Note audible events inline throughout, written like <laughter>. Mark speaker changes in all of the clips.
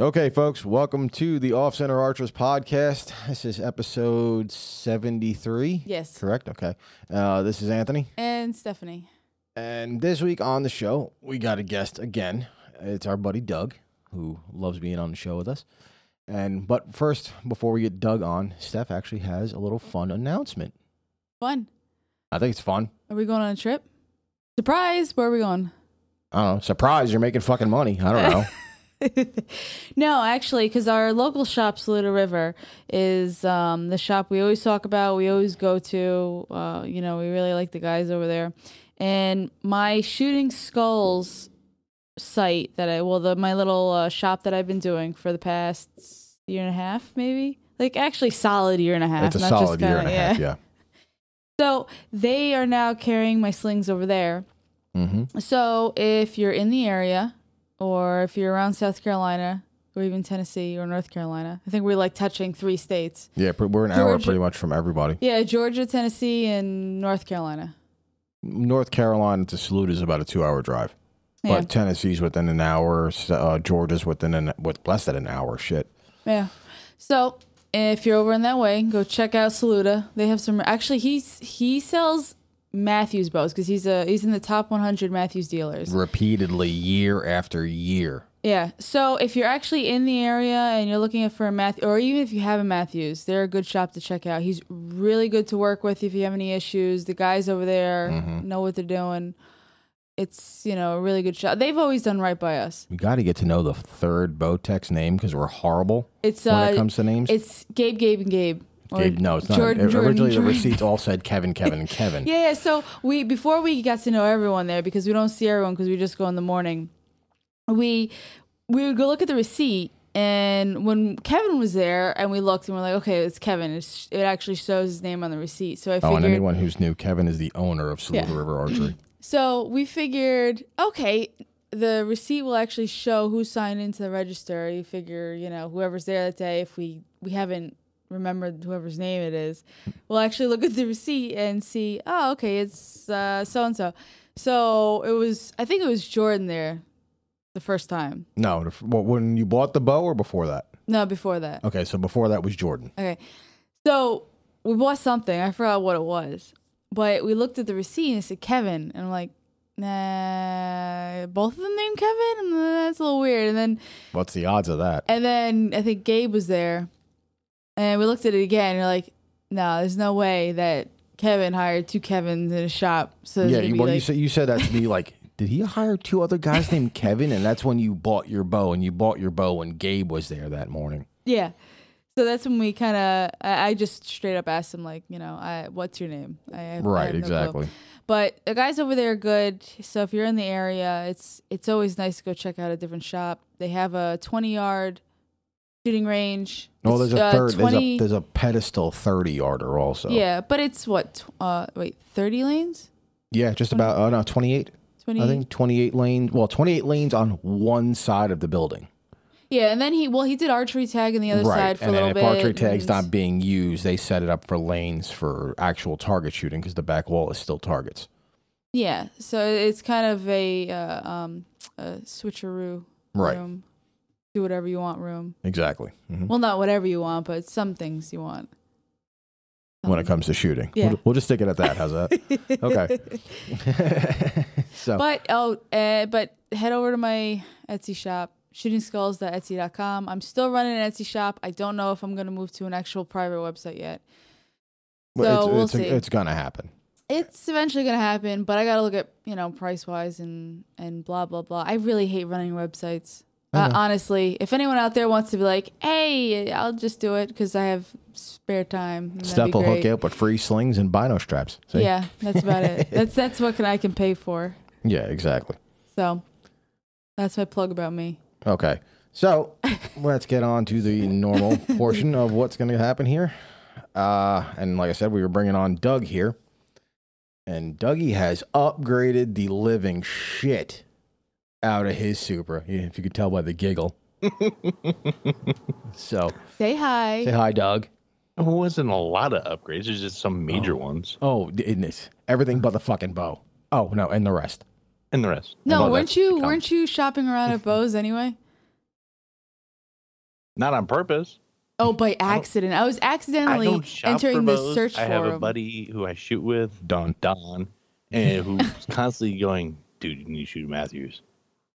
Speaker 1: Okay, folks, welcome to the Off Center Archers podcast. This is episode 73.
Speaker 2: Yes.
Speaker 1: Correct? Okay. Uh, this is Anthony.
Speaker 2: And Stephanie.
Speaker 1: And this week on the show, we got a guest again. It's our buddy Doug, who loves being on the show with us. And but first, before we get Doug on, Steph actually has a little fun announcement.
Speaker 2: Fun.
Speaker 1: I think it's fun.
Speaker 2: Are we going on a trip? Surprise! Where are we going?
Speaker 1: I don't know. Surprise, you're making fucking money. I don't know.
Speaker 2: <laughs> no, actually, because our local shop, Saluda River, is um, the shop we always talk about. We always go to. Uh, you know, we really like the guys over there. And my shooting skulls site that I well, the my little uh, shop that I've been doing for the past year and a half, maybe like actually solid year and a half.
Speaker 1: it's a
Speaker 2: not
Speaker 1: solid
Speaker 2: just
Speaker 1: year
Speaker 2: kinda-
Speaker 1: and a half. Yeah.
Speaker 2: So they are now carrying my slings over there.
Speaker 1: Mm-hmm.
Speaker 2: So if you're in the area, or if you're around South Carolina, or even Tennessee or North Carolina, I think we're like touching three states.
Speaker 1: Yeah, but we're an hour
Speaker 2: Georgia-
Speaker 1: pretty much from everybody.
Speaker 2: Yeah, Georgia, Tennessee, and North Carolina.
Speaker 1: North Carolina to Salute is about a two-hour drive,
Speaker 2: Yeah,
Speaker 1: but Tennessee's within an hour. s- Uh, Georgia's within an with less than an hour. Shit.
Speaker 2: yeah. So if you're over in that way, go check out Saluda. They have some. Actually, he's he sells Matthews bows because he's a he's in the top 100 Matthews dealers.
Speaker 1: Repeatedly, year after year.
Speaker 2: Yeah. So if you're actually in the area and you're looking for a Matthew, or even if you have a Matthews, they're a good shop to check out. He's really good to work with if you have any issues. The guys over there
Speaker 1: Mm-hmm.
Speaker 2: know what they're doing. It's you know a really good shop. They've always done right by us.
Speaker 1: We got to get to know the third Botex name because we're horrible
Speaker 2: It's
Speaker 1: when
Speaker 2: uh,
Speaker 1: it comes to names.
Speaker 2: it's Gabe, Gabe, and Gabe. Or
Speaker 1: Gabe, no, it's not.
Speaker 2: Jordan, Jordan,
Speaker 1: Originally, the
Speaker 2: Jordan.
Speaker 1: receipts all said
Speaker 2: <laughs>
Speaker 1: Kevin, Kevin, and Kevin.
Speaker 2: Yeah, yeah. So we before we got to know everyone there because we don't see everyone because we just go in the morning. We we would go look at the receipt, and when Kevin was there, and we looked, and we're like, okay, it's Kevin. It's, it actually shows his name on the receipt. So I
Speaker 1: Oh,
Speaker 2: figured.
Speaker 1: and anyone who's new, Kevin is the owner of Saluda
Speaker 2: Yeah.
Speaker 1: River Archery. <clears throat>
Speaker 2: so we figured, okay, the receipt will actually show who signed into the register. You figure, you know, whoever's there that day, if we we haven't remembered whoever's name it is, we'll actually look at the receipt and see, oh, okay, it's uh so and so. So it was, I think it was Jordan there the first time.
Speaker 1: No, the f- well, when you bought the bow or before that?
Speaker 2: No, before that.
Speaker 1: Okay, so before that was Jordan.
Speaker 2: Okay. So we bought something. I forgot what it was. But we looked at the receipt and it said Kevin. And I'm like, nah, both of them named Kevin? And that's a little weird. And then
Speaker 1: What's the odds of that?
Speaker 2: and then I think Gabe was there. And we looked at it again and you're like, no, there's no way that Kevin hired two Kevins in a shop. So
Speaker 1: Yeah,
Speaker 2: yeah,
Speaker 1: you, well, you said you said that to me.
Speaker 2: <laughs>
Speaker 1: Like, did he hire two other guys named Kevin? And that's when you bought your bow, and you bought your bow when Gabe was there that morning.
Speaker 2: yeah. So that's when we kind of, I, I just straight up asked him, like, you know, I, what's your name? I, I have- I have
Speaker 1: Right,
Speaker 2: no clue.
Speaker 1: exactly.
Speaker 2: But the guys over there are good. So if you're in the area, it's it's always nice to go check out a different shop. They have a 20 yard shooting range.
Speaker 1: No, there's a
Speaker 2: It's, uh,
Speaker 1: third. There's a there's a pedestal thirty yarder also.
Speaker 2: yeah, but it's what tw- uh wait, 30 lanes?
Speaker 1: yeah, just about. Oh no, twenty eight.
Speaker 2: 20.
Speaker 1: I think twenty eight lanes. Well, twenty eight lanes on one side of the building.
Speaker 2: Yeah, and then he well he did archery tag on the other side for
Speaker 1: and
Speaker 2: a
Speaker 1: then
Speaker 2: little
Speaker 1: if
Speaker 2: bit.
Speaker 1: archery tag's
Speaker 2: and-
Speaker 1: not being used, they set it up for lanes for actual target shooting because the back wall is still targets.
Speaker 2: Yeah, so it's kind of a uh, um a switcheroo
Speaker 1: Right.
Speaker 2: room. Do whatever you want room.
Speaker 1: Exactly. Mhm.
Speaker 2: Well, not whatever you want, but some things you want.
Speaker 1: When it comes to shooting,
Speaker 2: Yeah.
Speaker 1: we'll, we'll just stick it at that. How's that?
Speaker 2: <laughs>
Speaker 1: okay. <laughs> so
Speaker 2: But oh, uh, but head over to my Etsy shop, shootingskulls.etsy.com. I'm still running an Etsy shop. I don't know if I'm going to move to an actual private website yet.
Speaker 1: Well,
Speaker 2: So we'll
Speaker 1: it's,
Speaker 2: see.
Speaker 1: it's gonna happen.
Speaker 2: It's eventually going to happen, but I got to look at you know price wise and and blah blah blah. I really hate running websites. Uh, honestly, if anyone out there wants to be like, hey, I'll just do it because I have spare time. and that'd
Speaker 1: Steph
Speaker 2: be
Speaker 1: will hook
Speaker 2: great."
Speaker 1: you up with free slings and bino straps. See?
Speaker 2: Yeah, that's
Speaker 1: <laughs>
Speaker 2: about it. That's that's what can I can pay for.
Speaker 1: Yeah, exactly.
Speaker 2: So that's my plug about me.
Speaker 1: Okay.
Speaker 2: <laughs>
Speaker 1: So let's get on to the normal portion of what's going to happen here. Uh, and like I said, we were bringing on Doug here. And Dougie has upgraded the living shit out of his Supra, if you could tell by the giggle. <laughs> so
Speaker 2: Say hi.
Speaker 1: say hi, Doug.
Speaker 3: It wasn't a lot of upgrades. There's just some major ones,
Speaker 1: Oh, goodness. Everything but the fucking bow. Oh, no, and the rest.
Speaker 3: and the rest.
Speaker 2: No,
Speaker 3: Well,
Speaker 2: weren't
Speaker 3: that's
Speaker 2: you
Speaker 3: to come. <laughs>
Speaker 2: weren't you shopping around at Bose anyway?
Speaker 3: Not on purpose.
Speaker 2: Oh, by accident. I was
Speaker 3: I
Speaker 2: accidentally
Speaker 3: don't shop for
Speaker 2: entering the
Speaker 3: bows.
Speaker 2: search
Speaker 3: I have a
Speaker 2: forum.
Speaker 3: buddy who I shoot with,
Speaker 1: Done.
Speaker 3: Don, and
Speaker 2: <laughs>
Speaker 3: who's constantly going, dude, you need to shoot Matthews.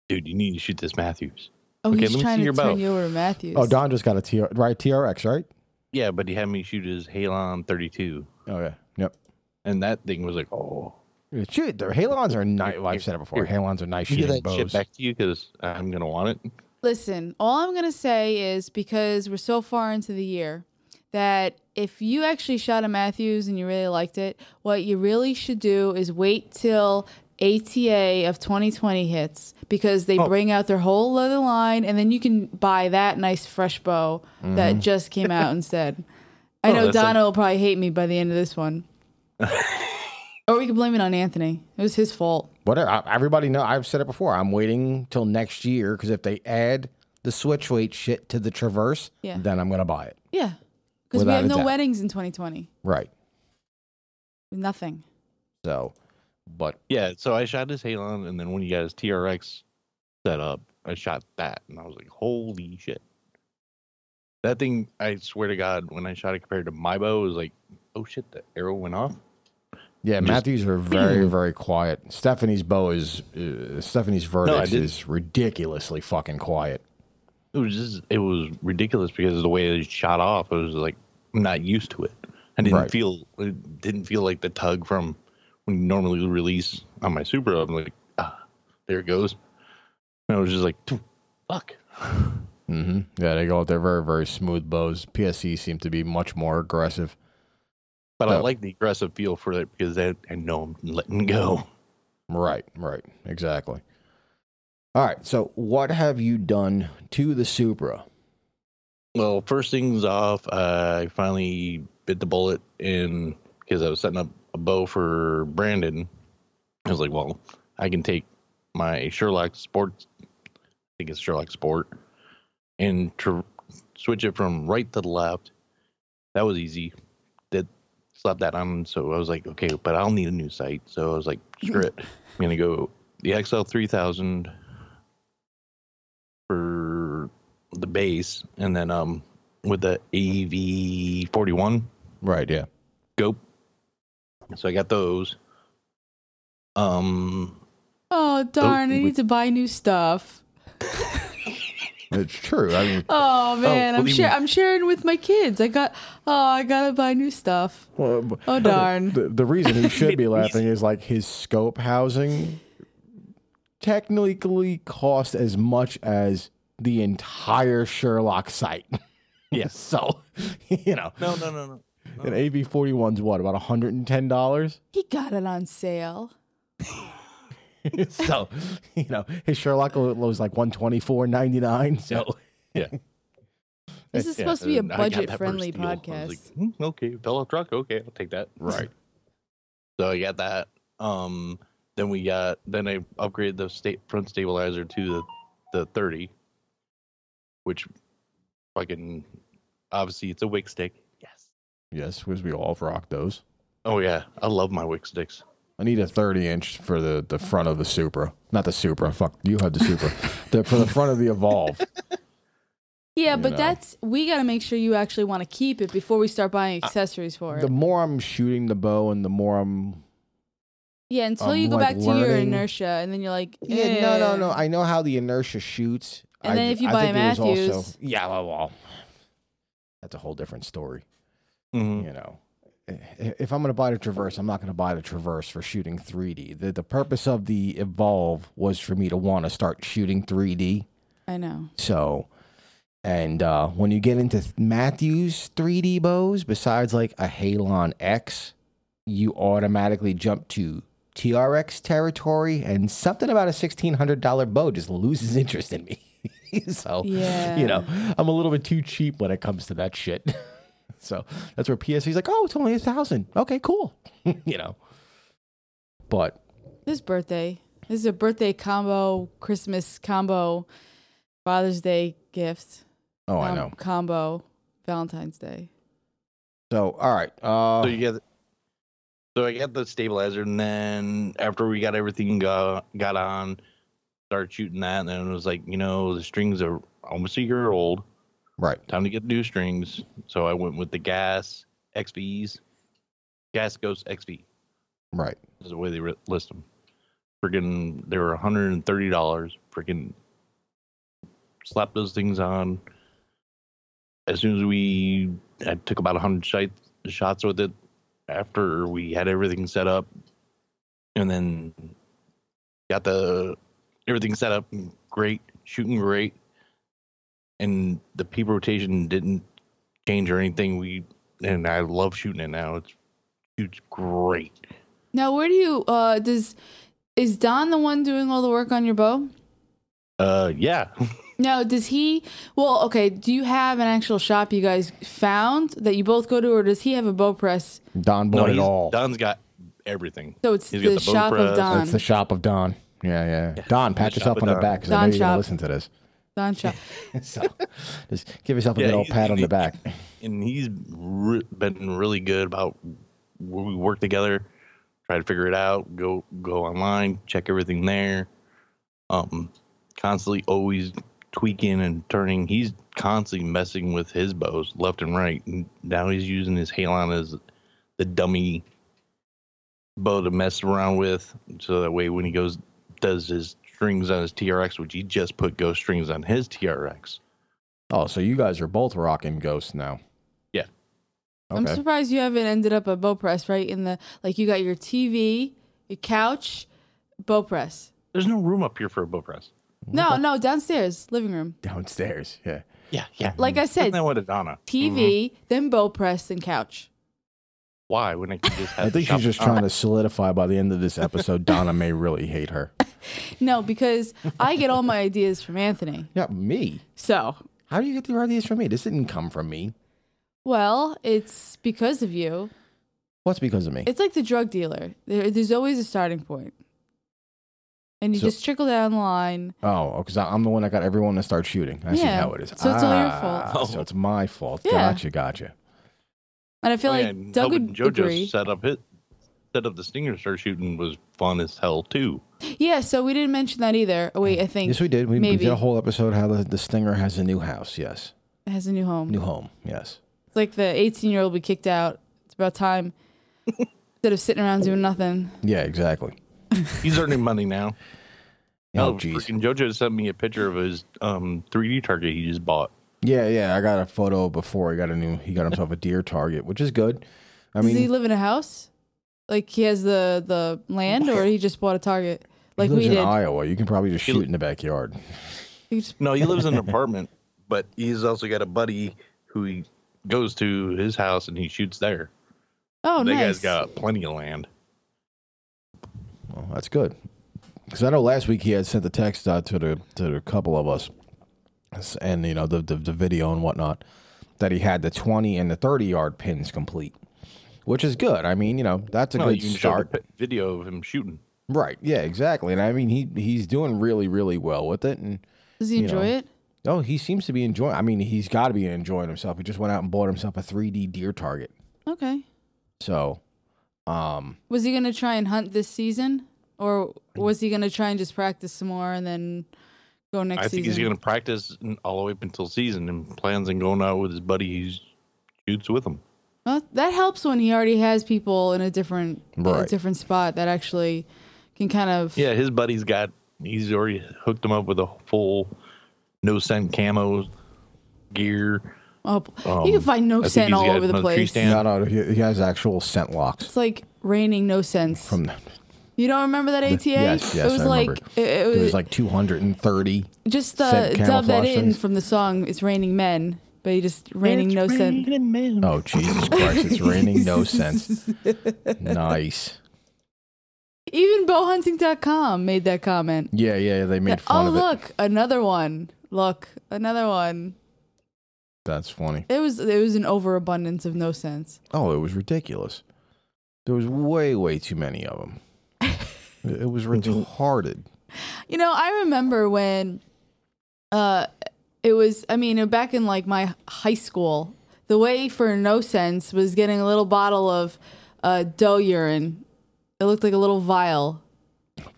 Speaker 3: Dude, you need to shoot this Matthews.
Speaker 2: Oh,
Speaker 3: Okay, let
Speaker 2: he's
Speaker 3: me
Speaker 2: trying
Speaker 3: see
Speaker 2: to
Speaker 3: your
Speaker 2: turn
Speaker 3: bow.
Speaker 2: you over to Matthews.
Speaker 1: Oh, Don just got a TR, right? TRX, right?
Speaker 3: Yeah, but he had me shoot his Halon 32,
Speaker 1: Okay. Oh, Yep.
Speaker 3: and that thing was like, oh.
Speaker 1: Shoot, the Halons are nice. Well, I've said it before. Halons are nice
Speaker 3: Can you
Speaker 1: shooting
Speaker 3: get that shit
Speaker 1: bows.
Speaker 3: back to you because I'm gonna want it.
Speaker 2: Listen, all I'm going to say is because we're so far into the year that if you actually shot a Matthews and you really liked it, what you really should do is wait till ATA of 2020 hits because they bring out their whole other line and then you can buy that nice fresh bow that just came out instead. I
Speaker 3: Oh,
Speaker 2: know
Speaker 3: that's a-
Speaker 2: Donna will probably hate me by the end of this one. or we could blame it on Anthony. It was his fault.
Speaker 1: Whatever. I- Everybody know. I've said it before. I'm waiting till next year because if they add the switch weight shit to the Traverse,
Speaker 2: Yeah.
Speaker 1: then I'm gonna buy it.
Speaker 2: Yeah. Because we
Speaker 1: Without
Speaker 2: have
Speaker 1: a
Speaker 2: no
Speaker 1: doubt.
Speaker 2: weddings in 2020.
Speaker 1: Right.
Speaker 2: Nothing.
Speaker 1: So, but
Speaker 3: Yeah, so I shot his Halon, and then when he got his TRX set up, I shot that, and I was like, holy shit. That thing, I swear to God, when I shot it compared to my bow, it was like, oh shit, the arrow went off.
Speaker 1: yeah,
Speaker 3: Just-
Speaker 1: Matthews are very very quiet. Stephanie's bow is uh, Stephanie's verdict
Speaker 3: did-
Speaker 1: is ridiculously fucking quiet.
Speaker 3: It was just, it was ridiculous because of the way it shot off. I was like, I'm not used to it. I didn't
Speaker 1: Right.
Speaker 3: feel, it didn't feel like the tug from when you normally release on my Super. I'm like, ah, there it goes. And I was just like, fuck. <laughs>
Speaker 1: hmm Yeah, they go with their very very smooth bows. PSC seem to be much more aggressive.
Speaker 3: But I
Speaker 1: Oh.
Speaker 3: like the aggressive feel for it because I, I know I'm letting go.
Speaker 1: Right, right, exactly. All right, so what have you done to the Supra?
Speaker 3: Well, first things off, uh, I finally bit the bullet in because I was setting up a bow for Brandon. I was like, well, I can take my Sherlock Sport, I think it's Sherlock Sport, and tr- switch it from right to left. That was easy. That slapped that on. So I was like, okay, but I'll need a new sight. So I was like, screw it. I'm gonna go the XL three thousand for the base, and then um with the AV forty one
Speaker 1: Right, yeah.
Speaker 3: go. So I got those. Um,
Speaker 2: Oh darn! I
Speaker 3: we-
Speaker 2: need to buy new stuff.
Speaker 1: It's true. I mean,
Speaker 2: Oh man,
Speaker 3: what
Speaker 2: I'm
Speaker 3: do you
Speaker 2: share
Speaker 3: mean?
Speaker 2: I'm sharing with my kids. I got oh I gotta buy new stuff. Oh darn!
Speaker 1: the, the reason he should be laughing is like his scope housing technically cost as much as the entire Sherlock site. <laughs>
Speaker 3: Yes.
Speaker 1: so, <laughs> you know,
Speaker 3: no, no, no, no.
Speaker 1: an AV 41's what, about $110?
Speaker 2: He got it on sale.
Speaker 1: <laughs> so, you know, his Sherlock was like 124.99. So,
Speaker 3: Yeah.
Speaker 2: This is
Speaker 3: Yeah,
Speaker 2: supposed to be a
Speaker 3: and I got that
Speaker 2: budget
Speaker 3: first
Speaker 2: friendly
Speaker 3: deal. I was
Speaker 2: podcast.
Speaker 3: like, "Hmm, okay, fell off truck. Okay, I'll take
Speaker 2: <laughs>
Speaker 3: that.
Speaker 1: right.
Speaker 3: So I got that. Um, then we got then I upgraded the state front stabilizer to the the thirty, which fucking obviously it's a wick stick. Yes.
Speaker 1: Yes, because we all rock those.
Speaker 3: Oh yeah, I love my wick sticks.
Speaker 1: I need a 30 inch for the, the front of the Supra. Not the Supra. Fuck, you have the <laughs> Supra. the, for the front of the
Speaker 2: <laughs>
Speaker 1: Evolve.
Speaker 2: yeah,
Speaker 1: you
Speaker 2: but
Speaker 1: know.
Speaker 2: that's we gotta make sure you actually want to keep it before we start buying accessories for
Speaker 1: The
Speaker 2: it.
Speaker 1: more I'm shooting the bow and the more I'm.
Speaker 2: Yeah, until
Speaker 1: I'm
Speaker 2: you go back to your
Speaker 1: learning-
Speaker 2: inertia, and then you're like,
Speaker 1: Yeah, no, no,
Speaker 2: "Eh."
Speaker 1: no. I know how the inertia shoots.
Speaker 2: And
Speaker 1: I,
Speaker 2: then if you
Speaker 1: I
Speaker 2: buy
Speaker 1: think it was
Speaker 2: Matthews-
Speaker 1: yeah, well, well, that's a whole different story,
Speaker 3: Mhm.
Speaker 1: you know. I- If I'm going to buy the Traverse, I'm not going to buy the Traverse for shooting 3D. The, the purpose of the Evolve was for me to want to start shooting 3D.
Speaker 2: eh, I know.
Speaker 1: So, and uh, when you get into th- Matthews 3D bows, besides like a Halon X, you automatically jump to TRX territory, and something about a $1,600 bow just loses <laughs> interest in me.
Speaker 3: Oh, <laughs>
Speaker 1: so,
Speaker 2: Yeah.
Speaker 1: you know, I'm a little bit too cheap when it comes to that shit. <laughs> so that's where PSC's like, oh, it's only a thousand. Okay, cool. <laughs> you know, but
Speaker 2: This birthday. This is a birthday combo, Christmas combo, Father's Day gift.
Speaker 1: oh, I
Speaker 2: um,
Speaker 1: know.
Speaker 2: combo Valentine's Day.
Speaker 1: So, all right. Uh,
Speaker 3: So you get. So I got the stabilizer, and then after we got everything got got on, started shooting that, and then it was like, you know, the strings are almost a year old.
Speaker 1: Right.
Speaker 3: Time to get new strings. So I went with the gas XVs. Gas Ghost XV
Speaker 1: Right.
Speaker 3: is the way they re- list them. Freaking, they were $130. Freaking slap those things on. As soon as we, I took about 100 shite, shots with it after we had everything set up. And then got the everything set up great, shooting great. And the peep rotation didn't change or anything. We, and I love shooting it now. It's, it's great.
Speaker 2: Now, where do you uh does is Don the one doing all the work on your bow?
Speaker 3: Uh, yeah.
Speaker 2: No, does he? Well, okay. Do you have an actual shop you guys found that you both go to, or does he have a bow press?
Speaker 1: Don bought it
Speaker 3: he's-
Speaker 1: all.
Speaker 3: Don's got everything.
Speaker 2: So it's
Speaker 3: He's got
Speaker 2: the,
Speaker 3: the bow
Speaker 2: shop of
Speaker 3: press.
Speaker 2: Don.
Speaker 1: That's the shop of Don. Yeah, yeah. Don, pat
Speaker 3: the
Speaker 1: yourself
Speaker 3: shop of
Speaker 1: on the
Speaker 3: Don.
Speaker 1: back because I
Speaker 2: Don
Speaker 1: know you're gonna
Speaker 2: shop.
Speaker 1: listen to
Speaker 3: <laughs>
Speaker 1: this. <laughs>
Speaker 2: Don shop.
Speaker 1: So just give yourself a
Speaker 3: Yeah,
Speaker 1: good old
Speaker 3: he's-
Speaker 1: pat on the
Speaker 3: he-
Speaker 1: back.
Speaker 3: And he's re- been really good about where we work together, try to figure it out, go go online, check everything there. Um, constantly always tweaking and turning. He's constantly messing with his bows left and right. And now he's using his Halon as the dummy bow to mess around with. So that way, when he goes, does his strings on his TRX, which he just put ghost strings on his TRX.
Speaker 1: Oh, so you guys are both rocking ghosts now.
Speaker 3: Yeah.
Speaker 2: I'm
Speaker 1: Okay.
Speaker 2: surprised you haven't ended up at bow press, right? In the like, you got your TV, your couch, bow press.
Speaker 3: There's no room up here for a bow press.
Speaker 2: No, no, downstairs, living room.
Speaker 1: Downstairs.
Speaker 3: <laughs>
Speaker 1: Yeah.
Speaker 3: Yeah, yeah.
Speaker 2: Like I
Speaker 3: Isn't
Speaker 2: said,
Speaker 3: that Mm-hmm. what Adana?
Speaker 2: TV, then bow press, then couch.
Speaker 3: Why wouldn't I just have
Speaker 1: I think
Speaker 3: the
Speaker 1: she's just
Speaker 3: shop-
Speaker 1: trying to solidify by the end of this episode, Donna may really hate
Speaker 2: <laughs>
Speaker 1: her.
Speaker 2: No, because I get all my ideas from Anthony.
Speaker 1: Yeah, me.
Speaker 2: So,
Speaker 1: How do you get the ideas from me? This didn't come from me.
Speaker 2: well, it's because of you.
Speaker 1: What's because of me?
Speaker 2: It's like the drug dealer. There, there's always a starting point, and you
Speaker 1: So-
Speaker 2: just trickle down the line.
Speaker 1: oh, because I'm the one that got everyone to start shooting. I see
Speaker 2: Yeah.
Speaker 1: how it is. Ah,
Speaker 2: So it's all your
Speaker 3: fault.
Speaker 1: So it's my fault.
Speaker 2: Yeah.
Speaker 1: Gotcha, gotcha.
Speaker 2: And I feel
Speaker 3: Oh, yeah,
Speaker 2: like
Speaker 3: and
Speaker 2: Doug would
Speaker 3: helping JoJo
Speaker 2: agree.
Speaker 3: set up hit set up the stinger start shooting was fun as hell too.
Speaker 2: Yeah, so we didn't mention that either. Oh, wait, I think
Speaker 1: Yes, we did. We, we
Speaker 2: maybe
Speaker 1: did a whole episode how the, the stinger has a new house. Yes.
Speaker 2: it has a new home.
Speaker 1: New home. Yes.
Speaker 2: It's like the 18 year old we kicked out. It's about
Speaker 1: <laughs>
Speaker 2: time. Instead of sitting around doing nothing.
Speaker 1: Yeah, exactly.
Speaker 3: He's earning money now.
Speaker 1: <laughs> Oh,
Speaker 3: Hell,
Speaker 1: jeez.
Speaker 3: freaking JoJo sent me a picture of his um 3D target he just bought.
Speaker 1: Yeah, yeah. I got a photo before he got a new. He got himself a deer target, which is good. I
Speaker 2: Does he
Speaker 1: mean,
Speaker 2: live in a house? Like he has the the land, or he just bought a target? Like
Speaker 1: he lives in
Speaker 2: we did.
Speaker 1: Iowa. You can probably just
Speaker 3: He-
Speaker 1: shoot in the backyard.
Speaker 2: He just-
Speaker 3: No,
Speaker 1: <laughs>
Speaker 3: he lives in an apartment, but he's also got a buddy who he goes to his house and he shoots there.
Speaker 2: oh,
Speaker 3: that
Speaker 2: nice.
Speaker 3: guy's got plenty of land.
Speaker 1: Well, that's good. Because I know last week he had sent the text out to the to the couple of us, s- and you know the, the the video and whatnot that he had the twenty and the thirty yard pins complete, which is good. I mean, you know that's a
Speaker 3: Well,
Speaker 1: good
Speaker 3: you can show the
Speaker 1: start,
Speaker 3: pi- video of him shooting.
Speaker 1: right? Yeah, exactly. And I mean he he's doing really really well with it, and
Speaker 2: Does he
Speaker 1: you
Speaker 2: enjoy
Speaker 1: know.
Speaker 2: it?
Speaker 1: oh he seems to be enjoying. I mean he's got to be enjoying himself. He just went out and bought himself a three D deer target,
Speaker 2: Okay.
Speaker 1: so um
Speaker 2: Was he gonna try and hunt this season, or was he gonna try and just practice some more and then go next
Speaker 3: I think
Speaker 2: season?
Speaker 3: he's going to practice n- all the way up until season and plans on going out with his buddy who shoots with him.
Speaker 2: Well, that helps when he already has people in a different a
Speaker 1: Right.
Speaker 2: different spot that actually can kind of
Speaker 3: Yeah, his buddy's got, he's already hooked him up with a full no scent camo gear.
Speaker 2: Oh,
Speaker 3: Um,
Speaker 2: you can find no
Speaker 3: I think
Speaker 2: scent
Speaker 3: he's
Speaker 2: all
Speaker 3: got
Speaker 2: over the
Speaker 3: another tree
Speaker 2: place.
Speaker 3: stand.
Speaker 1: no no he, he has actual scent locks
Speaker 2: It's like raining no sense.
Speaker 1: from the,
Speaker 2: you don't remember that ATA?
Speaker 1: yes, yes,
Speaker 2: it was
Speaker 1: I
Speaker 2: like
Speaker 1: remember.
Speaker 2: It, it
Speaker 1: it
Speaker 2: was,
Speaker 1: was like two hundred and thirty.
Speaker 2: just
Speaker 1: scent
Speaker 2: uh, dub that
Speaker 1: camouflage
Speaker 2: in
Speaker 1: things.
Speaker 2: from the song "It's Raining Men," but you just raining no sense.
Speaker 1: Oh Jesus Christ! It's raining
Speaker 2: <laughs>
Speaker 1: no sense. Nice.
Speaker 2: Even bowhunting.com made that comment.
Speaker 1: Yeah, yeah. They made
Speaker 2: That,
Speaker 1: fun
Speaker 2: oh
Speaker 1: of it.
Speaker 2: look, another one. Look, another one.
Speaker 1: That's funny.
Speaker 2: It was it was an overabundance of no sense.
Speaker 1: Oh, it was ridiculous. There was way, way too many of
Speaker 2: <laughs>
Speaker 1: them. It was retarded.
Speaker 2: You know, I remember when uh it was I mean, back in like my high school, the way for no sense was getting a little bottle of uh doe urine. It looked like a little vial.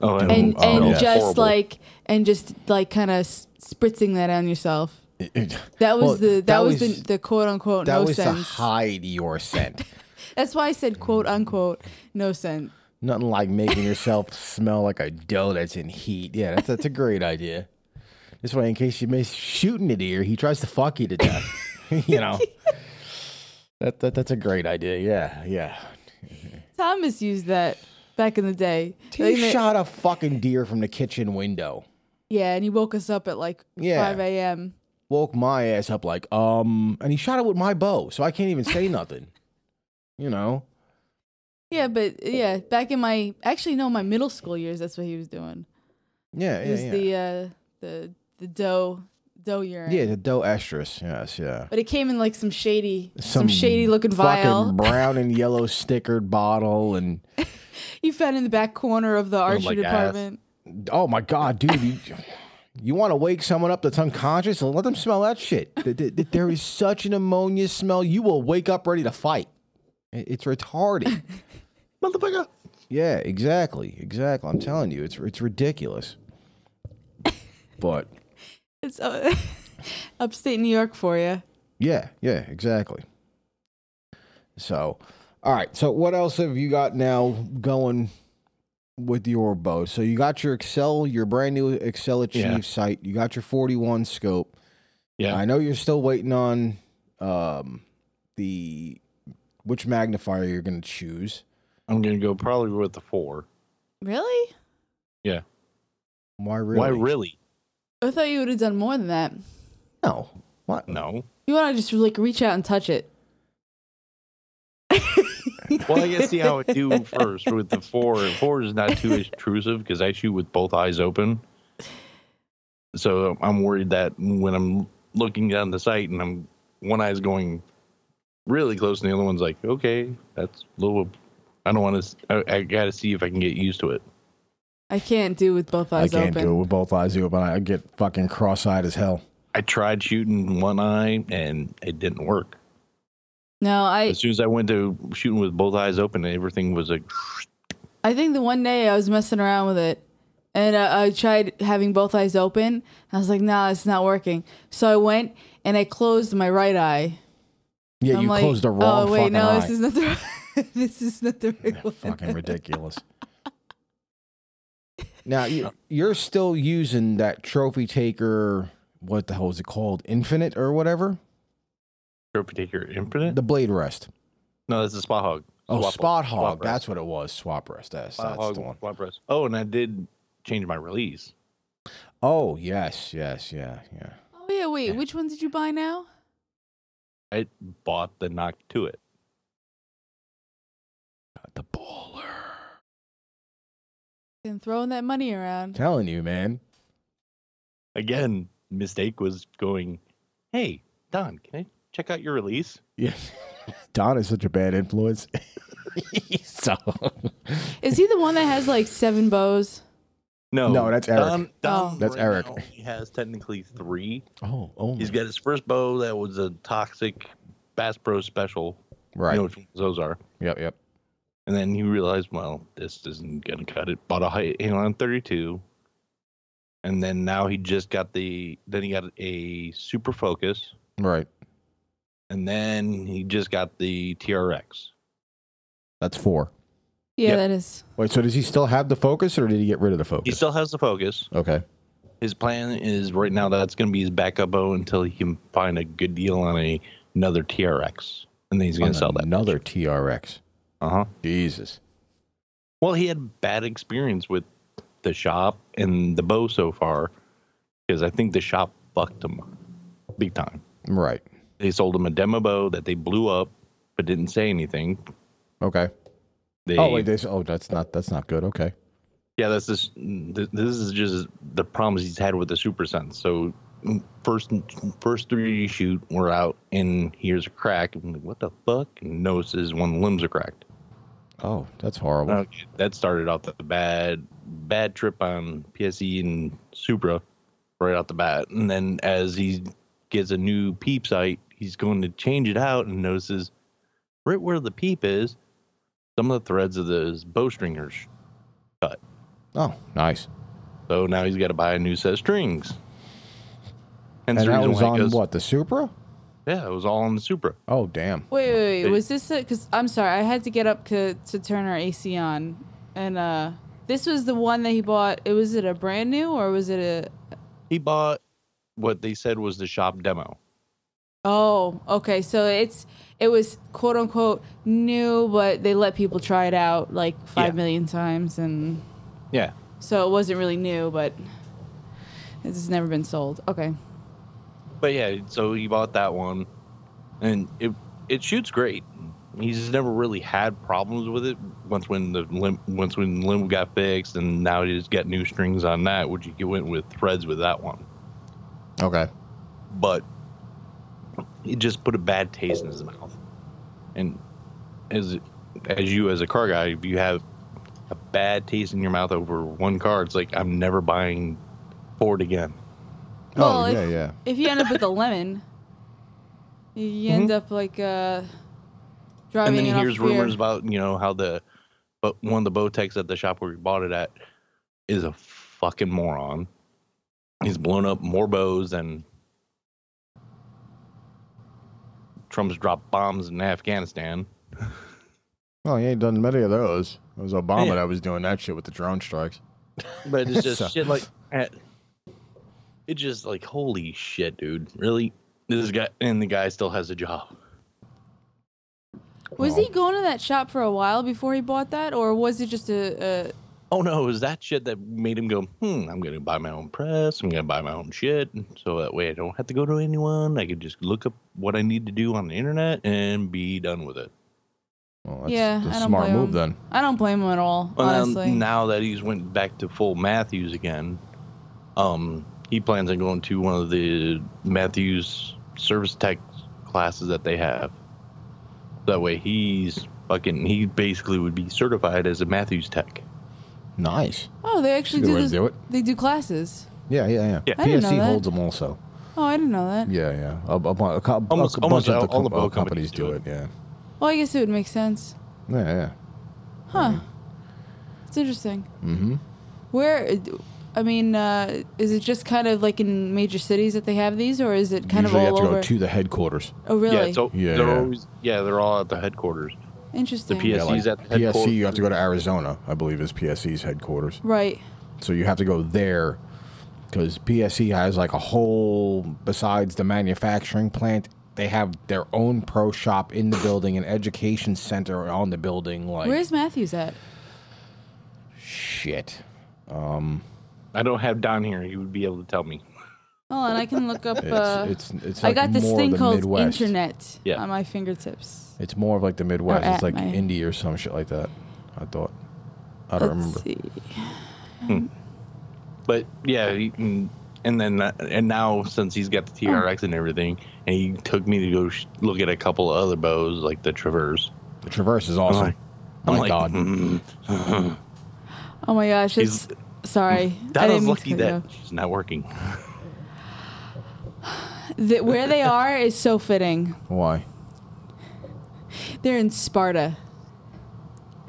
Speaker 3: Oh,
Speaker 1: and-
Speaker 2: And
Speaker 1: oh,
Speaker 2: and
Speaker 1: yeah.
Speaker 2: just
Speaker 3: Horrible.
Speaker 2: like and just like kind of spritzing that on yourself.
Speaker 1: It- it-
Speaker 2: That was
Speaker 1: Well,
Speaker 2: the that,
Speaker 1: that
Speaker 2: was,
Speaker 1: was-
Speaker 2: the, the quote unquote
Speaker 1: that
Speaker 2: no
Speaker 1: was to
Speaker 2: sense.
Speaker 1: hide your scent.
Speaker 2: That's why I said quote unquote no sense.
Speaker 1: <laughs> Nothing like making yourself smell like a dough that's in heat. Yeah, that's, that's a great idea. This way, in case you miss shooting it here, he tries to fuck you to death. <laughs> you know, that, that that's a great idea. Yeah, yeah.
Speaker 2: Thomas used that back in the day.
Speaker 1: He
Speaker 2: Like, they-
Speaker 1: shot a fucking deer from the kitchen window.
Speaker 2: Yeah, and he woke us up at like
Speaker 1: Yeah.
Speaker 2: five a.m.
Speaker 1: Woke my ass up like um, and he shot it with my bow, so I can't even say nothing. You know,
Speaker 2: Yeah, but yeah, back in my actually no, my middle school years, that's what he was doing.
Speaker 1: yeah,
Speaker 2: It
Speaker 1: yeah,
Speaker 2: was
Speaker 1: yeah.
Speaker 2: the uh, the the dough dough urine.
Speaker 1: yeah, the dough estrus. Yes, yeah.
Speaker 2: But it came in like some shady, some, shady looking
Speaker 1: fucking <laughs>
Speaker 2: vial
Speaker 1: brown and yellow stickered bottle and.
Speaker 2: you found in the back corner of the archery
Speaker 3: Oh my God.
Speaker 2: department.
Speaker 1: Oh my god, dude! You, you want to wake someone up that's unconscious and let them smell that shit? Th- th- th- There is such an ammonia smell. You will wake up ready to fight. I- It's
Speaker 2: <laughs>
Speaker 1: retarded.
Speaker 3: Motherfucker.
Speaker 1: yeah, exactly, exactly. I'm telling you, it's it's ridiculous. But
Speaker 2: It's uh, <laughs> upstate New York for you.
Speaker 1: yeah, yeah, exactly. So, all right. So, what else have you got now going with your bow? So, you got your Excel, your brand new Excel Achieve
Speaker 3: Yeah.
Speaker 1: site. You got your 41 scope.
Speaker 3: Yeah.
Speaker 1: I know you're still waiting on um, the which magnifier you're going to choose.
Speaker 3: I'm gonna go probably with the four.
Speaker 2: Really?
Speaker 1: Why really?
Speaker 3: Why really?
Speaker 2: I thought you would have done more than that.
Speaker 1: No. What?
Speaker 3: No.
Speaker 2: You want to just like reach out and touch it.
Speaker 3: <laughs> Well, I guess see how I do first with the four. Four is not too intrusive because I shoot with both eyes open. So I'm worried that when I'm looking down the sight and I'm one eye's going really close and the other one's like, okay, that's a little. I don't want to. I, I got to see if I can get used to it.
Speaker 2: I can't do with both eyes
Speaker 1: I can't
Speaker 2: open.
Speaker 1: do it with both eyes open. I get fucking cross-eyed as hell.
Speaker 3: I tried shooting one eye and it didn't work.
Speaker 2: No, I
Speaker 3: As soon as I went to shooting with both eyes open, everything was like,
Speaker 2: I think the one day I was messing around with it, and uh, I, I tried having both eyes open. I was like, "Nah, it's not working." So I went and I closed my right eye.
Speaker 1: Yeah,
Speaker 2: I'm
Speaker 1: you
Speaker 2: like,
Speaker 1: closed the wrong
Speaker 2: Oh
Speaker 1: fucking
Speaker 2: wait, no,
Speaker 1: eye.
Speaker 2: this is not the. right- <laughs> this is not the right one.
Speaker 1: fucking ridiculous. <laughs> now you, you're still using that trophy taker. What the hell is it called? Infinite or whatever?
Speaker 3: Trophy Taker Infinite?
Speaker 1: The blade rest.
Speaker 3: No, that's a spot hog.
Speaker 1: Oh,
Speaker 3: Swap-
Speaker 1: spot hog.
Speaker 3: swap rest.
Speaker 1: that's what it was. Swap rest. That's,
Speaker 3: Wow,
Speaker 1: that's
Speaker 3: hog
Speaker 1: the one.
Speaker 3: flop roast. Oh, and I did change my release.
Speaker 1: Oh yes, yes, yeah, yeah.
Speaker 2: <laughs> Oh yeah, wait. Which one did you buy now?
Speaker 3: I bought the knock to it.
Speaker 1: The baller.
Speaker 2: And throwing that money around.
Speaker 1: Telling you, man.
Speaker 3: Again, mistake was going, hey, Don, can I check out your release?
Speaker 1: Yeah. <laughs> Don is such a bad influence. <laughs>
Speaker 3: <laughs>
Speaker 1: so
Speaker 2: Is he the one that has like seven bows?
Speaker 3: No,
Speaker 1: No, that's Eric.
Speaker 3: Don, Don
Speaker 2: Oh.
Speaker 1: That's Eric.
Speaker 3: now, he has technically three.
Speaker 1: Oh, oh
Speaker 3: He's got his first bow that was a toxic Bass Pro special.
Speaker 1: right.
Speaker 3: You know which ones those are.
Speaker 1: Yep, yep.
Speaker 3: And then he realized, well, this isn't gonna cut it. Bought a height on 32. And then now he just got the then he got a super focus.
Speaker 1: Right.
Speaker 3: and then he just got the TRX.
Speaker 1: That's four.
Speaker 2: Yeah,
Speaker 3: Yep.
Speaker 2: that is.
Speaker 1: Wait, so does he still have the focus or did he get rid of the
Speaker 3: He
Speaker 1: focus?
Speaker 3: still has the Focus.
Speaker 1: okay.
Speaker 3: His plan is right now that's going to be his backup bow until he can find a good deal on a, another TRX, and then he's going
Speaker 1: On
Speaker 3: to sell that.
Speaker 1: Another TRX.
Speaker 3: Uh huh.
Speaker 1: Jesus.
Speaker 3: Well, he had bad experience with the shop and the bow so far, because I think the shop fucked him big time.
Speaker 1: Right.
Speaker 3: They sold him a demo bow that they blew up, but didn't say anything.
Speaker 1: Okay.
Speaker 3: They,
Speaker 1: Oh wait, this oh that's not that's not good. Okay.
Speaker 3: Yeah, that's this. th- This is just the problems he's had with the super sense. So mm, first, first three shoot, we're out, and here's a crack. I'm like, what the fuck? And notices one of the limbs are cracked.
Speaker 1: Oh, that's horrible.
Speaker 3: Okay, that started off the bad, bad trip on PSE and Supra, right out the bat. And then as he gets a new peep sight, he's going to change it out and notices right where the peep is, some of the threads of those bowstring are
Speaker 1: oh, nice.
Speaker 3: So now he's got to buy a new set of strings.
Speaker 1: And
Speaker 3: Hence the
Speaker 1: that
Speaker 3: reason
Speaker 1: was
Speaker 3: why it
Speaker 1: on
Speaker 3: goes-
Speaker 1: what? The Supra?
Speaker 3: Yeah, it was all on the Supra.
Speaker 1: Oh, damn.
Speaker 2: Wait, wait, wait.
Speaker 3: Hey.
Speaker 2: Was this because I'm sorry, I had to get up to, to turn our AC on, and uh, this was the one that he bought. It was it a brand new or was it a?
Speaker 3: He bought what they said was the shop demo.
Speaker 2: Oh, okay. So it's it was quote unquote new, but they let people try it out like
Speaker 3: Yeah.
Speaker 2: five million times, and
Speaker 3: Yeah,
Speaker 2: so it wasn't really new, but it's never been sold. Okay.
Speaker 3: but yeah, so he bought that one, and it it shoots great. He's never really had problems with it. Once when the limb, once when limb got fixed, and now he's got new strings on that, which he went with threads with that one.
Speaker 1: Okay.
Speaker 3: But it just put a bad taste in his mouth. And as as you as a car guy, if you have a bad taste in your mouth over one car, it's like I'm never buying Ford again.
Speaker 1: oh,
Speaker 2: Well,
Speaker 1: yeah,
Speaker 2: if-
Speaker 1: yeah.
Speaker 2: If you end up with
Speaker 3: <laughs>
Speaker 2: a lemon, you end up like uh, driving
Speaker 3: Mm-hmm. and then
Speaker 2: it
Speaker 3: he
Speaker 2: off
Speaker 3: hears
Speaker 2: a pier.
Speaker 3: rumors about you know how the but one of the Botex at the shop where he bought it at is a fucking moron. He's blown up more bows than Trump's dropped bombs in Afghanistan.
Speaker 1: Well, Oh, he ain't done many of those. It was Obama
Speaker 3: Yeah.
Speaker 1: that was doing that shit with the drone strikes.
Speaker 3: But it's just
Speaker 1: So-
Speaker 3: shit like eh, it just like holy shit, dude. Really? This guy and the guy still has a job.
Speaker 2: Was
Speaker 1: Well.
Speaker 2: he going to that shop for a while before he bought that, or was it just a? a
Speaker 3: Oh no, it was that shit that made him go, hmm, I'm gonna buy my own press, I'm gonna buy my own shit. So that way I don't have to go to anyone. I could just look up what I need to do on the internet and be done with it.
Speaker 1: Well, that's
Speaker 2: Yeah,
Speaker 1: a
Speaker 2: I don't
Speaker 1: smart
Speaker 2: blame
Speaker 1: move
Speaker 2: him.
Speaker 1: then.
Speaker 2: I don't blame him at all,
Speaker 3: Well, now-
Speaker 2: honestly.
Speaker 3: now that he's went back to full Matthews again, um, he plans on going to one of the Matthews service tech classes that they have. That way he's fucking he basically would be certified as a Matthews tech.
Speaker 1: Nice.
Speaker 2: oh, they actually
Speaker 1: Good
Speaker 2: do
Speaker 1: way to
Speaker 2: this.
Speaker 1: do it.
Speaker 2: They do classes.
Speaker 1: Yeah, yeah, yeah.
Speaker 3: Yeah.
Speaker 2: I didn't know
Speaker 1: PSC
Speaker 2: that.
Speaker 1: holds them also.
Speaker 2: Oh, I didn't know that.
Speaker 1: Yeah, yeah. A, a, bu- a, co- a
Speaker 3: Almost-
Speaker 1: bunch
Speaker 3: almost
Speaker 1: of
Speaker 3: all-
Speaker 1: the,
Speaker 3: all the
Speaker 1: com-
Speaker 3: boat
Speaker 1: companies
Speaker 3: companies
Speaker 1: do it.
Speaker 3: do
Speaker 1: Yeah,
Speaker 2: Well, I guess it would make sense,
Speaker 1: yeah,
Speaker 2: huh? It's interesting.
Speaker 1: yeah. Mm-hmm.
Speaker 2: Where, uh, I mean, uh, is it just kind of like in major cities that they have these, or is it kind
Speaker 1: Usually
Speaker 2: of
Speaker 1: you
Speaker 2: all
Speaker 1: have to
Speaker 2: over?
Speaker 1: go to the headquarters.
Speaker 2: oh, really?
Speaker 3: Yeah, so
Speaker 1: Yeah,
Speaker 3: they're
Speaker 1: yeah.
Speaker 3: always yeah, they're all at the headquarters.
Speaker 2: interesting.
Speaker 3: the PS PSC's at
Speaker 1: PSC,
Speaker 3: the
Speaker 1: you
Speaker 3: headquarters.
Speaker 1: have to go to Arizona, I believe, is PSC's headquarters.
Speaker 2: Right.
Speaker 1: So you have to go there because PSC has like a whole, besides the manufacturing plant, they have their own pro shop in the building, an education center on the building. Like,
Speaker 2: Where's Matthews at?
Speaker 1: shit?
Speaker 3: I don't have Don here. He would be able to tell me.
Speaker 2: Oh, and I can look up.
Speaker 1: It's,
Speaker 2: uh,
Speaker 1: it's, it's
Speaker 2: I
Speaker 1: like
Speaker 2: got this
Speaker 1: more
Speaker 2: thing
Speaker 1: the
Speaker 2: called
Speaker 1: Midwest.
Speaker 2: internet
Speaker 3: Yeah.
Speaker 2: on my fingertips.
Speaker 1: It's more of like the Midwest.
Speaker 2: at
Speaker 1: It's like
Speaker 2: my-
Speaker 1: Indy or some shit like that. I thought. I don't remember.
Speaker 2: Let's see.
Speaker 3: But yeah, he, mm, and then uh, and now since he's got the TRX and everything, and he took me to go sh- look at a couple of other bows like the Traverse.
Speaker 1: The Traverse is awesome.
Speaker 3: like-
Speaker 1: My
Speaker 3: I'm like,
Speaker 1: God.
Speaker 3: mm,
Speaker 2: Oh my gosh, it's
Speaker 3: He's-
Speaker 2: sorry. I
Speaker 3: <laughs> that
Speaker 2: didn't
Speaker 3: was
Speaker 2: mean to
Speaker 3: lucky
Speaker 2: cut you
Speaker 3: that
Speaker 2: off.
Speaker 3: she's not working.
Speaker 2: The- where they are is so fitting.
Speaker 1: Why?
Speaker 2: They're in Sparta,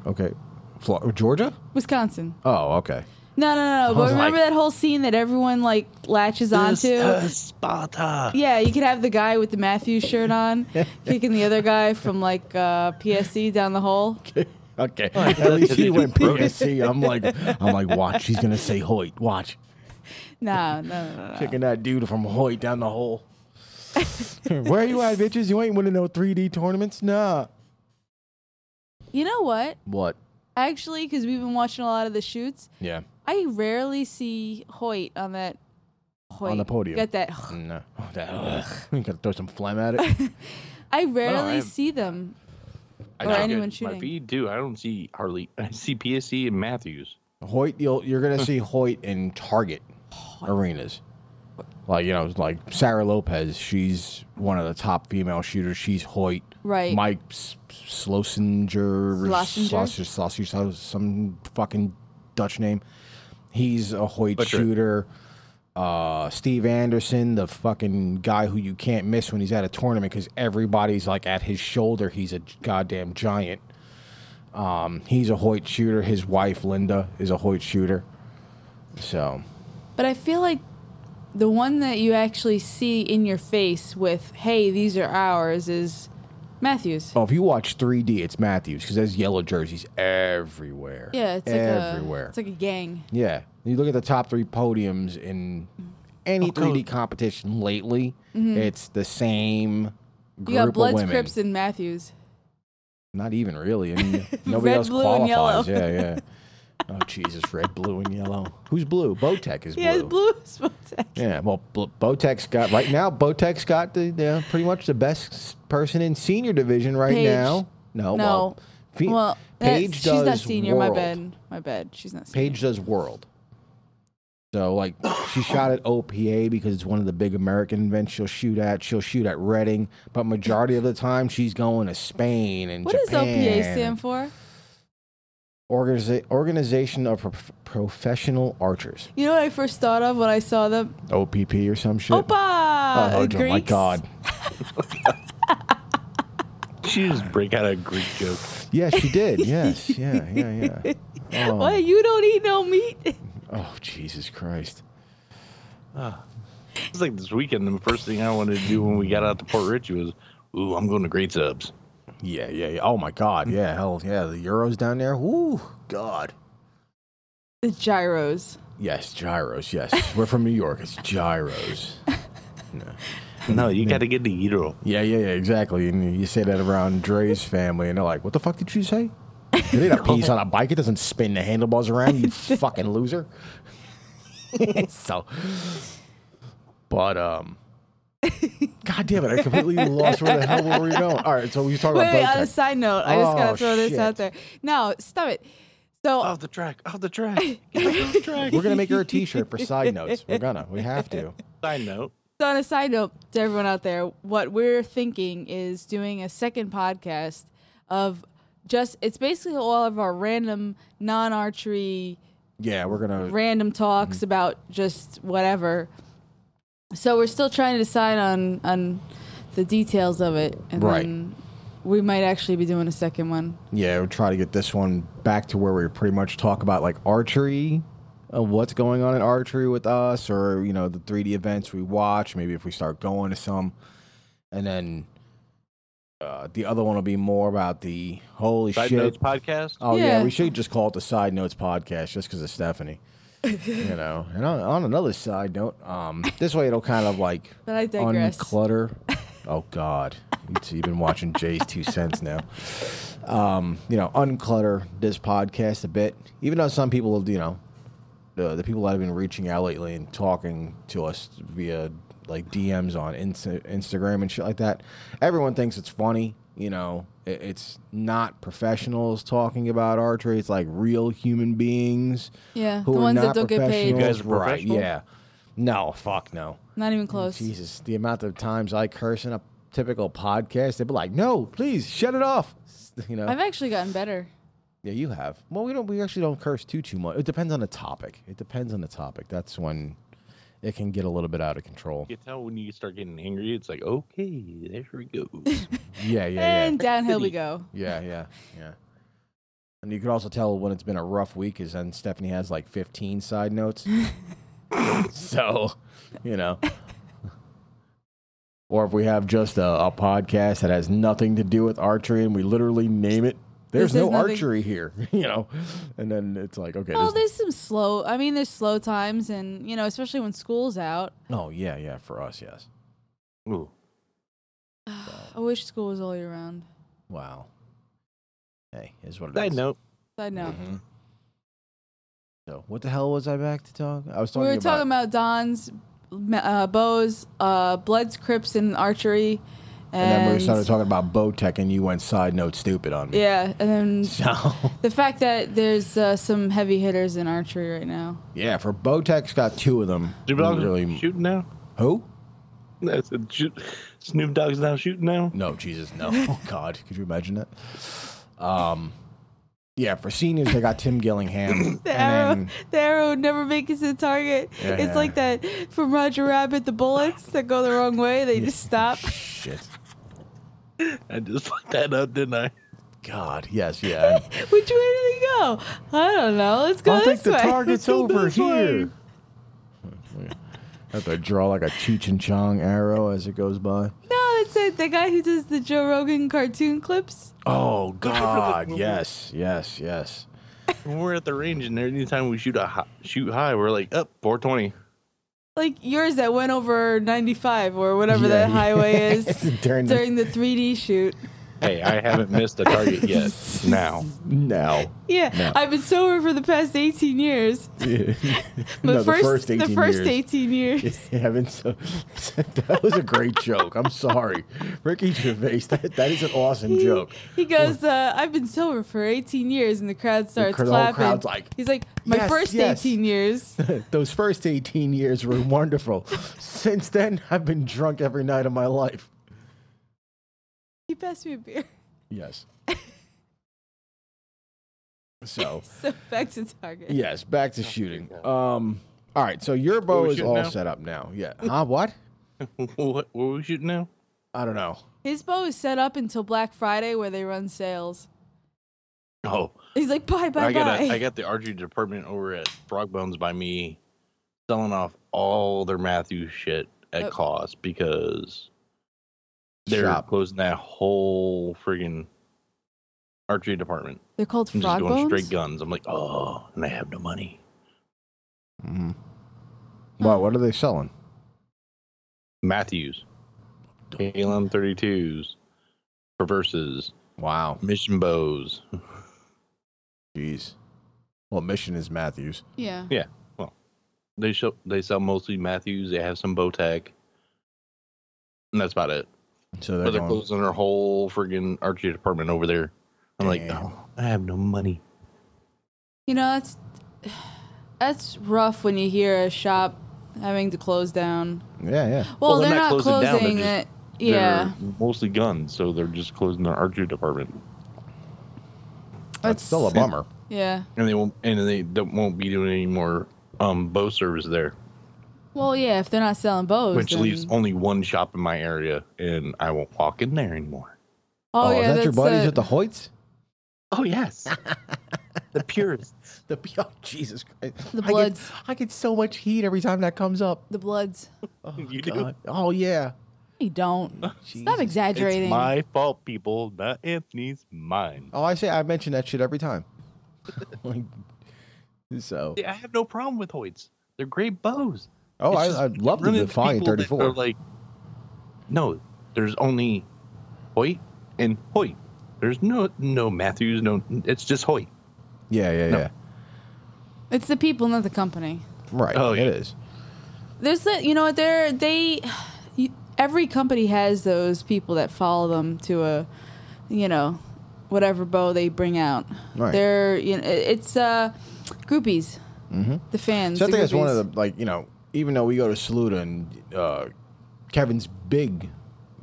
Speaker 1: Okay. Flo- Georgia?
Speaker 2: Wisconsin.
Speaker 1: Oh, okay.
Speaker 2: No, no, no. But
Speaker 1: was
Speaker 2: remember
Speaker 3: like-
Speaker 2: that whole scene that everyone like latches
Speaker 3: This uh,
Speaker 2: onto.
Speaker 3: is Sparta.
Speaker 2: yeah, you could have the guy with the Matthews shirt
Speaker 3: <laughs>
Speaker 2: on kicking the other guy from like uh, PSC down the hole.
Speaker 1: Okay. At least he went PSC. I'm like, I'm like, watch. She's gonna say Hoyt. Watch.
Speaker 2: No, no, no,
Speaker 3: <laughs>
Speaker 2: no.
Speaker 1: Kicking that dude from Hoyt down the hole. <laughs> Where you at, bitches? You ain't winning no 3D tournaments, nah.
Speaker 2: You know what?
Speaker 1: What?
Speaker 2: Actually, because we've been watching a lot of the shoots,
Speaker 1: Yeah.
Speaker 2: I rarely see Hoyt on that. Hoyt.
Speaker 1: the podium.
Speaker 2: Got that.
Speaker 1: No. Oh, that, you gotta throw some phlegm <laughs> at it.
Speaker 2: I rarely
Speaker 3: have-
Speaker 2: see them.
Speaker 3: I
Speaker 2: Or
Speaker 3: check
Speaker 2: anyone
Speaker 3: it.
Speaker 2: shooting.
Speaker 3: My feed too. I don't see hardly. <laughs> I see PSC and Matthews.
Speaker 1: Hoyt, you'll, you're gonna see Hoyt in Target arenas. Like you know, like Sarah Lopez, she's one of the top female shooters. She's Hoyt.
Speaker 2: Right.
Speaker 1: Mike S- Slosinger,
Speaker 2: Slosinger?
Speaker 1: Sausage, sausage, sausage, some fucking Dutch name. He's a Hoyt
Speaker 3: Butcher it.
Speaker 1: shooter. Uh, Steve Anderson, the fucking guy who you can't miss when he's at a tournament because everybody's like at his shoulder. He's a goddamn giant. Um, he's a Hoyt shooter. His wife Linda is a Hoyt shooter. So
Speaker 2: But I feel like the one that you actually see in your face with "Hey, these are ours" is Matthews.
Speaker 1: Oh, if you watch 3D, it's Matthews because there's yellow jerseys everywhere.
Speaker 2: Yeah, it's like
Speaker 1: everywhere.
Speaker 2: A, it's like a gang.
Speaker 1: yeah, you look at the top three podiums in any
Speaker 3: Oh, cool.
Speaker 1: 3D competition lately. It's the same
Speaker 2: Mm-hmm. You
Speaker 1: group
Speaker 2: got
Speaker 1: of
Speaker 2: Bloods,
Speaker 1: women.
Speaker 2: Crips, and Matthews.
Speaker 1: Not even really. I
Speaker 2: <laughs>
Speaker 1: mean, nobody
Speaker 2: Red,
Speaker 1: else
Speaker 2: blue, and
Speaker 1: qualifies. Yeah, yeah. Oh Jesus, red, blue, and yellow. Who's blue? Botech is
Speaker 2: Yeah, it's
Speaker 1: blue.
Speaker 2: blue. is Botex.
Speaker 1: Yeah, well, Bo- Botech's got right now. Botech's got the, the pretty much the best s- person in senior division right
Speaker 2: Paige.
Speaker 1: now. No, well,
Speaker 2: No.
Speaker 1: fe-
Speaker 2: Well, that's-
Speaker 1: Paige
Speaker 2: she's
Speaker 1: does
Speaker 2: not senior.
Speaker 1: World.
Speaker 2: My bad. My bad. She's not senior.
Speaker 1: Paige does world. So like, she shot at OPA because it's one of the big American events she'll shoot at. She'll shoot at Reading, but majority of the time she's going to Spain and
Speaker 2: What does
Speaker 1: Japan.
Speaker 2: OPA stand for?
Speaker 1: Organiza- Organization of Prof- Professional Archers.
Speaker 2: You know what I first thought of when I saw them?
Speaker 1: OPP or some shit.
Speaker 2: Opa!
Speaker 1: Oh,
Speaker 2: the
Speaker 1: oh my
Speaker 2: Greeks.
Speaker 1: God. <sighs>
Speaker 3: She just break out a Greek joke.
Speaker 1: Yeah, she did.
Speaker 2: <laughs>
Speaker 1: Yes. Yeah, yeah, yeah. Oh,
Speaker 2: What? You don't eat no meat? <laughs>
Speaker 1: oh, Jesus Christ.
Speaker 3: It's like this weekend. The first thing I wanted to do when we got out to Port Richey was, "Ooh, I'm going to
Speaker 1: <laughs>
Speaker 3: Great Subs."
Speaker 1: Yeah, yeah, yeah. Oh, my God. Yeah, hell yeah. The Euros down there. Woo, God.
Speaker 2: The gyros.
Speaker 1: Yes, gyros. Yes. We're from New York. It's gyros.
Speaker 3: No, you got to get the gyro.
Speaker 1: Yeah, yeah, yeah, exactly. And you say that around Dre's family, and they're like, what the fuck did you say? It ain't
Speaker 2: <laughs>
Speaker 1: a piece on a bike. It doesn't spin the handlebars around, you fucking loser. <laughs> so, but, um, God damn it, I completely lost where the hell were we going. All right, so we were talking
Speaker 2: Wait, wait,
Speaker 1: about
Speaker 2: on a
Speaker 1: Bowtech.
Speaker 2: side note, I just
Speaker 1: Oh,
Speaker 2: gotta throw this out
Speaker 1: shit. Oh.
Speaker 2: there. No, stop it. So
Speaker 3: Off the track, off the track, get off the track.
Speaker 1: We're gonna make her a T-shirt for side notes. We're gonna, we have
Speaker 2: <laughs>
Speaker 1: to. <laughs>
Speaker 3: Side note.
Speaker 2: So on a side note to everyone out there, what we're thinking is doing a second podcast of just it's basically all of our random non-archery
Speaker 1: Yeah, we're gonna.
Speaker 2: random
Speaker 1: Mm-hmm.
Speaker 2: talks about just whatever. So we're still trying to decide on on the details of it and
Speaker 1: Right.
Speaker 2: then we might actually be doing a second one.
Speaker 1: Yeah, we'll try to get this one back to where we pretty much talk about like archery, uh, what's going on in archery with us, or you know the 3D events we watch. Maybe if we start going to some, and then uh, the other one will be more about the holy
Speaker 3: Side
Speaker 1: shit.
Speaker 3: notes podcast.
Speaker 1: Oh yeah.
Speaker 2: Yeah.
Speaker 1: we should just call it the side notes podcast just because of
Speaker 2: <laughs>
Speaker 1: Stephanie. you know, and on, on another side note, um, this way it'll kind of like
Speaker 2: But I digress.
Speaker 1: unclutter. Oh God, so you've been watching Jay's two cents now. Um, you know, unclutter this podcast a bit. Even though some people, you know, the, the people that have been reaching out lately and talking to us via like DMs on Insta- Instagram and shit like that, everyone thinks it's funny. You know, it, it's not professionals talking about archery. It's like real human beings.
Speaker 2: Yeah,
Speaker 1: who
Speaker 2: the
Speaker 1: are
Speaker 2: ones that
Speaker 1: not
Speaker 2: don't get paid.
Speaker 1: professionals.
Speaker 3: You guys are
Speaker 1: right?
Speaker 3: professional?
Speaker 1: Yeah. No, fuck no.
Speaker 2: Not even close.
Speaker 1: Jesus, the amount of times I curse in a typical podcast, they'd be like, "No, please shut it off." <laughs> You know,
Speaker 2: I've actually gotten better.
Speaker 1: yeah, you have. Well, we don't. We actually don't curse too too much. It depends on the topic. It depends on the topic. That's when it can get a little bit out of control.
Speaker 3: You tell when you start getting angry, it's like, okay, there we go. It's
Speaker 1: Yeah, yeah, yeah,
Speaker 2: And downhill we go.
Speaker 1: yeah, yeah, yeah. And you can also tell when it's been a rough week, is then Stephanie has like 15 side
Speaker 2: <laughs>
Speaker 1: notes. so, you know. Or if we have just a, a podcast that has nothing to do with archery and we literally name it, there's
Speaker 2: This is
Speaker 1: no
Speaker 2: nothing-
Speaker 1: archery here, <laughs> you know? And then it's like, okay.
Speaker 2: Well,
Speaker 1: there's-
Speaker 2: there's some slow. I mean, there's slow times, and you know, especially when school's out. <sighs>
Speaker 1: oh, yeah, yeah, for us, yes.
Speaker 3: Ooh,
Speaker 2: I wish school was all year round.
Speaker 1: Wow. Hey, is what it is.
Speaker 3: side note.
Speaker 2: Side note.
Speaker 1: Mhm. So, what the hell was I back to talk? I was
Speaker 2: We
Speaker 1: talking
Speaker 2: were
Speaker 1: about.
Speaker 2: talking about Don's, uh, bows, uh, bloods, crips, and archery,
Speaker 1: And then we
Speaker 2: and,
Speaker 1: started talking about Bowtech, and you went side note stupid on me.
Speaker 2: yeah, and
Speaker 1: <laughs>
Speaker 2: then
Speaker 1: So,
Speaker 2: the fact that there's uh, some heavy hitters in archery right now.
Speaker 1: yeah, for Bowtech's got two of them.
Speaker 3: Snoop Dogg's
Speaker 1: really,
Speaker 3: shooting now.
Speaker 1: who?
Speaker 3: I said, shoot. Snoop Dogg's now shooting now.
Speaker 1: No, Jesus,
Speaker 2: <laughs>
Speaker 1: no. Oh, God, could you imagine that? Um, yeah, for seniors, they got Tim Gillingham. and
Speaker 2: <coughs> The arrow,
Speaker 1: then,
Speaker 2: the arrow never makes it to the target.
Speaker 1: Yeah,
Speaker 2: it's
Speaker 1: yeah.
Speaker 2: like that from Roger Rabbit. The bullets that go the wrong way, they just <laughs> stop.
Speaker 1: shit.
Speaker 3: I just <laughs> fucked that up, didn't I?
Speaker 1: God, yes,
Speaker 2: <laughs>
Speaker 1: yeah.
Speaker 2: Which way do we go? I don't know. Let's go
Speaker 1: I think
Speaker 2: this
Speaker 1: the
Speaker 2: way.
Speaker 1: target's over
Speaker 3: this way.
Speaker 1: here. have to draw like a Cheech and Chong arrow as it goes by.
Speaker 2: No, that's it. The guy who does the Joe Rogan cartoon clips. <laughs>
Speaker 1: Oh God! yes, yes, yes.
Speaker 3: When we're at the range, and anytime we shoot a hi- shoot high, we're like "Oh, up 420.
Speaker 2: Like yours that went over 95 or whatever
Speaker 1: Yeah, <laughs>
Speaker 2: that highway
Speaker 1: yeah.
Speaker 2: is
Speaker 1: During the-
Speaker 2: <laughs> during the 3D shoot.
Speaker 3: Hey, I haven't missed a
Speaker 2: <laughs>
Speaker 3: target yet. Now,
Speaker 1: Now, <laughs>
Speaker 2: Yeah,
Speaker 1: No.
Speaker 2: I've been sober for the past
Speaker 1: <laughs>
Speaker 2: 18 years. But
Speaker 1: no,
Speaker 2: first,
Speaker 1: the first eighteen
Speaker 2: the first
Speaker 1: years.
Speaker 2: 18 <laughs> years.
Speaker 1: Evan, so, that was a great joke. I'm sorry, Ricky Gervais. That, that is an awesome joke.
Speaker 2: He goes, uh, I've been sober for 18 years, and the crowd starts
Speaker 1: cr- the whole
Speaker 2: clapping.
Speaker 1: crowd's like,
Speaker 2: He's like, my
Speaker 1: "Yes,
Speaker 2: first
Speaker 1: yes."
Speaker 2: 18 years. <laughs>
Speaker 1: <laughs> Those first 18 years were wonderful. Since then, I've been drunk every night of my life.
Speaker 2: He passed me a beer. <laughs>
Speaker 1: Yes. So
Speaker 2: So back to Target.
Speaker 1: yes, back to shooting. Um. All right. So your bow
Speaker 3: we
Speaker 1: is
Speaker 3: shooting
Speaker 1: all
Speaker 3: now?
Speaker 1: set up now. Yeah. Huh? What?
Speaker 3: what were we shooting now?
Speaker 1: I don't know.
Speaker 2: His bow is set up until Black Friday where they run sales.
Speaker 3: Oh,
Speaker 2: He's like, bye, bye, bye.
Speaker 3: I got a, I got the archery department over at Frog Bones by me, selling off all their Matthew shit at
Speaker 2: Oh.
Speaker 3: cost because they're
Speaker 1: Shop.
Speaker 3: closing that whole friggin' archery department.
Speaker 2: They're called
Speaker 3: I'm
Speaker 2: frog
Speaker 3: just going
Speaker 2: bones.
Speaker 3: straight guns. I'm like, oh, and I have no money.
Speaker 1: Mm-hmm. Wow. What are they selling?
Speaker 3: Matthews, KLM 32s, Perverses,
Speaker 1: Wow.
Speaker 3: Mission Bows.
Speaker 1: Jeez. Well, mission is Matthews.
Speaker 2: yeah.
Speaker 3: They show they sell mostly Matthews. They have some Bowtech, and that's about it.
Speaker 1: So
Speaker 3: but
Speaker 1: they're
Speaker 3: they're
Speaker 1: going.
Speaker 3: closing their whole friggin' archery department over there. I'm like,
Speaker 1: Damn.
Speaker 3: oh, I have no money.
Speaker 2: You know, that's that's rough when you hear a shop having to close down.
Speaker 1: Yeah. Yeah.
Speaker 2: Well,
Speaker 3: Well,
Speaker 2: they're,
Speaker 3: they're
Speaker 2: not,
Speaker 3: not closing down,
Speaker 2: closing
Speaker 3: they're
Speaker 2: it. Yeah.
Speaker 3: They're mostly guns, so they're just closing their archery department,
Speaker 1: That's still a bummer.
Speaker 2: Yeah.
Speaker 3: and they won't and they don't, won't be doing any more um bow service there,
Speaker 2: Well, yeah, if they're not selling bows.
Speaker 3: which
Speaker 2: then- Oh,
Speaker 3: leaves only one shop in my area, and I won't walk in there anymore.
Speaker 2: Oh, yeah,
Speaker 1: is that your
Speaker 2: that's
Speaker 1: buddies
Speaker 2: it.
Speaker 1: at the Hoyts?
Speaker 3: Oh yes, the
Speaker 2: <laughs>
Speaker 3: purists.
Speaker 1: The <laughs> oh, Jesus Christ.
Speaker 2: The
Speaker 1: I get-
Speaker 2: Bloods.
Speaker 1: I get, so much heat every time that comes up.
Speaker 2: The Bloods.
Speaker 1: Oh,
Speaker 3: <laughs> You do?
Speaker 1: God. Oh yeah.
Speaker 2: You don't. Stop
Speaker 1: Jesus.
Speaker 2: exaggerating.
Speaker 3: It's my fault, people. Not Anthony's, mine.
Speaker 1: Oh, I say I mention that shit every time. <laughs> Like, so,
Speaker 3: I have no problem with Hoyts. They're great bows.
Speaker 1: oh,
Speaker 3: It's
Speaker 1: I,
Speaker 3: just
Speaker 1: I love the
Speaker 3: running into
Speaker 1: Defiant
Speaker 3: people that
Speaker 1: 34.
Speaker 3: are Like, no, there's only Hoyt and Hoyt. There's no no Matthews. No, it's just Hoyt.
Speaker 1: yeah, yeah,
Speaker 3: No.
Speaker 1: yeah.
Speaker 2: It's the people, not the company.
Speaker 1: Right.
Speaker 3: Oh,
Speaker 1: it
Speaker 3: yeah.
Speaker 1: is.
Speaker 2: There's the, you know, what, they're, they, you- every company has those people that follow them to a, you know, whatever bow they bring out.
Speaker 1: Right.
Speaker 2: They're, you know, it's uh, groupies, mm-hmm. the fans.
Speaker 1: So I
Speaker 2: the
Speaker 1: think it's one
Speaker 2: groupies.
Speaker 1: of the like you know, even though we go to Saluda and uh, Kevin's big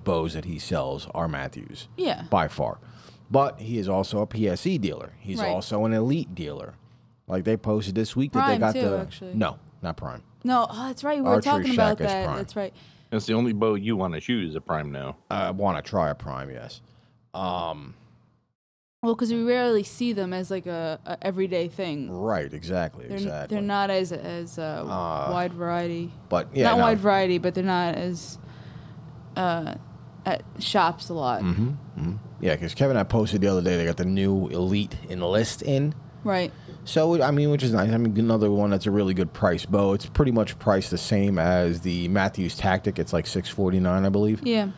Speaker 1: bows that he sells are Matthews.
Speaker 2: Yeah.
Speaker 1: By far, but he is also a PSE dealer. He's
Speaker 2: Right.
Speaker 1: also an elite dealer. Like they posted this week that they
Speaker 2: Prime,
Speaker 1: got
Speaker 2: too,
Speaker 1: the
Speaker 2: actually.
Speaker 1: no, not prime.
Speaker 2: No, oh, that's right. We were
Speaker 1: Archery
Speaker 2: talking about
Speaker 1: Shack is
Speaker 2: that.
Speaker 1: prime.
Speaker 2: That's right.
Speaker 3: That's the only bow you want to shoot is a prime now.
Speaker 1: I want to try a prime. Yes. Um.
Speaker 2: Well, because we rarely see them as like a, a everyday thing.
Speaker 1: Right. Exactly.
Speaker 2: They're,
Speaker 1: exactly.
Speaker 2: they're not as as uh, wide variety.
Speaker 1: But yeah.
Speaker 2: not
Speaker 1: no.
Speaker 2: wide variety, but they're not as uh, at shops a lot,
Speaker 1: Mm-hmm. Yeah, because Kevin, I posted the other day they got the new elite enlist in.
Speaker 2: right?
Speaker 1: So I mean, which is nice. I mean, another one that's a really good price bow. It's pretty much priced the same as the Matthews Tactic. It's like six forty nine, I believe.
Speaker 2: Yeah.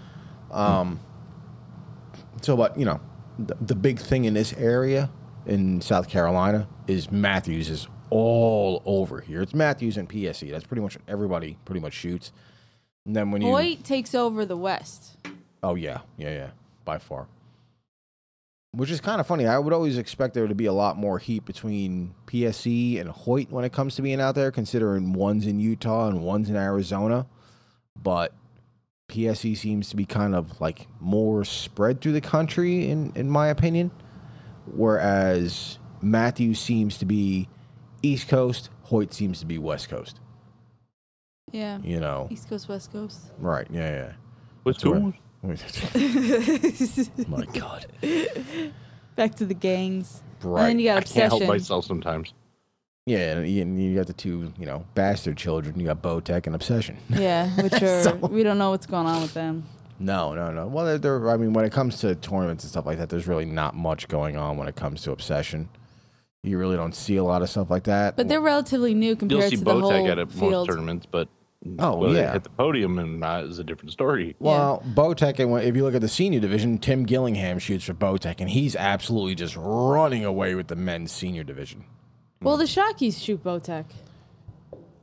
Speaker 1: So, but you know, the, the big thing in this area in South Carolina is Matthews is all over here. It's Matthews and PSE. That's pretty much what everybody pretty much shoots. And then when you,
Speaker 2: Hoyt takes over the West.
Speaker 1: oh yeah, yeah, yeah, by far. Which is kind of funny. I would always expect there to be a lot more heat between PSE and Hoyt when it comes to being out there, considering one's in Utah and one's in Arizona. But PSE seems to be kind of like more spread through the country, in, in my opinion. Whereas Matthews seems to be East Coast, Hoyt seems to be West Coast.
Speaker 2: Yeah.
Speaker 1: You
Speaker 2: <laughs>
Speaker 1: know,
Speaker 2: East Coast, West Coast.
Speaker 1: right? Yeah,
Speaker 3: What's
Speaker 1: yeah.
Speaker 3: cool?
Speaker 1: <laughs> My God.
Speaker 2: Back to the gangs. And
Speaker 1: Right.
Speaker 2: then you got
Speaker 3: I can't help
Speaker 2: obsession.
Speaker 3: myself sometimes.
Speaker 1: Yeah, and you, and you got the two, you know, bastard children. You got Botech and Obsession. <laughs>
Speaker 2: Yeah, <laughs> which are we don't know what's going on with them.
Speaker 1: No, no, no. Well, there, there, I mean, when it comes to tournaments and stuff like that, there's really not much going on when it comes to Obsession. You really don't see a lot of stuff like that.
Speaker 2: But they're relatively new
Speaker 3: You'll
Speaker 2: compared
Speaker 3: see
Speaker 2: to the
Speaker 3: Botec
Speaker 2: whole
Speaker 3: at a, most
Speaker 2: field.
Speaker 3: tournaments, but
Speaker 1: Oh,
Speaker 3: whether
Speaker 1: yeah.
Speaker 3: they hit the podium and not is a different story.
Speaker 1: well, Botech, and when- if you look at the senior division, Tim Gillingham shoots for Botech, and he's absolutely just running away with the men's senior division.
Speaker 2: Well, the Shockies shoot Botec.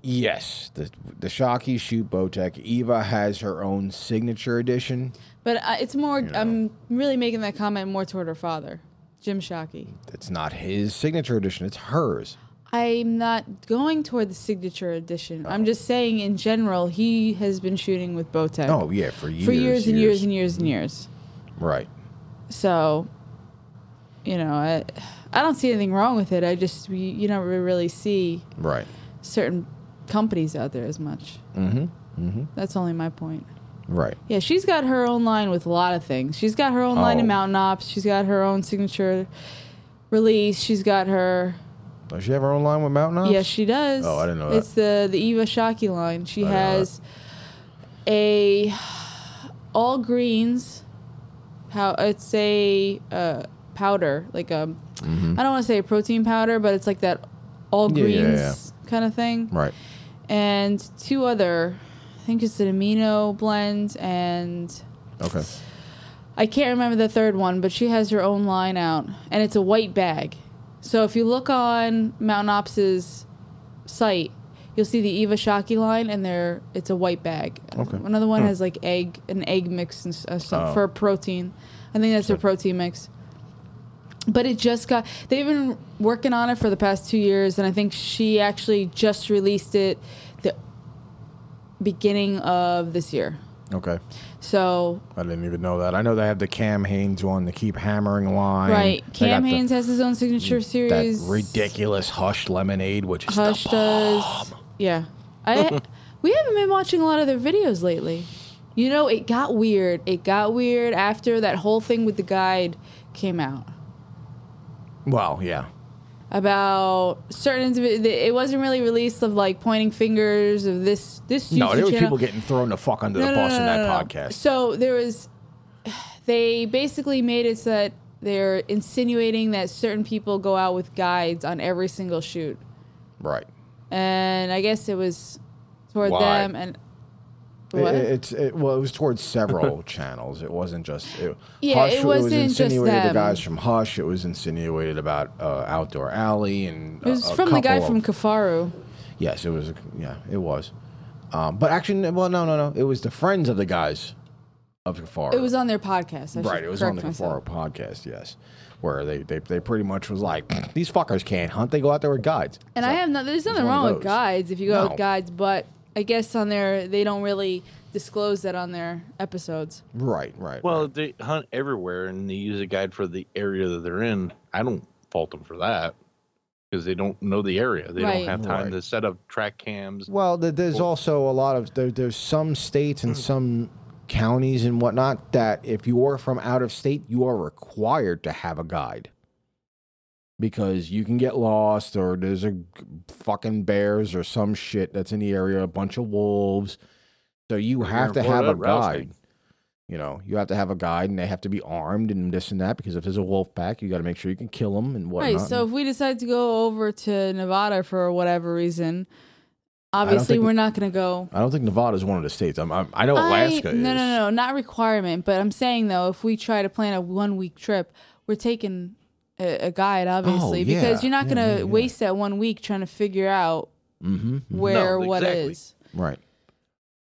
Speaker 1: Yes, the the Shockey shoot Botech. Eva has her own signature edition.
Speaker 2: But I, it's more, I'm really making that comment more toward her father, Jim Shockey.
Speaker 1: It's not his signature edition; it's hers.
Speaker 2: I'm not going toward the signature edition. I'm just saying, in general, he has been shooting with Botec
Speaker 1: Oh yeah, for years,
Speaker 2: for years, and years and years and years.
Speaker 1: Right.
Speaker 2: So, you know, I, I don't see anything wrong with it. I just, you, you don't really see
Speaker 1: Right.
Speaker 2: certain companies out there as much. Mm-hmm. Mm-hmm. That's only my point.
Speaker 1: Right.
Speaker 2: Yeah, she's got her own line with a lot of things. She's got her own line in
Speaker 1: Oh.
Speaker 2: Mountain Ops. She's got her own signature release. She's got her.
Speaker 1: Does she have her own line with Mountain Ops?
Speaker 2: Yes, she does.
Speaker 1: Oh, I didn't know that.
Speaker 2: It's the the Eva Shockey line. She
Speaker 1: I didn't know
Speaker 2: has a all greens. How it's a uh, powder like um, a.
Speaker 1: Mm-hmm,
Speaker 2: I don't want to say a protein powder, but it's like that all
Speaker 1: Yeah,
Speaker 2: greens
Speaker 1: yeah,
Speaker 2: kind of thing
Speaker 1: Right.
Speaker 2: and two other i think it's an amino blend and
Speaker 1: Okay.
Speaker 2: i can't remember the third one but she has her own line out and it's a white bag so if you look on mountain ops's site you'll see the eva shockey line and there it's a white bag
Speaker 1: Okay.
Speaker 2: another one has like egg an egg mix and s- uh, some,
Speaker 1: Oh.
Speaker 2: for protein i think that's her protein mix but it just got they've been working on it for the past two years and i think she actually just released it the beginning of this year
Speaker 1: Okay.
Speaker 2: so
Speaker 1: I didn't even know that. I know they have the Cam Haynes one, the Keep Hammering line.
Speaker 2: right
Speaker 1: They
Speaker 2: cam
Speaker 1: got the-
Speaker 2: haynes has his own signature
Speaker 1: that
Speaker 2: series
Speaker 1: ridiculous Hush Lemonade, which is
Speaker 2: hush
Speaker 1: the bomb.
Speaker 2: does yeah
Speaker 1: <laughs>
Speaker 2: i we haven't been watching a lot of their videos lately you know it got weird it got weird after that whole thing with the guide came out
Speaker 1: Well, yeah.
Speaker 2: about certain indivi- it wasn't really released of like pointing fingers of this this
Speaker 1: No,
Speaker 2: YouTube
Speaker 1: there was
Speaker 2: channel.
Speaker 1: people getting thrown the fuck under the
Speaker 2: No, no,
Speaker 1: bus
Speaker 2: no,
Speaker 1: in
Speaker 2: no,
Speaker 1: that
Speaker 2: no, no.
Speaker 1: podcast.
Speaker 2: So there was, they basically made it so that they're insinuating that certain people go out with guides on every single shoot,
Speaker 1: Right.
Speaker 2: and I guess it was toward
Speaker 3: Why?
Speaker 2: them and what?
Speaker 1: It, it's it, well, it was towards
Speaker 2: <laughs>
Speaker 1: several channels. It wasn't just it,
Speaker 2: Yeah,
Speaker 1: Hush.
Speaker 2: it wasn't just
Speaker 1: insinuated the
Speaker 2: them.
Speaker 1: guys from Hush. It was insinuated about uh, Outdoor Alley and
Speaker 2: it was
Speaker 1: a, a
Speaker 2: from the guy
Speaker 1: couple
Speaker 2: from
Speaker 1: of-
Speaker 2: Kafaru.
Speaker 1: yes, it was. a- Yeah, it was. Um, but actually, well, no, no, no. It was the friends of the guys of Kafar.
Speaker 2: It was on their podcast. I
Speaker 1: Right,
Speaker 2: should
Speaker 1: it was on the
Speaker 2: correct myself.
Speaker 1: Kafaro podcast, yes, where they, they they pretty much was like, these fuckers can't hunt. They go out there with guides.
Speaker 2: And I have no, there's nothing
Speaker 1: one of
Speaker 2: wrong with
Speaker 1: those.
Speaker 2: guides if you go out
Speaker 1: No.
Speaker 2: with guides, but I guess on their they don't really disclose that on their episodes.
Speaker 1: Right, right.
Speaker 3: Well, they hunt everywhere and they use a guide for the area that they're in. I don't fault them for that because they don't know the area. They
Speaker 2: Right.
Speaker 3: don't have time
Speaker 1: Right.
Speaker 3: to set up track cams.
Speaker 1: well, th- there's also a lot of there, there's some states and some counties and whatnot that if you are from out of state, you are required to have a guide because you can get lost or there's a g- fucking bears or some shit that's in the area, a bunch of wolves. So you
Speaker 3: You're
Speaker 1: have
Speaker 3: in
Speaker 1: to have
Speaker 3: Florida,
Speaker 1: a
Speaker 3: rouse
Speaker 1: guide.
Speaker 3: things.
Speaker 1: You know, you have to have a guide, and they have to be armed and this and that. Because if there's a wolf pack, you got to make sure you can kill them and whatnot.
Speaker 2: Right. So if we decide to go over to Nevada for whatever reason, obviously
Speaker 1: think
Speaker 2: we're not going to go.
Speaker 1: I don't think Nevada's one of the states. I'm, I'm, I know Alaska
Speaker 2: I,
Speaker 1: is.
Speaker 2: No, no, no, not requirement. But I'm saying though, if we try to plan a one week trip, we're taking a, a guide, obviously,
Speaker 1: Oh, yeah.
Speaker 2: because you're not
Speaker 1: Yeah,
Speaker 2: going to
Speaker 1: yeah, yeah.
Speaker 2: waste that one week trying to figure out
Speaker 1: Mm-hmm.
Speaker 2: where
Speaker 3: No,
Speaker 2: what
Speaker 3: exactly.
Speaker 2: is.
Speaker 1: Right.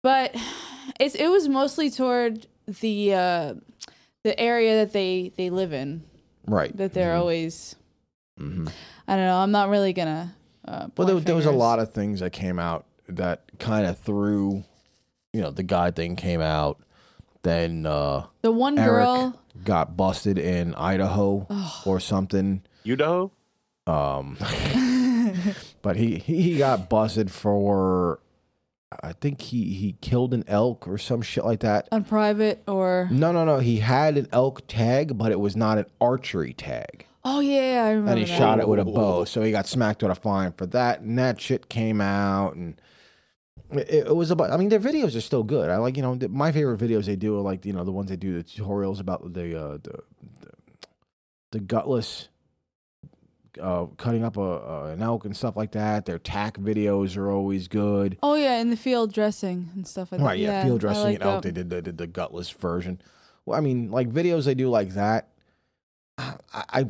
Speaker 2: but it's it was mostly toward the uh the area that they they live in
Speaker 1: Right.
Speaker 2: that they're always
Speaker 1: Mhm.
Speaker 2: i don't know i'm not really gonna uh
Speaker 1: Well, there, there was a lot of things that came out that kind of threw, you know, the guide thing came out. Then uh,
Speaker 2: the one
Speaker 1: Eric
Speaker 2: girl
Speaker 1: got busted in Idaho or something.
Speaker 3: You know?
Speaker 1: Um, <laughs> but he he got busted for, I think he he killed an elk or some shit like that.
Speaker 2: on private or
Speaker 1: Mm. No, no, no. He had an elk tag, but it was not an archery tag.
Speaker 2: Oh yeah, yeah, I remember.
Speaker 1: and he
Speaker 2: that.
Speaker 1: shot it with a bow. So he got smacked with a fine for that, and that shit came out, and it, it was about. I mean, their videos are still good. I like you know th- my favorite videos they do are like you know the ones they do the tutorials about the uh, the, the the gutless uh, cutting up a, a an elk and stuff like that. Their tack videos are always good.
Speaker 2: Oh yeah, in the field dressing and stuff like that.
Speaker 1: Right, yeah,
Speaker 2: yeah
Speaker 1: field
Speaker 2: I
Speaker 1: dressing
Speaker 2: like
Speaker 1: and elk.
Speaker 2: that.
Speaker 1: They did the, the, the gutless version. Well, I mean, like videos they do like that. I, I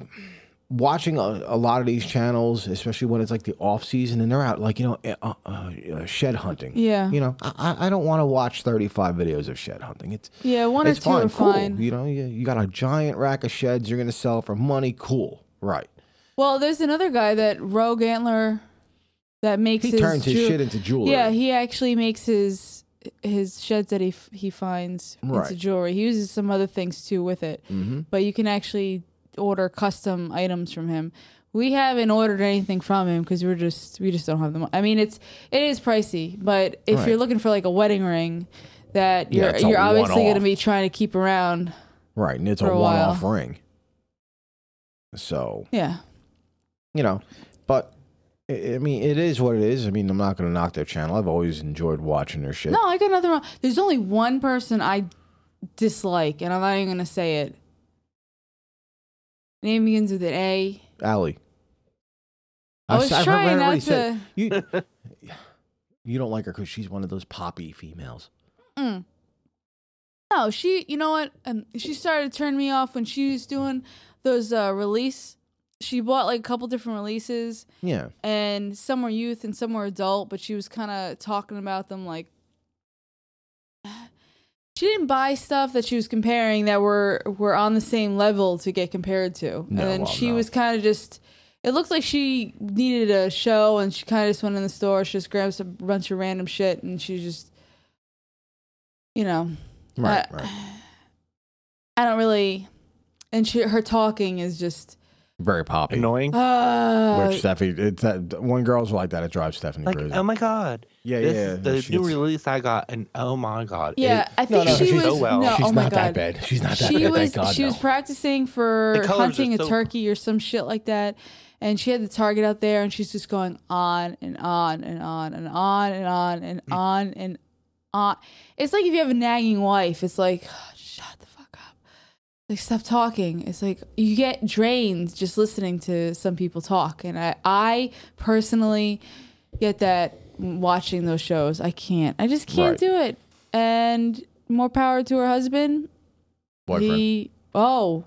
Speaker 1: watching a, a lot of these channels, especially when it's like the off season and they're out, like you know, eh, uh, uh, uh, shed hunting.
Speaker 2: Yeah,
Speaker 1: You know, I, I I don't want to watch thirty five videos of shed hunting. It's
Speaker 2: yeah, one
Speaker 1: it's
Speaker 2: or two
Speaker 1: fine,
Speaker 2: are
Speaker 1: cool.
Speaker 2: fine.
Speaker 1: You know, you, you got a giant rack of sheds you're gonna sell for money. Cool, right?
Speaker 2: Well, there's another guy that Rogue Antler that makes
Speaker 1: He
Speaker 2: his
Speaker 1: turns his
Speaker 2: ju-
Speaker 1: shit into jewelry.
Speaker 2: Yeah, he actually makes his his sheds that he f- he finds
Speaker 1: Right.
Speaker 2: into jewelry. He uses some other things too with it,
Speaker 1: hmm
Speaker 2: but you can actually order custom items from him. We haven't ordered anything from him because we're just we just don't have the money. I mean, it's it is pricey, but if
Speaker 1: Right.
Speaker 2: you're looking for like a wedding ring that
Speaker 1: Yeah,
Speaker 2: you're
Speaker 1: it's a
Speaker 2: you're obviously going to
Speaker 1: one-off.
Speaker 2: be trying to keep around,
Speaker 1: Right, and it's
Speaker 2: For
Speaker 1: a
Speaker 2: a
Speaker 1: one
Speaker 2: while.
Speaker 1: off ring. So
Speaker 2: yeah,
Speaker 1: you know, but I I mean, it is what it is. I mean, I'm not going to knock their channel. I've always enjoyed watching their shit.
Speaker 2: No, I got nothing wrong. There's only one person I dislike, and I'm not even gonna say it. Name begins with an A.
Speaker 1: Allie.
Speaker 2: I was
Speaker 1: I've already
Speaker 2: trying not
Speaker 1: said-
Speaker 2: to.
Speaker 1: <laughs> You,
Speaker 3: <laughs>
Speaker 1: you don't like her because she's one of those poppy females.
Speaker 2: Mm. No, she. You know what? Um, she started to turn me off when she was doing those uh, release. She bought like a couple different releases,
Speaker 1: Yeah.
Speaker 2: and some were youth and some were adult. But she was kind of talking about them like <sighs> she didn't buy stuff that she was comparing that were were on the same level to get compared to.
Speaker 1: No,
Speaker 2: and then
Speaker 1: well,
Speaker 2: she
Speaker 1: no.
Speaker 2: was kind of just. It looked like she needed a show, and she kind of just went in the store. She just grabbed a bunch of random shit, and she just, you know,
Speaker 1: Right,
Speaker 2: Uh,
Speaker 1: right.
Speaker 2: I don't really. And she, her talking is just.
Speaker 1: Very poppy.
Speaker 3: Annoying.
Speaker 2: Uh,
Speaker 1: which Stephanie, it's that when girls are like that, it drives Stephanie
Speaker 3: Like,
Speaker 1: crazy.
Speaker 3: oh my god,
Speaker 1: yeah,
Speaker 3: this
Speaker 1: yeah.
Speaker 3: is the
Speaker 1: she
Speaker 3: new
Speaker 1: gets-
Speaker 3: release I got, and oh my god,
Speaker 2: yeah,
Speaker 3: it-
Speaker 2: I think
Speaker 1: no,
Speaker 2: she
Speaker 1: she's-
Speaker 2: was.
Speaker 1: oh,
Speaker 3: well.
Speaker 2: no,
Speaker 1: she's
Speaker 2: oh my
Speaker 1: not
Speaker 2: god.
Speaker 1: that bad. She's not that
Speaker 2: she
Speaker 1: bad.
Speaker 2: was
Speaker 1: Thank God.
Speaker 2: she
Speaker 1: no.
Speaker 2: was practicing for
Speaker 3: The colors are
Speaker 2: hunting a
Speaker 3: so-
Speaker 2: turkey or some shit like that and she had the target out there and she's just going on and on and on and on and on and
Speaker 3: Mm.
Speaker 2: on and on it's like if you have a nagging wife it's like <sighs> shut the fuck up like stop talking it's like you get drained just listening to some people talk and i i personally get that watching those shows i can't i just can't
Speaker 1: Right.
Speaker 2: do it and more power to her husband
Speaker 1: Boyfriend.
Speaker 2: he oh,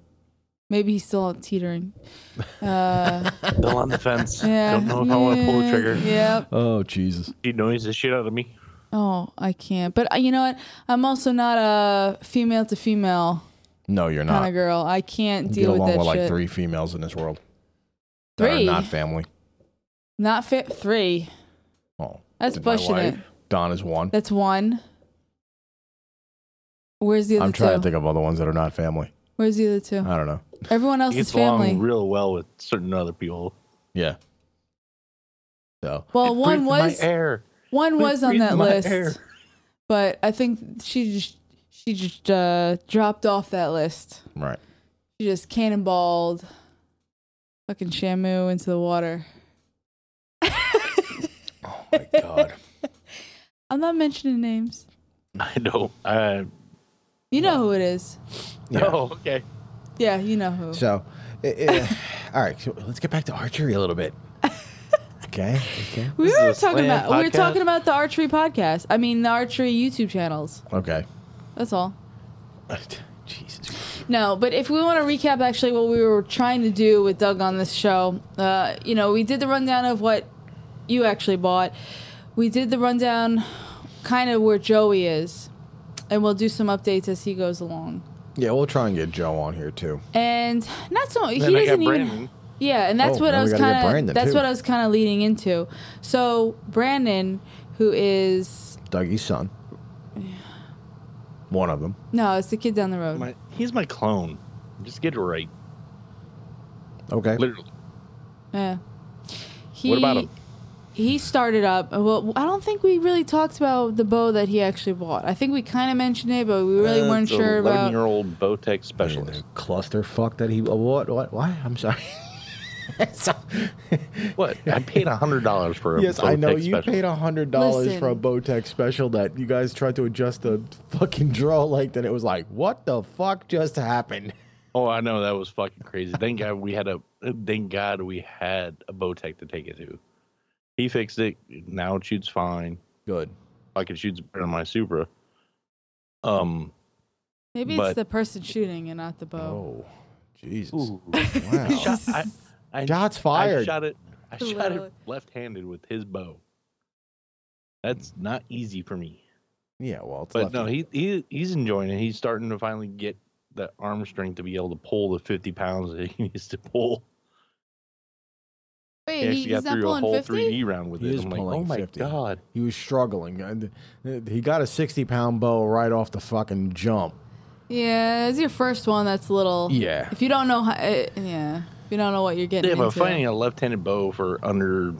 Speaker 2: maybe he's still teetering.
Speaker 3: <laughs>
Speaker 2: Uh,
Speaker 3: still on the
Speaker 2: <laughs>
Speaker 3: fence.
Speaker 2: yeah.
Speaker 3: Don't know if I want to pull the
Speaker 2: yeah,
Speaker 3: trigger.
Speaker 2: Yep.
Speaker 1: oh Jesus.
Speaker 3: She annoys the shit out of me.
Speaker 2: Oh, I can't. But uh, you know what? I'm also not a female to female
Speaker 1: No, you're
Speaker 2: kind
Speaker 1: not.
Speaker 2: of girl. I can't
Speaker 1: You
Speaker 2: deal
Speaker 1: get along
Speaker 2: with that
Speaker 1: with
Speaker 2: shit.
Speaker 1: like three females in this world. That
Speaker 2: Three?
Speaker 1: are not family.
Speaker 2: Not fit three.
Speaker 1: Oh.
Speaker 2: That's
Speaker 1: and my
Speaker 2: pushing it.
Speaker 1: wife, Don is one.
Speaker 2: That's one. Where's the other
Speaker 1: I'm
Speaker 2: two?
Speaker 1: trying to think of other ones that are not family.
Speaker 2: Where's the other two?
Speaker 1: I don't know.
Speaker 2: Everyone else
Speaker 3: She
Speaker 2: is
Speaker 3: gets along
Speaker 2: family.
Speaker 3: real well with certain other people.
Speaker 1: Yeah. So
Speaker 2: well,
Speaker 3: It
Speaker 2: one
Speaker 3: breathes in
Speaker 2: was
Speaker 3: my air. <laughs>
Speaker 2: one
Speaker 3: It
Speaker 2: was on
Speaker 3: breathes
Speaker 2: that
Speaker 3: in my
Speaker 2: list.
Speaker 3: air.
Speaker 2: but I think she just she just uh, dropped off that list.
Speaker 1: right.
Speaker 2: She just cannonballed fucking Shamu into the water.
Speaker 1: Oh my god.
Speaker 2: I'm not mentioning names.
Speaker 3: I know. I
Speaker 2: You know who it is.
Speaker 1: Yeah.
Speaker 3: <laughs> Oh, okay.
Speaker 2: Yeah, you know who.
Speaker 1: <laughs> So, eh, eh, <sighs> all right. So let's get back to archery a little
Speaker 2: <laughs>
Speaker 1: bit. Okay. Okay.
Speaker 2: we
Speaker 3: this
Speaker 2: were
Speaker 3: is a
Speaker 2: talking
Speaker 3: slam
Speaker 2: about we were
Speaker 3: podcast?
Speaker 2: talking about the archery podcast. I mean the archery YouTube channels.
Speaker 1: Okay. <sighs>
Speaker 2: That's all.
Speaker 1: Jesus. Christ.
Speaker 2: No, but if we want to recap actually what we were trying to do with Doug on this show, uh, you know, we did the rundown of what you actually bought. We did the rundown kind of where Joey is, and we'll do some updates as he goes along.
Speaker 1: Yeah, we'll try and get Joe on here too.
Speaker 2: And not so he
Speaker 3: Then I got
Speaker 2: doesn't
Speaker 3: Brandon.
Speaker 2: even yeah, and that's
Speaker 1: Oh,
Speaker 2: what
Speaker 1: now
Speaker 2: I
Speaker 1: we
Speaker 2: was
Speaker 1: gotta get
Speaker 2: kind
Speaker 1: Brandon,
Speaker 2: of that's
Speaker 1: too.
Speaker 2: what I was kind of leading into. So Brandon, who is
Speaker 1: Dougie's son. One of them.
Speaker 2: no, it's the kid down the road.
Speaker 3: My, he's my clone. Just get it right.
Speaker 1: Okay.
Speaker 3: Literally.
Speaker 2: yeah. He,
Speaker 3: What about him?
Speaker 2: he started up. uh, Well, I don't think we really talked about the bow that he actually bought. I think we kind of mentioned it, but we really weren't sure about.
Speaker 3: year old Bowtech
Speaker 1: The
Speaker 3: specialist.
Speaker 1: clusterfuck that he what what why? I'm sorry. <laughs> So-
Speaker 3: What? I paid a hundred dollars for a
Speaker 1: yes, I know
Speaker 3: Bowtech
Speaker 1: you paid
Speaker 3: specialist.
Speaker 1: a hundred dollars
Speaker 2: Listen.
Speaker 1: for a Bowtech special that you guys tried to adjust the fucking draw length, and it was like, what the fuck just happened?
Speaker 3: Oh, I know that was fucking crazy. Thank God we had a. Thank God we had a Bowtech to take it to. He fixed it. Now it shoots fine.
Speaker 1: Good.
Speaker 3: Fucking shoots better than my Supra. Um.
Speaker 2: Maybe it's
Speaker 3: but-
Speaker 2: the person shooting and not the <laughs> bow.
Speaker 1: Oh, Jesus!
Speaker 3: <laughs> I
Speaker 1: Wow.
Speaker 3: shot, I,
Speaker 1: <laughs>
Speaker 3: I,
Speaker 1: Shots
Speaker 3: I
Speaker 1: fired.
Speaker 3: shot it. I shot
Speaker 2: Literally.
Speaker 3: it left-handed with his bow. That's not easy for me.
Speaker 1: yeah, well, it's
Speaker 3: But no,
Speaker 1: lefty.
Speaker 3: he, he he's enjoying it. He's starting to finally get that arm strength to be able to pull the 50 pounds that he <laughs> needs to pull.
Speaker 2: <laughs> Wait,
Speaker 3: He
Speaker 2: he, he's
Speaker 3: actually got
Speaker 2: not
Speaker 3: through a
Speaker 2: pulling
Speaker 3: whole
Speaker 2: 50?
Speaker 3: 3D round with
Speaker 1: He
Speaker 3: it.
Speaker 1: is
Speaker 3: I'm like, oh
Speaker 1: pulling
Speaker 3: my
Speaker 1: 50.
Speaker 3: god!
Speaker 1: he was struggling. And, uh, He got a sixty-pound bow right off the fucking jump.
Speaker 2: Yeah, it's your first one that's a little.
Speaker 1: Yeah.
Speaker 2: If you don't know how. eh, yeah. If you don't know what you're getting
Speaker 3: Yeah,
Speaker 2: into.
Speaker 3: but finding a left-handed bow for under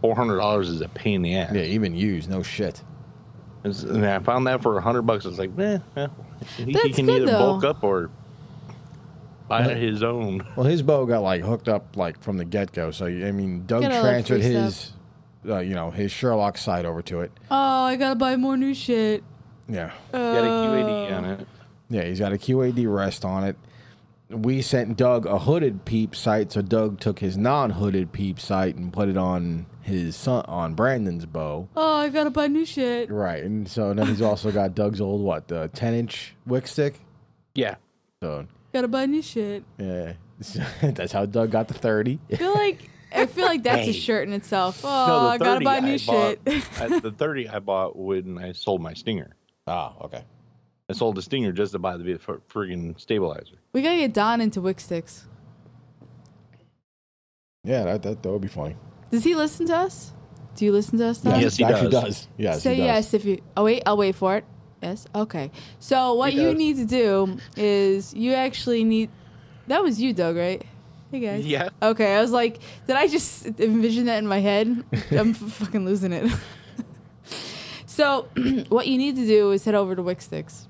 Speaker 3: four hundred dollars is a pain in the ass.
Speaker 1: Yeah, even used, no shit.
Speaker 3: It's- And I found that for a hundred bucks. It's like, man, he, he
Speaker 2: That's
Speaker 3: can
Speaker 2: good,
Speaker 3: either bulk
Speaker 2: though.
Speaker 3: up or buy
Speaker 1: Well,
Speaker 3: his own.
Speaker 1: Well, his bow got like hooked up like from the get go. So I mean, Doug
Speaker 2: Get all that
Speaker 1: transferred
Speaker 2: free
Speaker 1: his, uh, you know, his Sherlock side over to it.
Speaker 2: oh, I gotta buy more new shit. Uh,
Speaker 1: Yeah,
Speaker 3: Got a QAD on it.
Speaker 1: yeah, he's got a QAD rest on it. We sent Doug a hooded peep sight, so Doug took his non-hooded peep sight and put it on his son on Brandon's bow.
Speaker 2: Oh, I gotta buy new shit.
Speaker 1: Right, and so then he's
Speaker 3: <laughs>
Speaker 1: also got Doug's old what the ten-inch wick stick.
Speaker 3: Yeah,
Speaker 1: So
Speaker 2: Gotta buy new shit.
Speaker 1: yeah, <laughs> that's how Doug got the thirty.
Speaker 2: I
Speaker 3: <laughs>
Speaker 2: feel like I feel like that's
Speaker 3: Hey.
Speaker 2: a shirt in itself. Oh,
Speaker 3: No, the
Speaker 2: I gotta
Speaker 3: 30
Speaker 2: buy new
Speaker 3: bought-
Speaker 2: shit.
Speaker 3: I- the 30 I bought when I sold my Stinger.
Speaker 1: Ah, okay.
Speaker 3: I sold the Stinger just to buy the bit for friggin' stabilizer.
Speaker 2: <laughs> we gotta get Don into Wick Sticks.
Speaker 1: Yeah, that that, that would be funny.
Speaker 2: Does he listen to us? Do you listen to us? Don?
Speaker 3: Yes, he
Speaker 1: actually
Speaker 3: does.
Speaker 1: Yes,
Speaker 2: Say
Speaker 1: he does.
Speaker 2: yes if you. Oh wait, I'll wait for it. Yes. Okay. So what
Speaker 3: He
Speaker 2: you
Speaker 3: does.
Speaker 2: need to do is you actually need. That was you, Doug, right? Hey guys.
Speaker 3: Yeah.
Speaker 2: Okay, I was like, did I just envision that in my
Speaker 1: <laughs>
Speaker 2: head? I'm f- fucking losing it. <laughs> so, <clears throat> what you need to do is head over to Wick Sticks.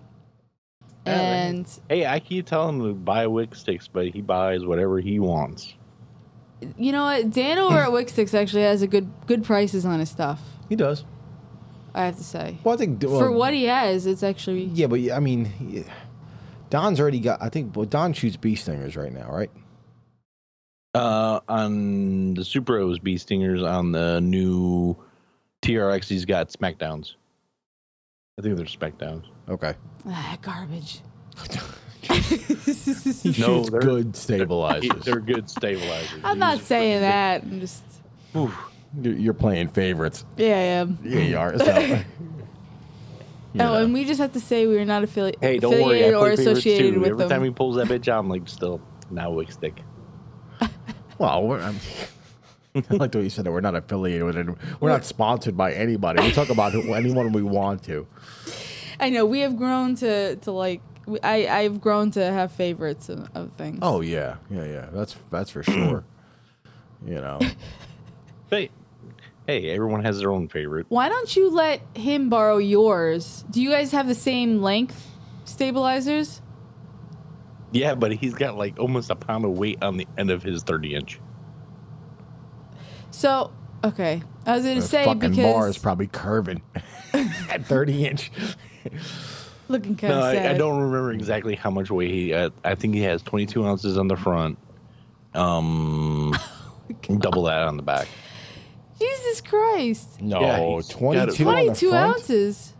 Speaker 3: Yeah, right.
Speaker 2: And
Speaker 3: Hey, I keep telling him to buy wick sticks, but he buys whatever he wants.
Speaker 2: you know what? Dan over at Wick Sticks actually has a good good prices on his stuff.
Speaker 1: He does.
Speaker 2: I have to say,
Speaker 1: Well, I think
Speaker 2: for
Speaker 1: well,
Speaker 2: what he has, it's actually
Speaker 1: Yeah, but yeah, I mean, yeah. Don's already got. I think well, Don shoots bee stingers right now, right?
Speaker 3: Uh, on the Super O's bee stingers on the new TRX, he's got Smackdowns. I think they're Smackdowns.
Speaker 1: Okay.
Speaker 2: ah,
Speaker 3: <laughs>
Speaker 2: garbage.
Speaker 1: He
Speaker 3: No,
Speaker 1: shoots
Speaker 3: they're-
Speaker 1: good
Speaker 3: He-
Speaker 1: stabilizers.
Speaker 3: They're good stabilizers.
Speaker 2: I'm
Speaker 3: He
Speaker 2: not
Speaker 3: was-
Speaker 2: saying that. I'm just
Speaker 3: Oof.
Speaker 1: You're you're playing favorites.
Speaker 2: yeah, I am.
Speaker 1: Yeah, you are. So, <laughs> you
Speaker 2: Oh,
Speaker 1: know.
Speaker 2: and we just have to say we are not affili-
Speaker 3: Hey, don't worry. I
Speaker 2: affiliated
Speaker 3: play
Speaker 2: or
Speaker 3: favorites
Speaker 2: associated
Speaker 3: too.
Speaker 2: with
Speaker 3: Every
Speaker 2: them.
Speaker 3: time he pulls that bitch out, I'm like, still not wick stick.
Speaker 1: well, we're, I'm, I like the way you said that. We're not affiliated with it. We're not sponsored by anybody. We talk about who- anyone we want to.
Speaker 2: I know we have grown to to like. we- I I've grown to have favorites of, of things.
Speaker 1: Oh yeah, yeah, yeah. That's that's for sure. <clears throat> you know.
Speaker 3: Hey, hey, everyone has their own favorite.
Speaker 2: Why don't you let him borrow yours? Do you guys have the same length stabilizers?
Speaker 3: Yeah, but he's got like almost a pound of weight on the end of his 30 inch.
Speaker 2: So okay, I was gonna
Speaker 1: Those
Speaker 2: say
Speaker 1: fucking
Speaker 2: because
Speaker 1: bar is probably curving <laughs> at thirty inch.
Speaker 2: looking kind
Speaker 3: No,
Speaker 2: of sad.
Speaker 3: I, I don't remember exactly how much weight he. Uh, I think he has 22 ounces on the front,
Speaker 1: <laughs>
Speaker 3: um, double that on the back.
Speaker 2: Jesus Christ,
Speaker 1: No,
Speaker 3: Yeah, he's got it.
Speaker 1: twenty-two. on the
Speaker 2: twenty-two
Speaker 1: front?
Speaker 2: ounces.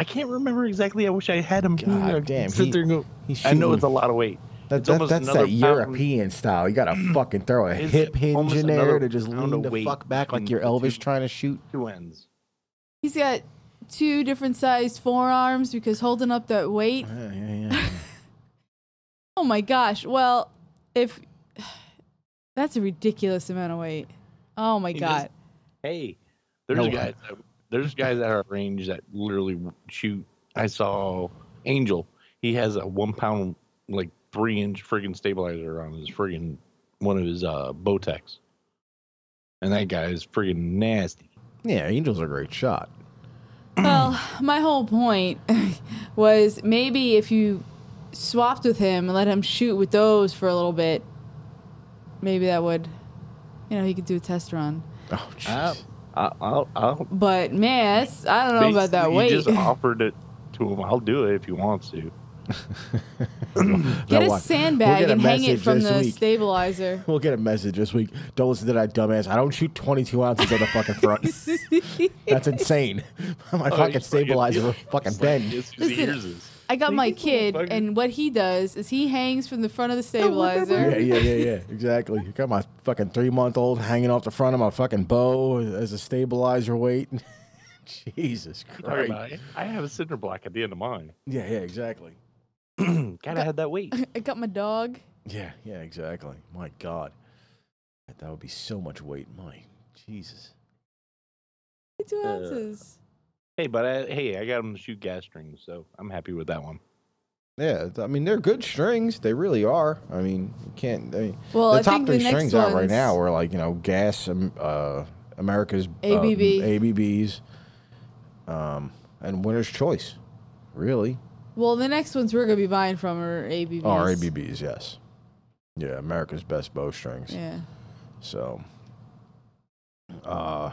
Speaker 3: I can't remember exactly. I wish I had him.
Speaker 1: God
Speaker 3: I
Speaker 1: damn,
Speaker 3: Sit
Speaker 1: he-
Speaker 3: there and go.
Speaker 1: he's
Speaker 3: I know
Speaker 1: shooting-
Speaker 3: it's a lot of weight.
Speaker 1: That,
Speaker 3: It's
Speaker 1: that-
Speaker 3: almost
Speaker 1: that's
Speaker 3: another
Speaker 1: that
Speaker 3: pound-
Speaker 1: European style. You gotta fucking throw a
Speaker 3: It's
Speaker 1: hip hinge
Speaker 3: almost
Speaker 1: in there
Speaker 3: another
Speaker 1: to just lean
Speaker 3: pound of
Speaker 1: the
Speaker 3: weight
Speaker 1: fuck back like you're
Speaker 3: between the
Speaker 1: Elvis
Speaker 3: two.
Speaker 1: trying to shoot.
Speaker 3: Two ends.
Speaker 2: He's got two different sized forearms because holding up that weight.
Speaker 1: Yeah, yeah, yeah.
Speaker 2: Oh my gosh. Well, if that's a ridiculous amount of weight. Oh my
Speaker 3: He
Speaker 2: god.
Speaker 3: just- Hey, there's
Speaker 1: No.
Speaker 3: guys. That, there's guys at our range that literally shoot. I saw Angel. He has a one pound, like three inch friggin' stabilizer on his friggin' one of his uh Botex. and that guy is friggin' nasty.
Speaker 1: Yeah, Angel's a great shot.
Speaker 2: Well, my whole point <laughs> was maybe if you swapped with him and let him shoot with those for a little bit, maybe that would, you know, he could do a test run.
Speaker 1: Oh, jeez.
Speaker 3: I, I, I'll, I'll
Speaker 2: But man, that's, I don't know about that
Speaker 3: basically
Speaker 2: weight.
Speaker 3: just offered it to him. I'll do it if he wants to.
Speaker 2: Get
Speaker 1: Now
Speaker 2: a
Speaker 1: watch. We'll
Speaker 2: sandbag
Speaker 1: get a
Speaker 2: and hang it
Speaker 1: message
Speaker 2: from
Speaker 1: this
Speaker 2: the
Speaker 1: week.
Speaker 2: stabilizer. <laughs>
Speaker 1: We'll get a message this week. Don't listen to that dumbass. I don't shoot 22 ounces on the fucking <laughs> front. That's insane. <laughs> My Oh, fucking
Speaker 3: he's friggin-
Speaker 1: stabilizer will fucking bend.
Speaker 3: Yes, he
Speaker 2: Listen,
Speaker 3: hears this.
Speaker 2: I got
Speaker 3: Think
Speaker 2: my
Speaker 3: this
Speaker 2: kid,
Speaker 3: motherfucker-
Speaker 2: and what he does is he hangs from the front of the stabilizer.
Speaker 1: Yeah, yeah, yeah, yeah. Exactly. You got my fucking three month old hanging off the front of my fucking bow as a stabilizer weight. <laughs> Jesus
Speaker 3: Sorry
Speaker 1: Christ.
Speaker 3: about it. I have a cinder block at the end
Speaker 1: <clears throat>
Speaker 3: of mine.
Speaker 1: Yeah, yeah, exactly.
Speaker 3: Gotta have that
Speaker 2: <laughs>
Speaker 3: weight.
Speaker 2: I got my dog.
Speaker 1: Yeah, yeah, exactly. My God. That would be so much weight. My Jesus.
Speaker 2: Two
Speaker 3: Uh,
Speaker 2: ounces.
Speaker 3: Hey, but I, hey, I got him to shoot gas strings, so I'm happy with that one.
Speaker 1: Yeah, th- I mean they're good strings. They really are. I mean, you can't. I mean,
Speaker 2: Well,
Speaker 1: the
Speaker 2: I
Speaker 1: top
Speaker 2: think
Speaker 1: three
Speaker 2: the next
Speaker 1: strings out right
Speaker 2: one's-
Speaker 1: now are like you know gas, um, uh, America's um,
Speaker 2: ABB.
Speaker 1: ABBs, um, and Winner's Choice. Really, Oh,
Speaker 2: well, the next ones we're gonna be buying from are ABBs.
Speaker 1: are ABBs? Yes. Yeah, America's best bow strings.
Speaker 2: Yeah,
Speaker 1: So. Uh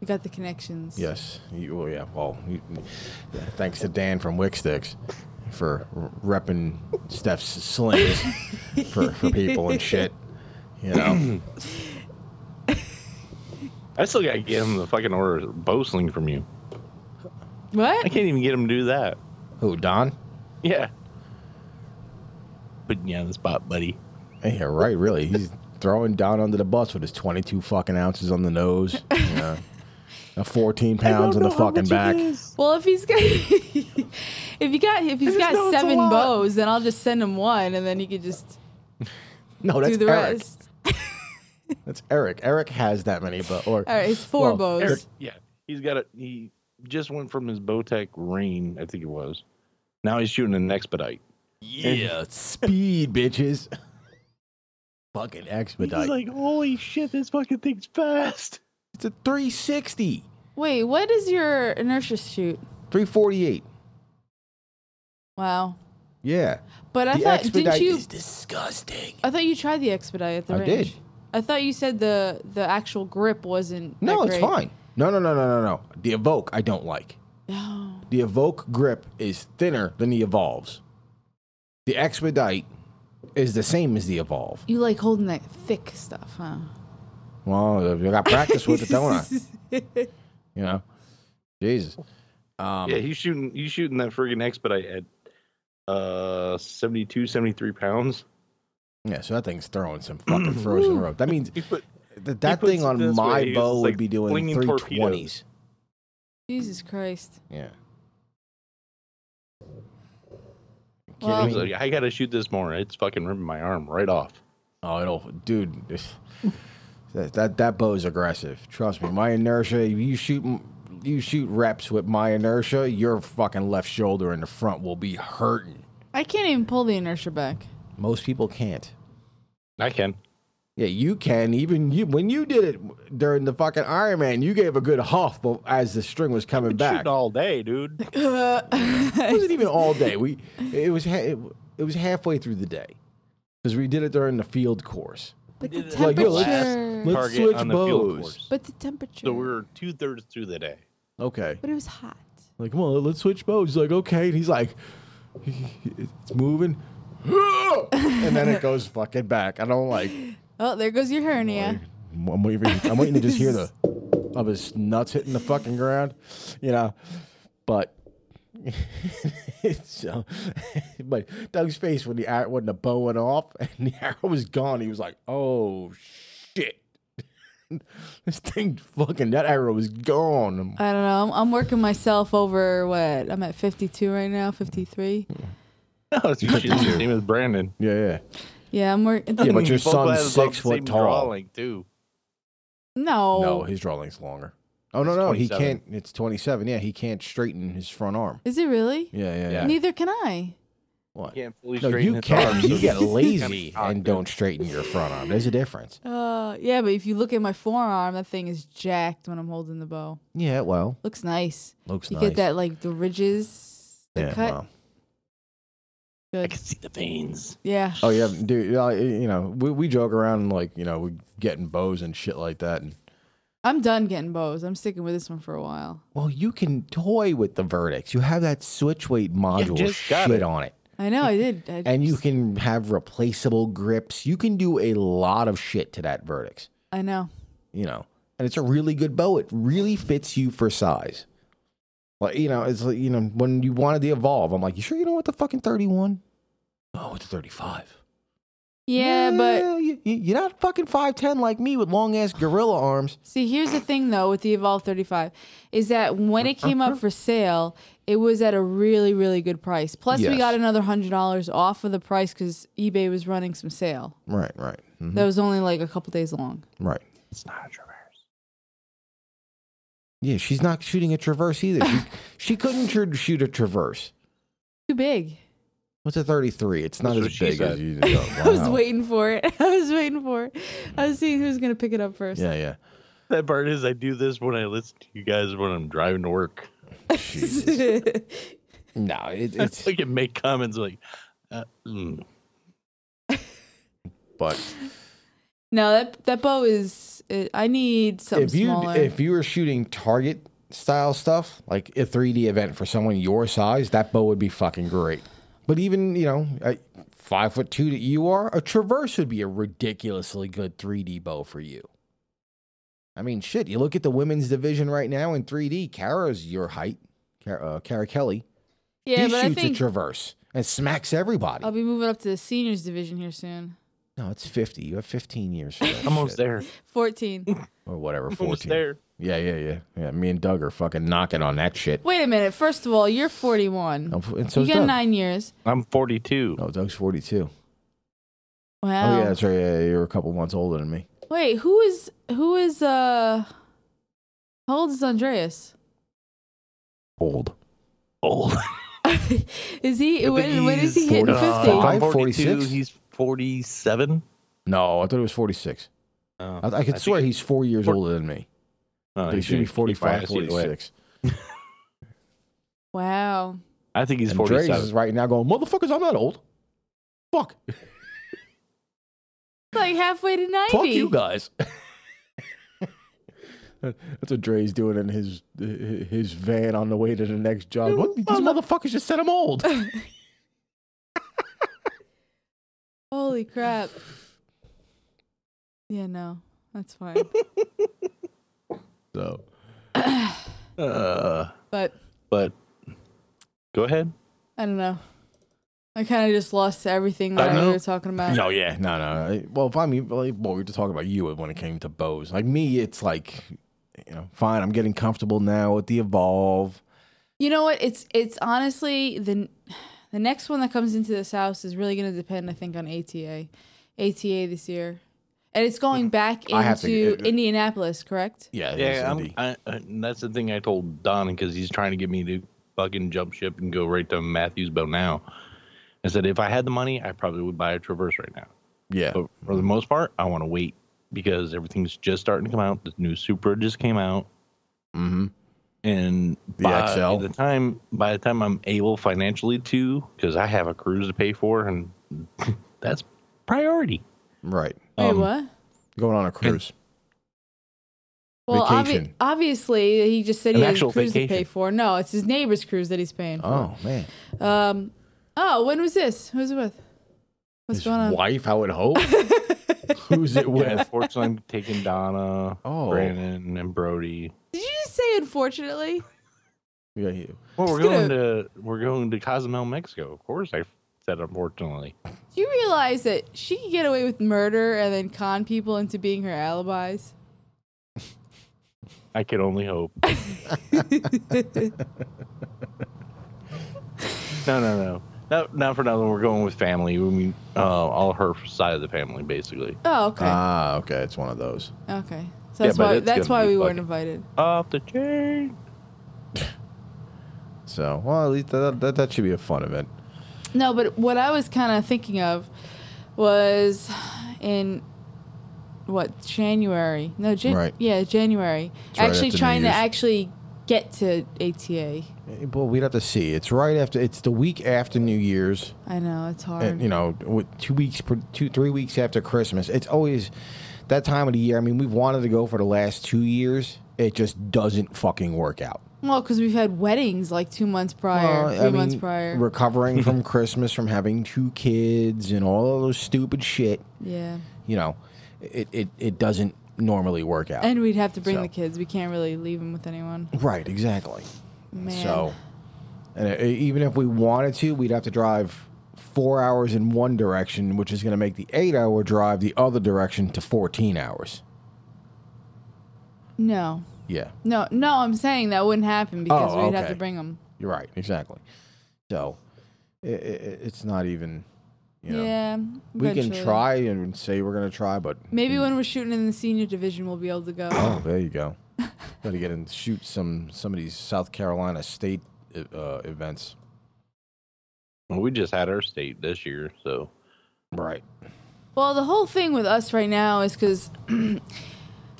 Speaker 2: we got the connections.
Speaker 1: yes, you, well yeah, well, you, yeah, thanks to Dan from Wicksticks for r- repping Steph's slings for, for people and shit. You know,
Speaker 3: I still gotta get him the fucking order of bow sling from you. I
Speaker 2: What?
Speaker 3: can't even get him to do that.
Speaker 1: Who, Don?
Speaker 3: Yeah. Putting you on the spot, buddy.
Speaker 1: Yeah, right, really. He's throwing down under the bus with his 22 fucking ounces on the nose. Yeah. Uh, 14 pounds on the fucking back.
Speaker 2: Well, if he's got <laughs> if you got if he's
Speaker 3: just know
Speaker 2: got
Speaker 3: it's a
Speaker 2: seven
Speaker 3: lot.
Speaker 2: bows, then I'll just send him one, and then he could just
Speaker 1: No,
Speaker 2: do
Speaker 1: that's
Speaker 2: the
Speaker 1: Eric.
Speaker 2: rest.
Speaker 1: That's Eric. Eric has that many, but or
Speaker 2: All right, it's four
Speaker 1: Well,
Speaker 2: bows.
Speaker 3: Eric, yeah, he's got a. He just went from his Bowtech Rain, I think it was. Now he's shooting an expedite.
Speaker 1: yeah, speed bitches. <laughs> fucking expedite.
Speaker 3: holy shit, this fucking thing's fast.
Speaker 1: it's a 360,
Speaker 2: Wait, what is your inertia shoot?
Speaker 1: 348.
Speaker 2: Wow.
Speaker 1: Yeah.
Speaker 2: But I
Speaker 1: the
Speaker 2: thought
Speaker 1: expedite
Speaker 2: didn't you
Speaker 1: is disgusting.
Speaker 2: I thought you tried the expedite at the
Speaker 1: I did.
Speaker 2: range. I thought you said the the actual grip wasn't.
Speaker 1: No,
Speaker 2: that
Speaker 1: it's
Speaker 2: great.
Speaker 1: fine. No, no, no, no, no, no. The evoke I don't like.
Speaker 2: Oh,
Speaker 1: The Evoke grip is thinner than the Evolves. The Expedite is the same as the Evolve.
Speaker 2: <gasps> you like holding that thick stuff, huh?
Speaker 1: Well, I got practice with it,
Speaker 3: <laughs>
Speaker 1: don't I? You know, Jesus. Um,
Speaker 3: Yeah, he's shooting. He's shooting that friggin' expedite at uh 72, 73 pounds.
Speaker 1: yeah, so that thing's throwing some fucking frozen rope. That means
Speaker 3: He put
Speaker 1: that, that
Speaker 3: puts
Speaker 1: thing
Speaker 3: it
Speaker 1: on
Speaker 3: this
Speaker 1: my
Speaker 3: way, he's
Speaker 1: bow would
Speaker 3: like
Speaker 1: be doing
Speaker 3: flinging
Speaker 1: 320s.
Speaker 2: <laughs> Jesus Christ.
Speaker 1: Yeah.
Speaker 2: Well-
Speaker 1: Kidding me?
Speaker 3: I was like, I gotta shoot this more. It's fucking ripping my arm right off.
Speaker 1: Oh, it'll, dude. That that that bow's aggressive. Trust me. My inertia. You shoot. You shoot reps with my inertia. Your fucking left shoulder in the front will be hurting.
Speaker 2: I can't even pull the inertia
Speaker 3: <laughs>
Speaker 2: back. <laughs>
Speaker 1: Most people can't.
Speaker 3: I can.
Speaker 1: Yeah, you can. Even you, when you did it during the fucking Iron Man, you gave a good huff but as the string was coming
Speaker 3: Been
Speaker 1: back.
Speaker 3: shooting all day, dude.
Speaker 1: It wasn't even all day. We it was ha- it, it was halfway through the day because we did it during the field course.
Speaker 2: But the
Speaker 3: It is like
Speaker 1: the
Speaker 2: temperature.
Speaker 1: last Let's
Speaker 3: Target
Speaker 1: switch
Speaker 3: on the field
Speaker 1: bows.
Speaker 3: course.
Speaker 2: but the temperature.
Speaker 3: So we're two thirds through the <laughs> day.
Speaker 1: Okay.
Speaker 2: but it was hot.
Speaker 1: Like, come on, let's switch bows. He's like, okay. And he's like, it's moving. <laughs> and then it goes fucking back. And I'm like,
Speaker 2: Oh, there goes your hernia.
Speaker 1: I'm waiting, I'm waiting to just hear the of his nuts hitting the fucking ground, you know. But <laughs> so, <laughs> but Doug's face when the arrow, when the bow went off <laughs> and the arrow was gone, he was like, "Oh shit, <laughs> this thing fucking that arrow is gone." I'm-
Speaker 2: I don't know. I'm, I'm working myself over what? I'm at 52 right now, 53.
Speaker 1: Hmm.
Speaker 3: No, it's usually the same as Brandon.
Speaker 1: yeah, yeah.
Speaker 2: Yeah, I'm working.
Speaker 1: Yeah,
Speaker 2: <laughs>
Speaker 1: but your
Speaker 3: Both of us
Speaker 1: son's
Speaker 3: about the
Speaker 1: six foot
Speaker 3: same
Speaker 1: tall.
Speaker 3: Drawing too.
Speaker 2: No.
Speaker 1: No, his drawing's longer. Oh no,
Speaker 3: It's
Speaker 1: no, he
Speaker 3: 27.
Speaker 1: can't. It's twenty seven. Yeah, he can't straighten his front arm.
Speaker 2: Is it really?
Speaker 1: Yeah, yeah, yeah.
Speaker 3: Yeah.
Speaker 2: Neither can I.
Speaker 1: What?
Speaker 3: Can't fully
Speaker 1: No,
Speaker 3: straighten
Speaker 1: you
Speaker 3: his
Speaker 1: can.
Speaker 3: arms,
Speaker 1: You
Speaker 3: <laughs> so
Speaker 1: get
Speaker 3: it's
Speaker 1: lazy
Speaker 3: kinda
Speaker 1: and don't straighten your front arm. There's a difference.
Speaker 2: Uh, yeah, but if you look at my forearm, that thing is jacked when I'm holding the bow.
Speaker 1: Yeah, well,
Speaker 2: Looks nice.
Speaker 1: looks
Speaker 2: you
Speaker 1: nice.
Speaker 2: get that like the ridges, the
Speaker 1: yeah,
Speaker 2: cut.
Speaker 1: well.
Speaker 3: I
Speaker 2: Good.
Speaker 3: can see the veins.
Speaker 2: Yeah.
Speaker 1: Oh yeah, dude. I, you know, we, we joke around and like you know we getting bows and shit like that. And
Speaker 2: I'm done getting bows. I'm sticking with this one for a while.
Speaker 1: well, you can toy with the verdicts. You have that switch weight module
Speaker 3: just got
Speaker 1: shit
Speaker 3: it.
Speaker 1: on it,
Speaker 2: I know I did. I
Speaker 1: and you
Speaker 2: just-
Speaker 1: can have replaceable grips. You can do a lot of shit to that verdicts.
Speaker 2: I know.
Speaker 1: You know, and it's a really good bow. It really fits you for size. Like you know, it's like you know when you wanted to evolve. I'm like, you sure you don't want the fucking thirty one? Oh, it's thirty five.
Speaker 2: Yeah, but
Speaker 1: you, you- you're not fucking five ten like me with long ass gorilla arms.
Speaker 2: see, here's the thing though with the Evolve 35 is that when it came
Speaker 1: <laughs>
Speaker 2: up for sale, it was at a really really good price. Plus, we
Speaker 1: Yes.
Speaker 2: got another hundred dollars off of the price because eBay was running some sale.
Speaker 1: Right, right, mhm,
Speaker 2: That was only like a couple days long.
Speaker 1: right.
Speaker 3: It's not a traverse.
Speaker 1: Yeah, she's not shooting a traverse either.
Speaker 2: <laughs>
Speaker 1: She, she couldn't tr- shoot a traverse.
Speaker 2: Too big.
Speaker 1: What's a 33? It's not
Speaker 3: That's what
Speaker 1: as
Speaker 3: she
Speaker 1: big
Speaker 3: said.
Speaker 1: as
Speaker 2: <laughs>
Speaker 1: you. Oh,
Speaker 2: I was
Speaker 1: wow.
Speaker 2: waiting for it. <laughs> I was waiting for it. I was seeing who's gonna pick it up first. <laughs>
Speaker 1: Yeah, yeah.
Speaker 3: That part is I do this when I listen to you guys when I'm driving to work. <laughs>
Speaker 1: Jesus. no, it,
Speaker 2: <laughs>
Speaker 3: It's
Speaker 1: it's
Speaker 3: like it make comments like, uh, mm.
Speaker 1: but
Speaker 2: no, that that bow is. It, I need something
Speaker 1: if you
Speaker 2: smaller.
Speaker 1: if you were shooting target style stuff like a 3D event for someone your size, that bow would be fucking great. But even you know, at five foot two that you are, a traverse would be a ridiculously good 3D bow for you. I mean, shit. You look at the women's division right now in 3D. Kara's your height. Kara, uh, Kara Kelly.
Speaker 2: yeah,
Speaker 1: he
Speaker 2: but I
Speaker 1: shoots a
Speaker 2: think
Speaker 1: traverse and smacks everybody.
Speaker 2: I'll be moving up to the seniors division here soon.
Speaker 1: no, it's 50. You have 15 years. For that
Speaker 3: <laughs> almost
Speaker 1: shit.
Speaker 3: there,
Speaker 2: Fourteen.
Speaker 1: Or whatever,
Speaker 3: almost
Speaker 1: 14.
Speaker 3: there.
Speaker 1: Yeah, yeah, yeah, yeah. Me and Doug are fucking knocking on that shit.
Speaker 2: Wait a minute. First of all, you're 41.
Speaker 1: Oh, f- and so
Speaker 2: you
Speaker 1: is
Speaker 2: got
Speaker 1: Doug.
Speaker 2: nine years.
Speaker 3: I'm 42.
Speaker 1: No, Doug's 42.
Speaker 2: Wow.
Speaker 1: Oh, yeah, that's right. Yeah, yeah, you're a couple months older than me.
Speaker 2: Wait, who is who is uh? How old is Andreas? <laughs>
Speaker 1: Old.
Speaker 3: Old.
Speaker 2: is he
Speaker 3: I
Speaker 2: when,
Speaker 3: think
Speaker 2: when is he
Speaker 3: he's
Speaker 2: hitting
Speaker 1: forty-
Speaker 3: Uh,
Speaker 2: 50?
Speaker 1: five.
Speaker 3: I'm 42,
Speaker 1: 46?
Speaker 3: He's 47.
Speaker 1: No, I thought it was 46.
Speaker 3: Oh,
Speaker 1: I, I could
Speaker 3: think-
Speaker 1: swear he's four years
Speaker 3: Four-
Speaker 1: older than me.
Speaker 3: oh,
Speaker 1: Dude, he
Speaker 3: he's
Speaker 1: should be
Speaker 3: gonna keep
Speaker 1: 45,
Speaker 3: biasing it away.
Speaker 1: 46.
Speaker 2: wow.
Speaker 3: I think he's
Speaker 1: and Dre's
Speaker 3: 47.
Speaker 1: is right now going, motherfuckers, I'm not old. Fuck.
Speaker 2: Like halfway to 90.
Speaker 1: Fuck you guys. <laughs> That's what Dre's doing in his his van on the way to the next job. What? These motherfuckers just said I'm old.
Speaker 2: Holy crap. Yeah, no. That's fine.
Speaker 1: So
Speaker 3: Uh,
Speaker 2: but
Speaker 3: but go ahead.
Speaker 2: I don't know. I kind of just lost everything
Speaker 3: I
Speaker 2: that we
Speaker 3: know.
Speaker 2: were talking about.
Speaker 1: No, yeah, no, no. no. Well, if I mean, like, well, we were just talking about you when it came to bows. Like me, it's like, you know, fine. I'm getting comfortable now with the evolve.
Speaker 2: You know what? It's it's honestly the the next one that comes into this house is really going to depend I think on ATA. ATA this year. And it's going back
Speaker 1: I have to-
Speaker 2: into
Speaker 1: it- it-
Speaker 2: Indianapolis, correct?
Speaker 1: Yeah, it is
Speaker 3: Yeah, I'm,
Speaker 1: indeed.
Speaker 3: I, I, that's the thing I told Don because he's trying to get me to fucking jump ship and go right to Matthews Bow now. I said if I had the money, I probably would buy a Traverse right now.
Speaker 1: yeah.
Speaker 3: But for the most part, I want to wait because everything's just starting to come out. The new Supra just came out,
Speaker 1: Mm-hmm.
Speaker 3: and
Speaker 1: The
Speaker 3: by
Speaker 1: XL.
Speaker 3: the time by the time I'm able financially to, because I have a cruise to pay for, and <laughs> that's priority.
Speaker 1: Right.
Speaker 2: Wait,
Speaker 3: Um,
Speaker 2: what?
Speaker 1: Going on a cruise.
Speaker 2: Well, obvi-
Speaker 1: vacation.
Speaker 2: obviously he just said
Speaker 3: An
Speaker 2: he has a
Speaker 3: actual
Speaker 2: cruise to pay
Speaker 3: vacation.
Speaker 2: for. No, it's his neighbor's cruise that he's paying
Speaker 1: <laughs>
Speaker 2: for.
Speaker 1: Oh man.
Speaker 2: Oh, um, oh when was this? Who's it with? What's
Speaker 1: His
Speaker 2: going on?
Speaker 1: wife, I would
Speaker 2: <laughs>
Speaker 1: hope. Who's it
Speaker 3: <laughs> Yeah,
Speaker 1: with?
Speaker 3: unfortunately, I'm taking Donna,
Speaker 1: Oh.
Speaker 3: Brandon, and Brody.
Speaker 2: Did you just say unfortunately?
Speaker 1: Yeah, he-
Speaker 3: Well, we're
Speaker 2: Just
Speaker 3: going to we're going to Cozumel, Mexico. Of course, I said unfortunately.
Speaker 2: Do you realize that she could get away with murder and then con people into being her alibis?
Speaker 3: I could only
Speaker 2: <laughs>
Speaker 3: hope. no, no, no. No, not for nothing. We're going with family. We mean uh, all her side of the family, basically.
Speaker 2: Oh, okay.
Speaker 1: Ah, okay. It's one of those.
Speaker 2: okay. So
Speaker 3: yeah,
Speaker 2: that's
Speaker 3: but
Speaker 2: why
Speaker 3: it's
Speaker 2: that's
Speaker 3: gonna
Speaker 2: why
Speaker 3: be
Speaker 2: we weren't
Speaker 3: fucking-
Speaker 2: invited.
Speaker 3: Off the chain.
Speaker 1: So, well, at least that that, that should be a fun event.
Speaker 2: No, but what I was kind of thinking of was in what January? No, Jan-
Speaker 1: Right.
Speaker 2: yeah, January.
Speaker 1: It's right
Speaker 2: actually
Speaker 1: after New
Speaker 2: trying to
Speaker 1: Year's.
Speaker 2: actually get to ATA.
Speaker 1: But we'd have to see. It's right after. It's the week after New Year's.
Speaker 2: I know it's hard.
Speaker 1: and uh, you know, with two weeks, per- two three weeks after Christmas, it's always that time of the year. I mean, we've wanted to go for the last two years. It just doesn't fucking work out.
Speaker 2: well, because we've had weddings like two months prior,
Speaker 1: Well,
Speaker 2: three months prior. <laughs>
Speaker 1: recovering from Christmas, from having two kids, and all of those stupid shit.
Speaker 2: yeah,
Speaker 1: You know, it it, it doesn't normally work out.
Speaker 2: and we'd have to bring
Speaker 1: So.
Speaker 2: the kids. We can't really leave them with anyone.
Speaker 1: right, exactly.
Speaker 2: Man.
Speaker 1: So, and e- even if we wanted to, we'd have to drive four hours in one direction, which is going to make the eight-hour drive the other direction to fourteen hours.
Speaker 2: no,
Speaker 1: Yeah,
Speaker 2: no, no. I'm saying that wouldn't happen because
Speaker 1: Oh,
Speaker 2: we'd have to
Speaker 1: okay.
Speaker 2: bring them.
Speaker 1: you're right, exactly. So, i i i- it's not even. You know,
Speaker 2: Yeah,
Speaker 1: we can
Speaker 2: eventually.
Speaker 1: try and say we're going to try, but
Speaker 2: Maybe when we're shooting in the senior division, we'll be able
Speaker 1: <clears throat>
Speaker 2: to go.
Speaker 1: Oh, there you go. Got to get and shoot some some of these South Carolina state uh, events.
Speaker 3: Well, we just had our state this year, so
Speaker 1: Right.
Speaker 2: Well, the whole thing with us right now is because <clears throat>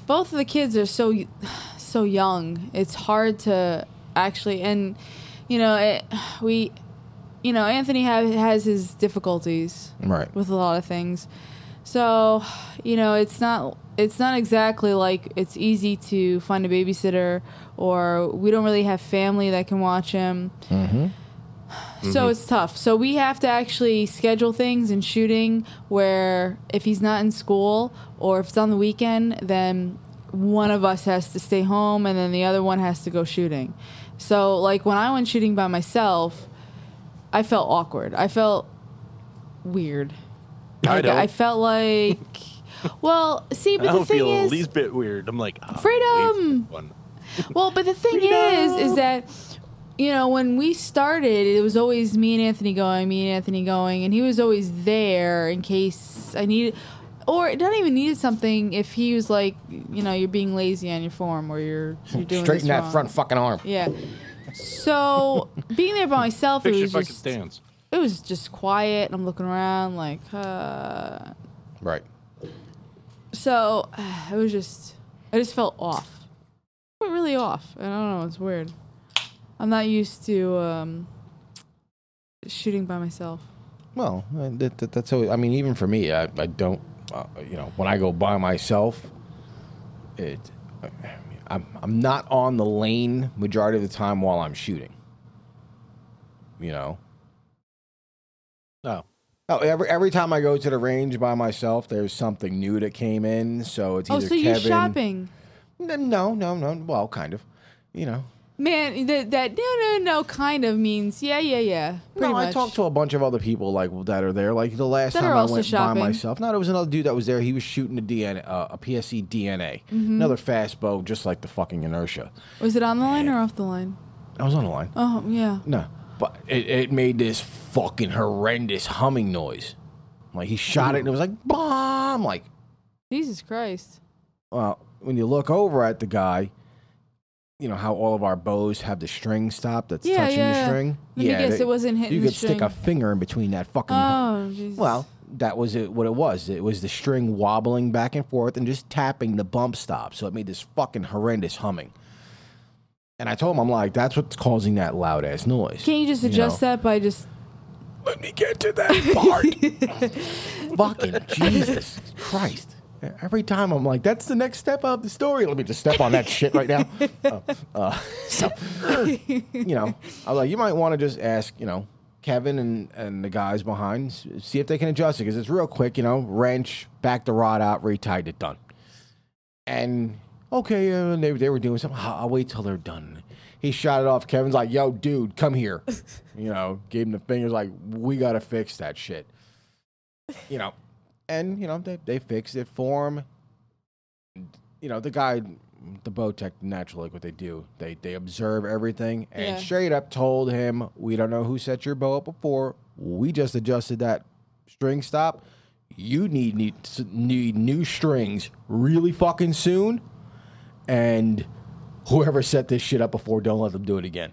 Speaker 2: both of the kids are so <sighs> so young. It's hard to actually, and you know, it, we, you know, Anthony ha has his difficulties
Speaker 1: Right.
Speaker 2: with a lot of things. So, you know, it's not it's not exactly like it's easy to find a babysitter or we don't really have family that can watch him. So it's tough. So we have to actually schedule things and shooting where if he's not in school or if it's on the weekend, then one of us has to stay home and then the other one has to go shooting. So like when I went shooting by myself, I felt awkward. I felt weird.
Speaker 3: I
Speaker 2: Like,
Speaker 3: don't.
Speaker 2: I felt like, well, see,
Speaker 3: I
Speaker 2: but the
Speaker 3: don't
Speaker 2: thing
Speaker 3: feel the
Speaker 2: is,
Speaker 3: least bit weird. I'm like, ah,
Speaker 2: Freedom!
Speaker 3: wait, one.
Speaker 2: well, but the thing is, is that you know when we started, it was always me and Anthony going, me and Anthony going, and he was always there in case I needed, or not even needed something if he was like, you know, you're being lazy on your form or you're you're doing
Speaker 1: Straighten
Speaker 2: this
Speaker 1: that
Speaker 2: wrong.
Speaker 1: front fucking arm.
Speaker 2: Yeah. So being there by myself,
Speaker 3: Fix
Speaker 2: it
Speaker 3: your
Speaker 2: was
Speaker 3: fucking
Speaker 2: just
Speaker 3: stance.
Speaker 2: it was just quiet, and I'm looking around like, uh,
Speaker 1: Right.
Speaker 2: so <sighs> it was just, I just felt off. But really off. I don't know. It's weird. I'm not used to um, shooting by myself.
Speaker 1: Well, uh, that, that, that's always, I mean, even for me, I, I don't, uh, you know, when I go by myself, it, I mean, I'm, I'm not on the lane majority of the time while I'm shooting. You know?
Speaker 3: Oh,
Speaker 1: Oh, every every time I go to the range by myself, there's something new that came in. So it's
Speaker 2: Oh,
Speaker 1: either
Speaker 2: so you're
Speaker 1: Kevin-
Speaker 2: shopping,
Speaker 1: N- No, no, no. Well, kind of. You know.
Speaker 2: man? That that no no no kind of means yeah yeah yeah. Pretty
Speaker 1: no,
Speaker 2: much.
Speaker 1: I talked to a bunch of other people like that are there. Like the last
Speaker 2: That
Speaker 1: time
Speaker 2: are
Speaker 1: I
Speaker 2: also
Speaker 1: went
Speaker 2: shopping.
Speaker 1: by myself. No, there was another dude that was there. He was shooting a DNA, uh, a PSE DNA,
Speaker 2: Mm-hmm.
Speaker 1: another fast bow, just like the fucking inertia.
Speaker 2: Was it on the line or off the line?
Speaker 1: I was on the line.
Speaker 2: Oh yeah.
Speaker 1: No, but it, it made this fucking horrendous humming noise. Like he shot it and it was like bomb. Like
Speaker 2: Jesus Christ.
Speaker 1: well, when you look over at the guy, you know how all of our bows have the string stop that's
Speaker 2: Yeah,
Speaker 1: touching
Speaker 2: yeah.
Speaker 1: the string.
Speaker 2: Let me guess,
Speaker 1: they-
Speaker 2: it wasn't hitting
Speaker 1: You
Speaker 2: the
Speaker 1: could stick a
Speaker 2: string.
Speaker 1: finger in between that fucking.
Speaker 2: Oh Jesus.
Speaker 1: Well, that was it, what it was. It was the string wobbling back and forth and just tapping the bump stop. So it made this fucking horrendous humming. And I told him, I'm like, that's what's causing that loud ass noise.
Speaker 2: Can't you just adjust that by just
Speaker 1: that? Let me get to that part. <laughs> fucking Jesus Christ. Every time I'm like, that's the next step of the story. Let me just step on that shit <laughs> right now. Oh, uh, so, you know, I was like, you might want to just ask, you know, Kevin and, and the guys behind, s- see if they can adjust it because it's real quick, you know, wrench, back the rod out, retied it, done. And okay, uh, they, they were doing something. I'll, I'll wait till they're done. He shot it off. Kevin's like, yo, dude, come here. You know, gave him the fingers, like, we got to fix that shit. You know, and, you know, they, they fixed it for him you know, the guy, the bow tech, naturally, like what they do, they they observe everything and
Speaker 2: Yeah.
Speaker 1: straight up told him, "We don't know who set your bow up before. We just adjusted that string stop. You need need need new strings really fucking soon, and whoever set this shit up before, don't let them do it again."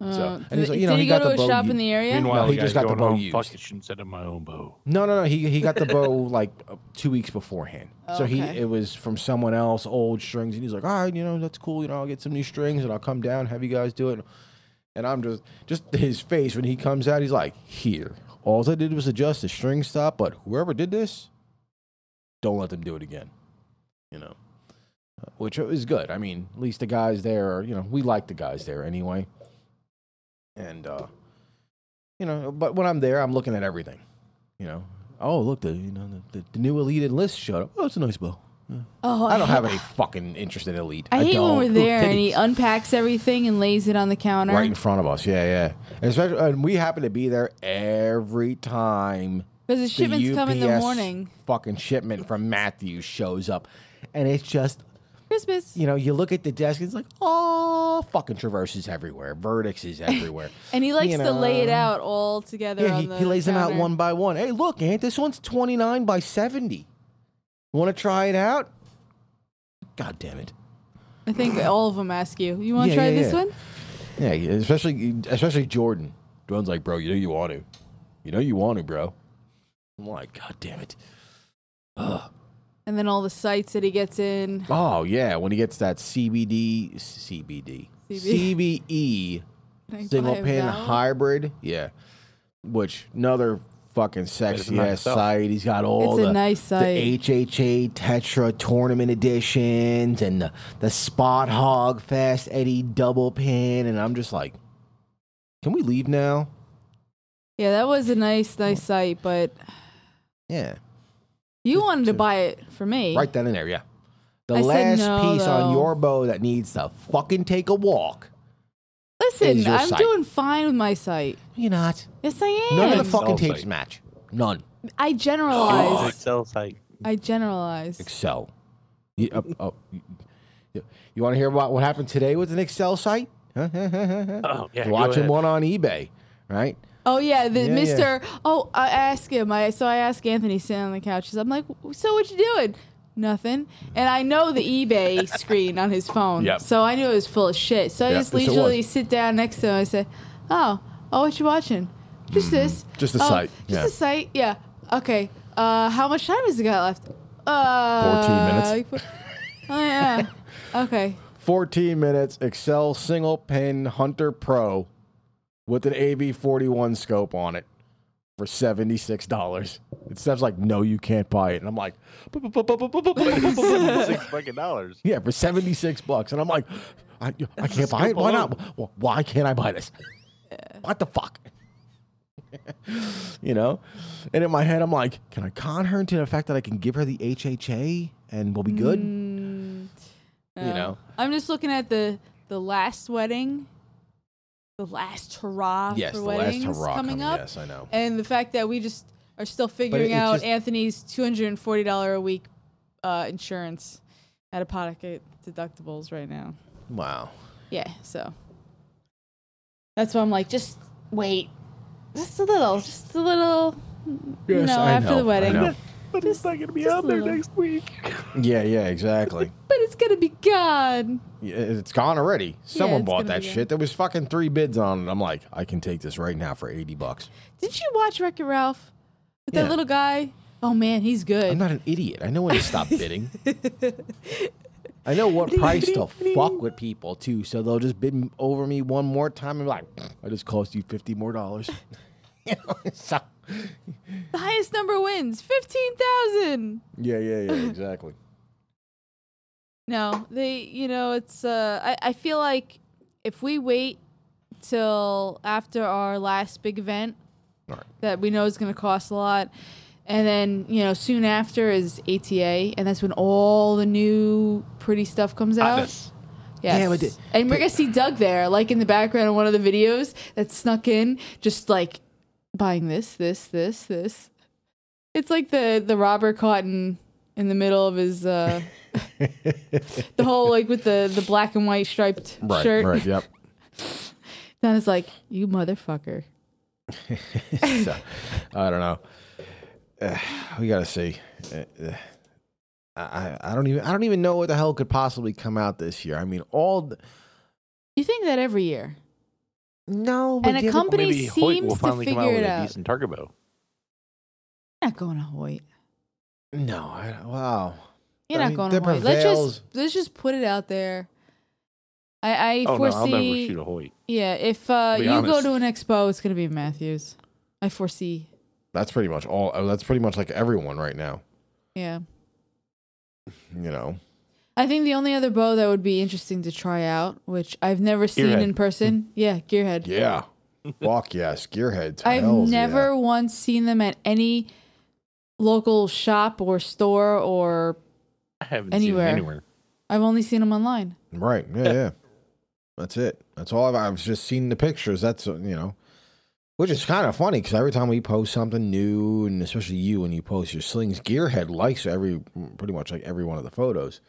Speaker 1: so
Speaker 2: Uh,
Speaker 1: and he's
Speaker 2: did
Speaker 1: like, you know,
Speaker 2: did
Speaker 1: he,
Speaker 2: he,
Speaker 1: got
Speaker 2: go to
Speaker 1: the
Speaker 2: a
Speaker 1: bow
Speaker 2: shop
Speaker 1: u-
Speaker 2: in the area?
Speaker 1: No,
Speaker 4: Meanwhile,
Speaker 1: he
Speaker 4: the guy's
Speaker 1: just got the
Speaker 4: going
Speaker 1: bow
Speaker 4: home.
Speaker 1: used.
Speaker 4: Fuck it.
Speaker 3: Shouldn't set up my own bow.
Speaker 1: No, no, no. He he got the bow like uh, two weeks beforehand. So he
Speaker 2: Okay.
Speaker 1: it was from someone else, old strings, and he's like, all right, you know, that's cool. You know, I'll get some new strings and I'll come down, have you guys do it. And I'm just just <laughs> his face when he comes out, he's like, here. All I did was adjust the string stop, but whoever did this, don't let them do it again. You know. Uh, Which is good. I mean, at least the guys there are, you know, we like the guys there anyway. And uh you know, but when I'm there, I'm looking at everything. You know, oh look, the you know the, the, the new elite and list showed up. Oh, it's a nice bow.
Speaker 2: Oh,
Speaker 1: I don't
Speaker 2: hate-
Speaker 1: have any fucking interest in elite.
Speaker 2: I hate
Speaker 1: don't.
Speaker 2: when we're there and he unpacks everything and lays it on the counter.
Speaker 1: right in front of us. Yeah, yeah. And, especially, and we happen to be there every time.
Speaker 2: Because the shipments
Speaker 1: the
Speaker 2: come in the
Speaker 1: UPS
Speaker 2: morning.
Speaker 1: Fucking shipment from Matthews shows up, and it's just
Speaker 2: Christmas.
Speaker 1: you know you look at the desk. It's like oh, fucking traverses everywhere, verdicts is
Speaker 2: <laughs>
Speaker 1: everywhere.
Speaker 2: And he likes
Speaker 1: you
Speaker 2: to lay it
Speaker 1: know.
Speaker 2: out all together
Speaker 1: Yeah,
Speaker 2: on
Speaker 1: he,
Speaker 2: the
Speaker 1: he lays them out
Speaker 2: counter.
Speaker 1: one by one. Hey, look, Aunt, this one's 29 by 70. Want to try it out? God damn it.
Speaker 2: I think all of them ask you, you want to
Speaker 1: Yeah,
Speaker 2: try
Speaker 1: yeah,
Speaker 2: this
Speaker 1: yeah.
Speaker 2: one?
Speaker 1: Yeah, especially especially Jordan. Jordan's like, bro, you know you want to. You know you want to, bro. I'm like, God damn it. Ugh.
Speaker 2: And then all the sites that he gets in. <laughs>
Speaker 1: Oh, yeah, when he gets that CBD, CBD,
Speaker 2: CB.
Speaker 1: CBE
Speaker 2: Can I
Speaker 1: single
Speaker 2: buy
Speaker 1: pin
Speaker 2: that one?
Speaker 1: hybrid. Yeah. Which, another fucking sexy ass
Speaker 3: myself.
Speaker 1: site. He's got all
Speaker 2: It's
Speaker 1: the.
Speaker 2: a nice site.
Speaker 1: the HHA Tetra Tournament Editions and the, the Spot Hog Fast Eddie Double Pin. And I'm just like, can we leave now?
Speaker 2: yeah, that was a nice, nice site, but
Speaker 1: Yeah.
Speaker 2: you wanted to
Speaker 1: too.
Speaker 2: buy it for me.
Speaker 1: Right then and there, yeah. The
Speaker 2: I
Speaker 1: last
Speaker 2: said no,
Speaker 1: piece
Speaker 2: though.
Speaker 1: on your bow that needs to fucking take a walk.
Speaker 2: Listen,
Speaker 1: Is your
Speaker 2: I'm
Speaker 1: site.
Speaker 2: doing fine with my site.
Speaker 1: You're not.
Speaker 2: Yes, I am.
Speaker 1: None of the fucking
Speaker 3: Excel
Speaker 1: tapes
Speaker 3: site.
Speaker 1: match. None.
Speaker 2: I generalized.
Speaker 3: Excel site.
Speaker 2: I generalized.
Speaker 1: Excel. You, uh, oh, you, want to hear about what happened today with an Excel site? Huh?
Speaker 3: Oh, yeah. go
Speaker 1: Watching
Speaker 3: ahead.
Speaker 1: one on eBay, right?
Speaker 2: Oh yeah, the
Speaker 1: Yeah, yeah.
Speaker 2: Mister. Oh, I ask him. I so I ask Anthony sitting on the couch. I'm like, so what you doing? Nothing. And I know the
Speaker 1: <laughs>
Speaker 2: eBay screen on his phone.
Speaker 1: Yep.
Speaker 2: So I knew it was full of shit. So I
Speaker 1: Yeah,
Speaker 2: just
Speaker 1: yes, it was.
Speaker 2: leisurely sit down next to him. I said, oh, oh, what you watching? Just this.
Speaker 1: Mm-hmm. Just the
Speaker 2: "Oh,
Speaker 1: site,
Speaker 2: Just
Speaker 1: yeah.
Speaker 2: the site. Yeah. Okay. Uh, how much time has it got left? Uh,
Speaker 1: 14
Speaker 2: minutes. <laughs> Oh
Speaker 1: <laughs>
Speaker 2: yeah. okay.
Speaker 1: 14 minutes Excel single pin Hunter Pro with an AV41 scope on it for $76. And Steph's like, no, you can't buy it. And I'm
Speaker 3: <laughs>
Speaker 1: like, <laughs> "Bu- bu- bu- bu- bu- bu- bu- bu- bu- bu- bu-
Speaker 2: <laughs>
Speaker 3: Six fucking dollars.
Speaker 1: yeah, for 76 bucks. And I'm like, I, I can't
Speaker 3: a
Speaker 1: buy it.
Speaker 3: scope
Speaker 1: Why not? Wh- Why can't I buy this? What the fuck? you know? And in my head, I'm like, can I con her into the fact that I can give her the HHA and we'll be
Speaker 2: Mm,
Speaker 1: good? You
Speaker 2: No.
Speaker 1: know?
Speaker 2: I'm just looking at the the last wedding, the last hurrah
Speaker 1: Yes,
Speaker 2: for
Speaker 1: the last
Speaker 2: weddings
Speaker 1: hurrah
Speaker 2: coming
Speaker 1: coming,
Speaker 2: up,
Speaker 1: yes, I know.
Speaker 2: and the fact that we just are still figuring
Speaker 1: it
Speaker 2: out
Speaker 1: just-
Speaker 2: Anthony's two hundred and forty dollar a week uh, insurance out of pocket deductibles right now.
Speaker 1: Wow.
Speaker 2: Yeah, so that's why I'm like, just wait, just a little, just a little. you
Speaker 1: Yes,
Speaker 2: know,
Speaker 1: I
Speaker 2: after
Speaker 1: know, I
Speaker 2: the wedding,
Speaker 1: know.
Speaker 3: But it's not gonna be
Speaker 2: just
Speaker 3: out
Speaker 2: a
Speaker 3: there
Speaker 2: little.
Speaker 3: next <laughs> week.
Speaker 1: <laughs> Yeah, yeah, exactly.
Speaker 2: but it's gonna be gone.
Speaker 1: Yeah, It's gone already. Someone
Speaker 2: it's
Speaker 1: bought
Speaker 2: gonna
Speaker 1: that
Speaker 2: be gone.
Speaker 1: shit. There was fucking three bids on it. I'm like, I can take this right now for 80 bucks.
Speaker 2: Did you watch Wreck It Ralph with
Speaker 1: Yeah.
Speaker 2: that little guy? Oh man, he's good.
Speaker 1: I'm not an idiot. I know when to stop bidding. I know what price to fuck with people too, so they'll just bid m- over me one more time and be like, I just cost you 50 more dollars. <laughs> You know, so-
Speaker 2: The highest number wins. 15,000.
Speaker 1: yeah, yeah, yeah, exactly.
Speaker 2: No, they, you know, it's, uh, I, I feel like if we wait till after our last big event
Speaker 1: All right.
Speaker 2: that we know is going to cost a lot, and then, you know, soon after is ATA, and that's when all the new pretty stuff
Speaker 3: Ah,
Speaker 2: comes out.
Speaker 3: Honest.
Speaker 2: Yes.
Speaker 1: Yeah, but the-
Speaker 2: and we're gonna see Doug there, like in the background of one of the videos that snuck in, just like buying this, this, this, this. It's like the the robber caught in in the middle of
Speaker 1: <laughs>
Speaker 2: his uh the whole like with the the black and white striped
Speaker 1: Right,
Speaker 2: shirt.
Speaker 1: right, yep.
Speaker 2: <laughs> Then it's like you motherfucker.
Speaker 1: so, I don't know. Uh, <sighs> we gotta see. Uh, uh, I I- I don't even I don't even know what the hell could possibly come out this year. I mean, all the,
Speaker 2: You think that every year?
Speaker 3: No,
Speaker 2: And a
Speaker 3: give it-
Speaker 2: company
Speaker 3: maybe Hoyt
Speaker 2: seems
Speaker 3: will
Speaker 2: to
Speaker 3: finally come out
Speaker 2: figure
Speaker 3: with
Speaker 2: it
Speaker 3: a
Speaker 2: out.
Speaker 3: decent target bow.
Speaker 2: You're not going to Hoyt.
Speaker 1: No, I, wow.
Speaker 2: You're
Speaker 1: I
Speaker 2: not
Speaker 1: mean,
Speaker 2: going
Speaker 1: that
Speaker 2: to Hoyt. Let's just
Speaker 1: prevails.
Speaker 2: let's just put it out there. I, I
Speaker 3: Oh no, I'll never
Speaker 2: foresee.
Speaker 3: shoot a Hoyt.
Speaker 2: yeah, if uh,
Speaker 3: To be
Speaker 2: you go
Speaker 3: honest.
Speaker 2: to an expo, it's going to be Matthews. I foresee.
Speaker 1: That's pretty much all. uh, That's pretty much like everyone right now.
Speaker 2: Yeah.
Speaker 1: You know,
Speaker 2: I think the only other bow that would be interesting to try out, which I've never seen
Speaker 3: Gearhead.
Speaker 2: in
Speaker 1: Hmm.
Speaker 2: person, yeah, Gearhead.
Speaker 1: yeah. Fuck yes, gearheads.
Speaker 2: I've
Speaker 1: hells yeah.
Speaker 2: never once seen them at any local shop or store, or
Speaker 3: I haven't
Speaker 2: Anywhere.
Speaker 3: seen it anywhere.
Speaker 2: I've only seen them online.
Speaker 1: Right. Yeah,
Speaker 3: Yeah.
Speaker 1: yeah. That's it. That's all I've, I've just seen the pictures. That's, uh, you know, which is kind of funny because every time we post something new, and especially you when you post your slings, Gearhead likes every, pretty much like every one of the photos.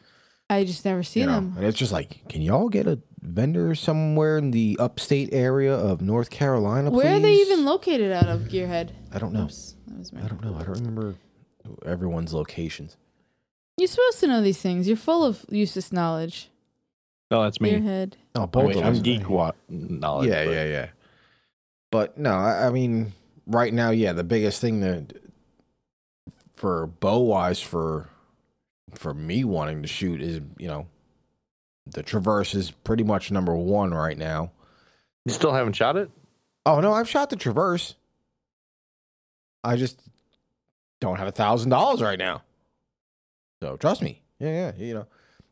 Speaker 2: I just never
Speaker 1: You
Speaker 2: seen
Speaker 1: know?
Speaker 2: them.
Speaker 1: And it's just like, can y'all get a vendor somewhere in the upstate area of North Carolina?
Speaker 2: Where are they
Speaker 1: please?
Speaker 2: even located out of, Gearhead?
Speaker 1: I don't know.
Speaker 2: Oops, that was me.
Speaker 1: I don't know. I don't remember everyone's locations.
Speaker 2: You're supposed to know these things. You're full of useless knowledge.
Speaker 3: No, that's me.
Speaker 2: Gearhead.
Speaker 1: Oh,
Speaker 3: Oh,
Speaker 1: both
Speaker 3: wait,
Speaker 1: of
Speaker 3: I'm
Speaker 1: us.
Speaker 3: geek wa- knowledge.
Speaker 1: yeah,
Speaker 3: but
Speaker 1: yeah, yeah. But no, I, I mean, right now, yeah, the biggest thing that for bow wise for for me wanting to shoot is you know the traverse is pretty much number one right now.
Speaker 3: You still haven't shot it?
Speaker 1: Oh no, I've shot the traverse. I just don't have a thousand dollars right now. So trust me. Yeah, yeah, you know.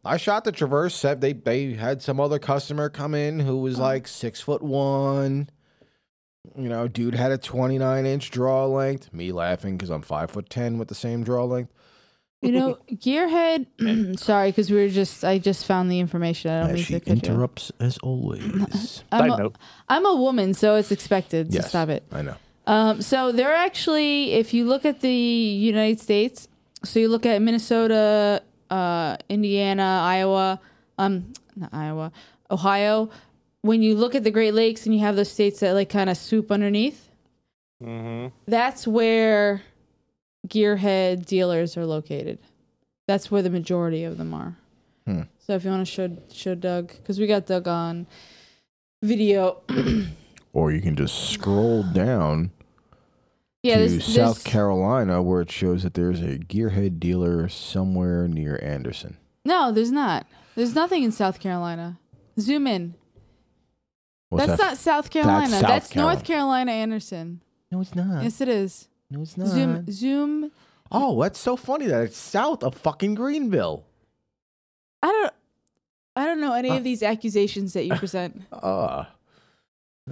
Speaker 1: I shot the traverse. Said they they had some other customer come in who was
Speaker 2: Oh.
Speaker 1: like six foot one. You know, dude had a twenty nine inch draw length. Me laughing because I'm five foot ten with the same draw length.
Speaker 2: You know, Gearhead. <clears throat> sorry, because we were just. I just found the information. I don't mean to cut you. off.
Speaker 1: as
Speaker 2: <laughs>
Speaker 1: always.
Speaker 2: I'm
Speaker 3: Side
Speaker 2: a,
Speaker 3: note.
Speaker 2: I'm a woman, so it's expected.
Speaker 1: Yes.
Speaker 2: So stop it.
Speaker 1: I know.
Speaker 2: Um, so they're actually, if you look at the United States, so you look at Minnesota, uh, Indiana, Iowa, um, not Iowa, Ohio. When you look at the Great Lakes and you have those states that like kind of swoop underneath,
Speaker 3: Mm-hmm.
Speaker 2: that's where gearhead dealers are located. That's where the majority of them are.
Speaker 1: Hmm.
Speaker 2: So if you want to show show Doug, because we got Doug on video.
Speaker 1: Or you can just scroll down
Speaker 2: yeah,
Speaker 1: to
Speaker 2: this,
Speaker 1: South
Speaker 2: this,
Speaker 1: Carolina, where it shows that there's a gearhead dealer somewhere near Anderson.
Speaker 2: No, there's not. There's nothing in South Carolina. Zoom in.
Speaker 1: What's
Speaker 2: That's
Speaker 1: that?
Speaker 2: not South Carolina. That's,
Speaker 1: South
Speaker 2: North Carolina Anderson.
Speaker 1: no, it's not.
Speaker 2: Yes, it is.
Speaker 1: no, it's
Speaker 2: Zoom. Zoom.
Speaker 1: Oh, that's so funny that it's south of fucking Greenville.
Speaker 2: I don't. I don't know any of these accusations that you present.
Speaker 1: Uh,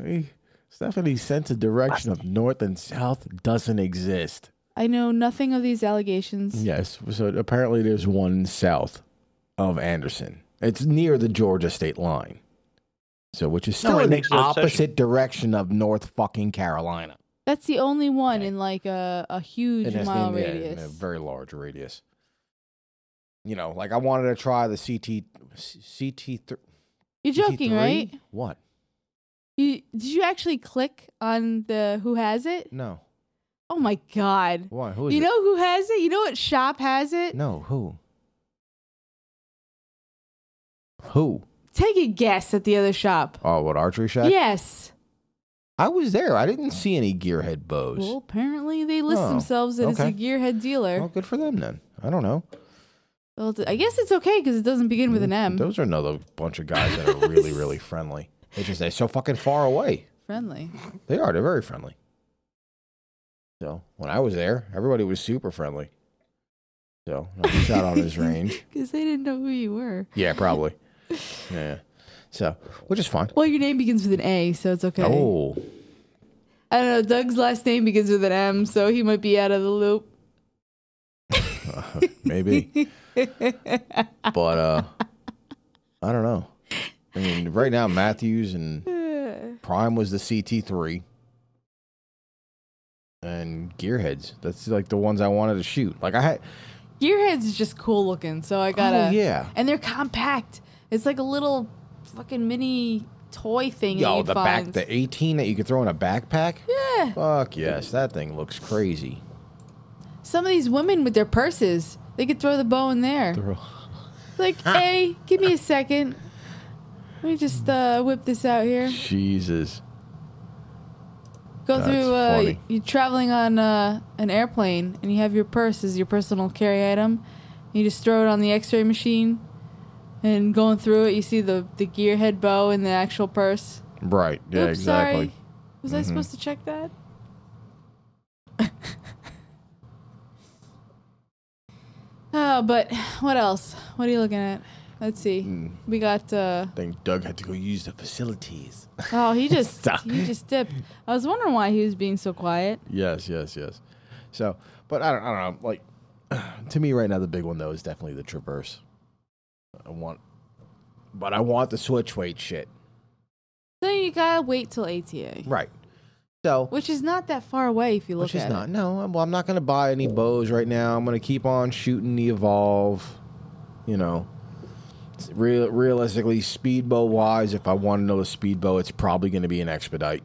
Speaker 1: hey, Stephanie sense a direction of north and south doesn't exist.
Speaker 2: I know nothing of these allegations.
Speaker 1: Yes, so apparently there's one south of Anderson. It's near the Georgia state line. So, which is
Speaker 3: No,
Speaker 1: still
Speaker 3: it
Speaker 1: in the
Speaker 3: makes no
Speaker 1: opposite
Speaker 3: obsession.
Speaker 1: direction of North fucking Carolina.
Speaker 2: That's the only one
Speaker 1: Okay.
Speaker 2: in like a, a huge
Speaker 1: And it's
Speaker 2: mile
Speaker 1: in- yeah, in
Speaker 2: radius.
Speaker 1: a very large radius. You know, like I wanted to try the CT CT three.
Speaker 2: You're joking, right?
Speaker 1: What?
Speaker 2: You, did you actually click on the who has it?
Speaker 1: No.
Speaker 2: Oh my god!
Speaker 1: Why? Who is
Speaker 2: You
Speaker 1: it?
Speaker 2: know who has it? You know what shop has it?
Speaker 1: No, who? Who?
Speaker 2: Take a guess at the other shop.
Speaker 1: Oh, what archery shack?
Speaker 2: Yes.
Speaker 1: I was there. I didn't see any gearhead bows.
Speaker 2: Well, apparently they list
Speaker 1: Oh,
Speaker 2: themselves as
Speaker 1: okay.
Speaker 2: a gearhead dealer.
Speaker 1: well, good for them then. I don't know.
Speaker 2: Well, th- I guess it's okay because it doesn't begin with an M.
Speaker 1: Those are another bunch of guys that are really,
Speaker 2: <laughs>
Speaker 1: really friendly. They just they're so fucking far away.
Speaker 2: Friendly.
Speaker 1: They are. They're very friendly. So when I was there, everybody was super friendly. So I shot on his range.
Speaker 2: Because they didn't know who you were.
Speaker 1: Yeah, probably. Yeah. So which is fine.
Speaker 2: Well, your name begins with an A, so it's okay.
Speaker 1: Oh,
Speaker 2: I don't know. Doug's last name begins with an M, so he might be out of the loop. <laughs>
Speaker 1: maybe. but uh I don't know. I mean, right now Matthews and Prime was the CT3 and Gearheads. That's like the ones I wanted to shoot. Like I had
Speaker 2: Gearheads is just cool looking, so I gotta.
Speaker 1: Oh yeah.
Speaker 2: And they're compact. It's like a little fucking mini toy thing. that
Speaker 1: Yo,
Speaker 2: you'd
Speaker 1: the
Speaker 2: find.
Speaker 1: back the 18 that you could throw in a backpack?
Speaker 2: Yeah.
Speaker 1: Fuck yes, that thing looks crazy.
Speaker 2: Some of these women with their purses, they could throw the bow in there.
Speaker 1: Throw-
Speaker 2: Like, hey, give me a second. Let me just uh, whip this out here.
Speaker 1: Jesus.
Speaker 2: Go
Speaker 1: That's
Speaker 2: through. Uh,
Speaker 1: funny.
Speaker 2: You're traveling on uh, an airplane, and you have your purse as your personal carry item. You just throw it on the X-ray machine, and going through it, you see the the gear head bow and the actual purse.
Speaker 1: Right. Yeah,
Speaker 2: Oops,
Speaker 1: exactly. Mm-hmm.
Speaker 2: Sorry. Was I supposed to check that? <laughs> oh, but what else? What are you looking at? Let's see.
Speaker 1: Mm.
Speaker 2: We got. Uh,
Speaker 1: I think Doug had to go use the facilities.
Speaker 2: oh, he just
Speaker 1: Stop.
Speaker 2: he just dipped. I was wondering why he was being so quiet.
Speaker 1: yes, yes, yes. So, but I don't, I don't know. Like, <sighs> to me right now, the big one though is definitely the Traverse. I want, but I want the switch weight shit.
Speaker 2: So you gotta wait till ATA,
Speaker 1: Right. So,
Speaker 2: which is not that far away if you look
Speaker 1: which is
Speaker 2: at
Speaker 1: not.
Speaker 2: it.
Speaker 1: No, I'm- well, I'm not going to buy any bows right now. I'm going to keep on shooting the evolve. You know, It's real, realistically, speed bow wise, if I want to know the speed bow, it's probably going to be an expedite.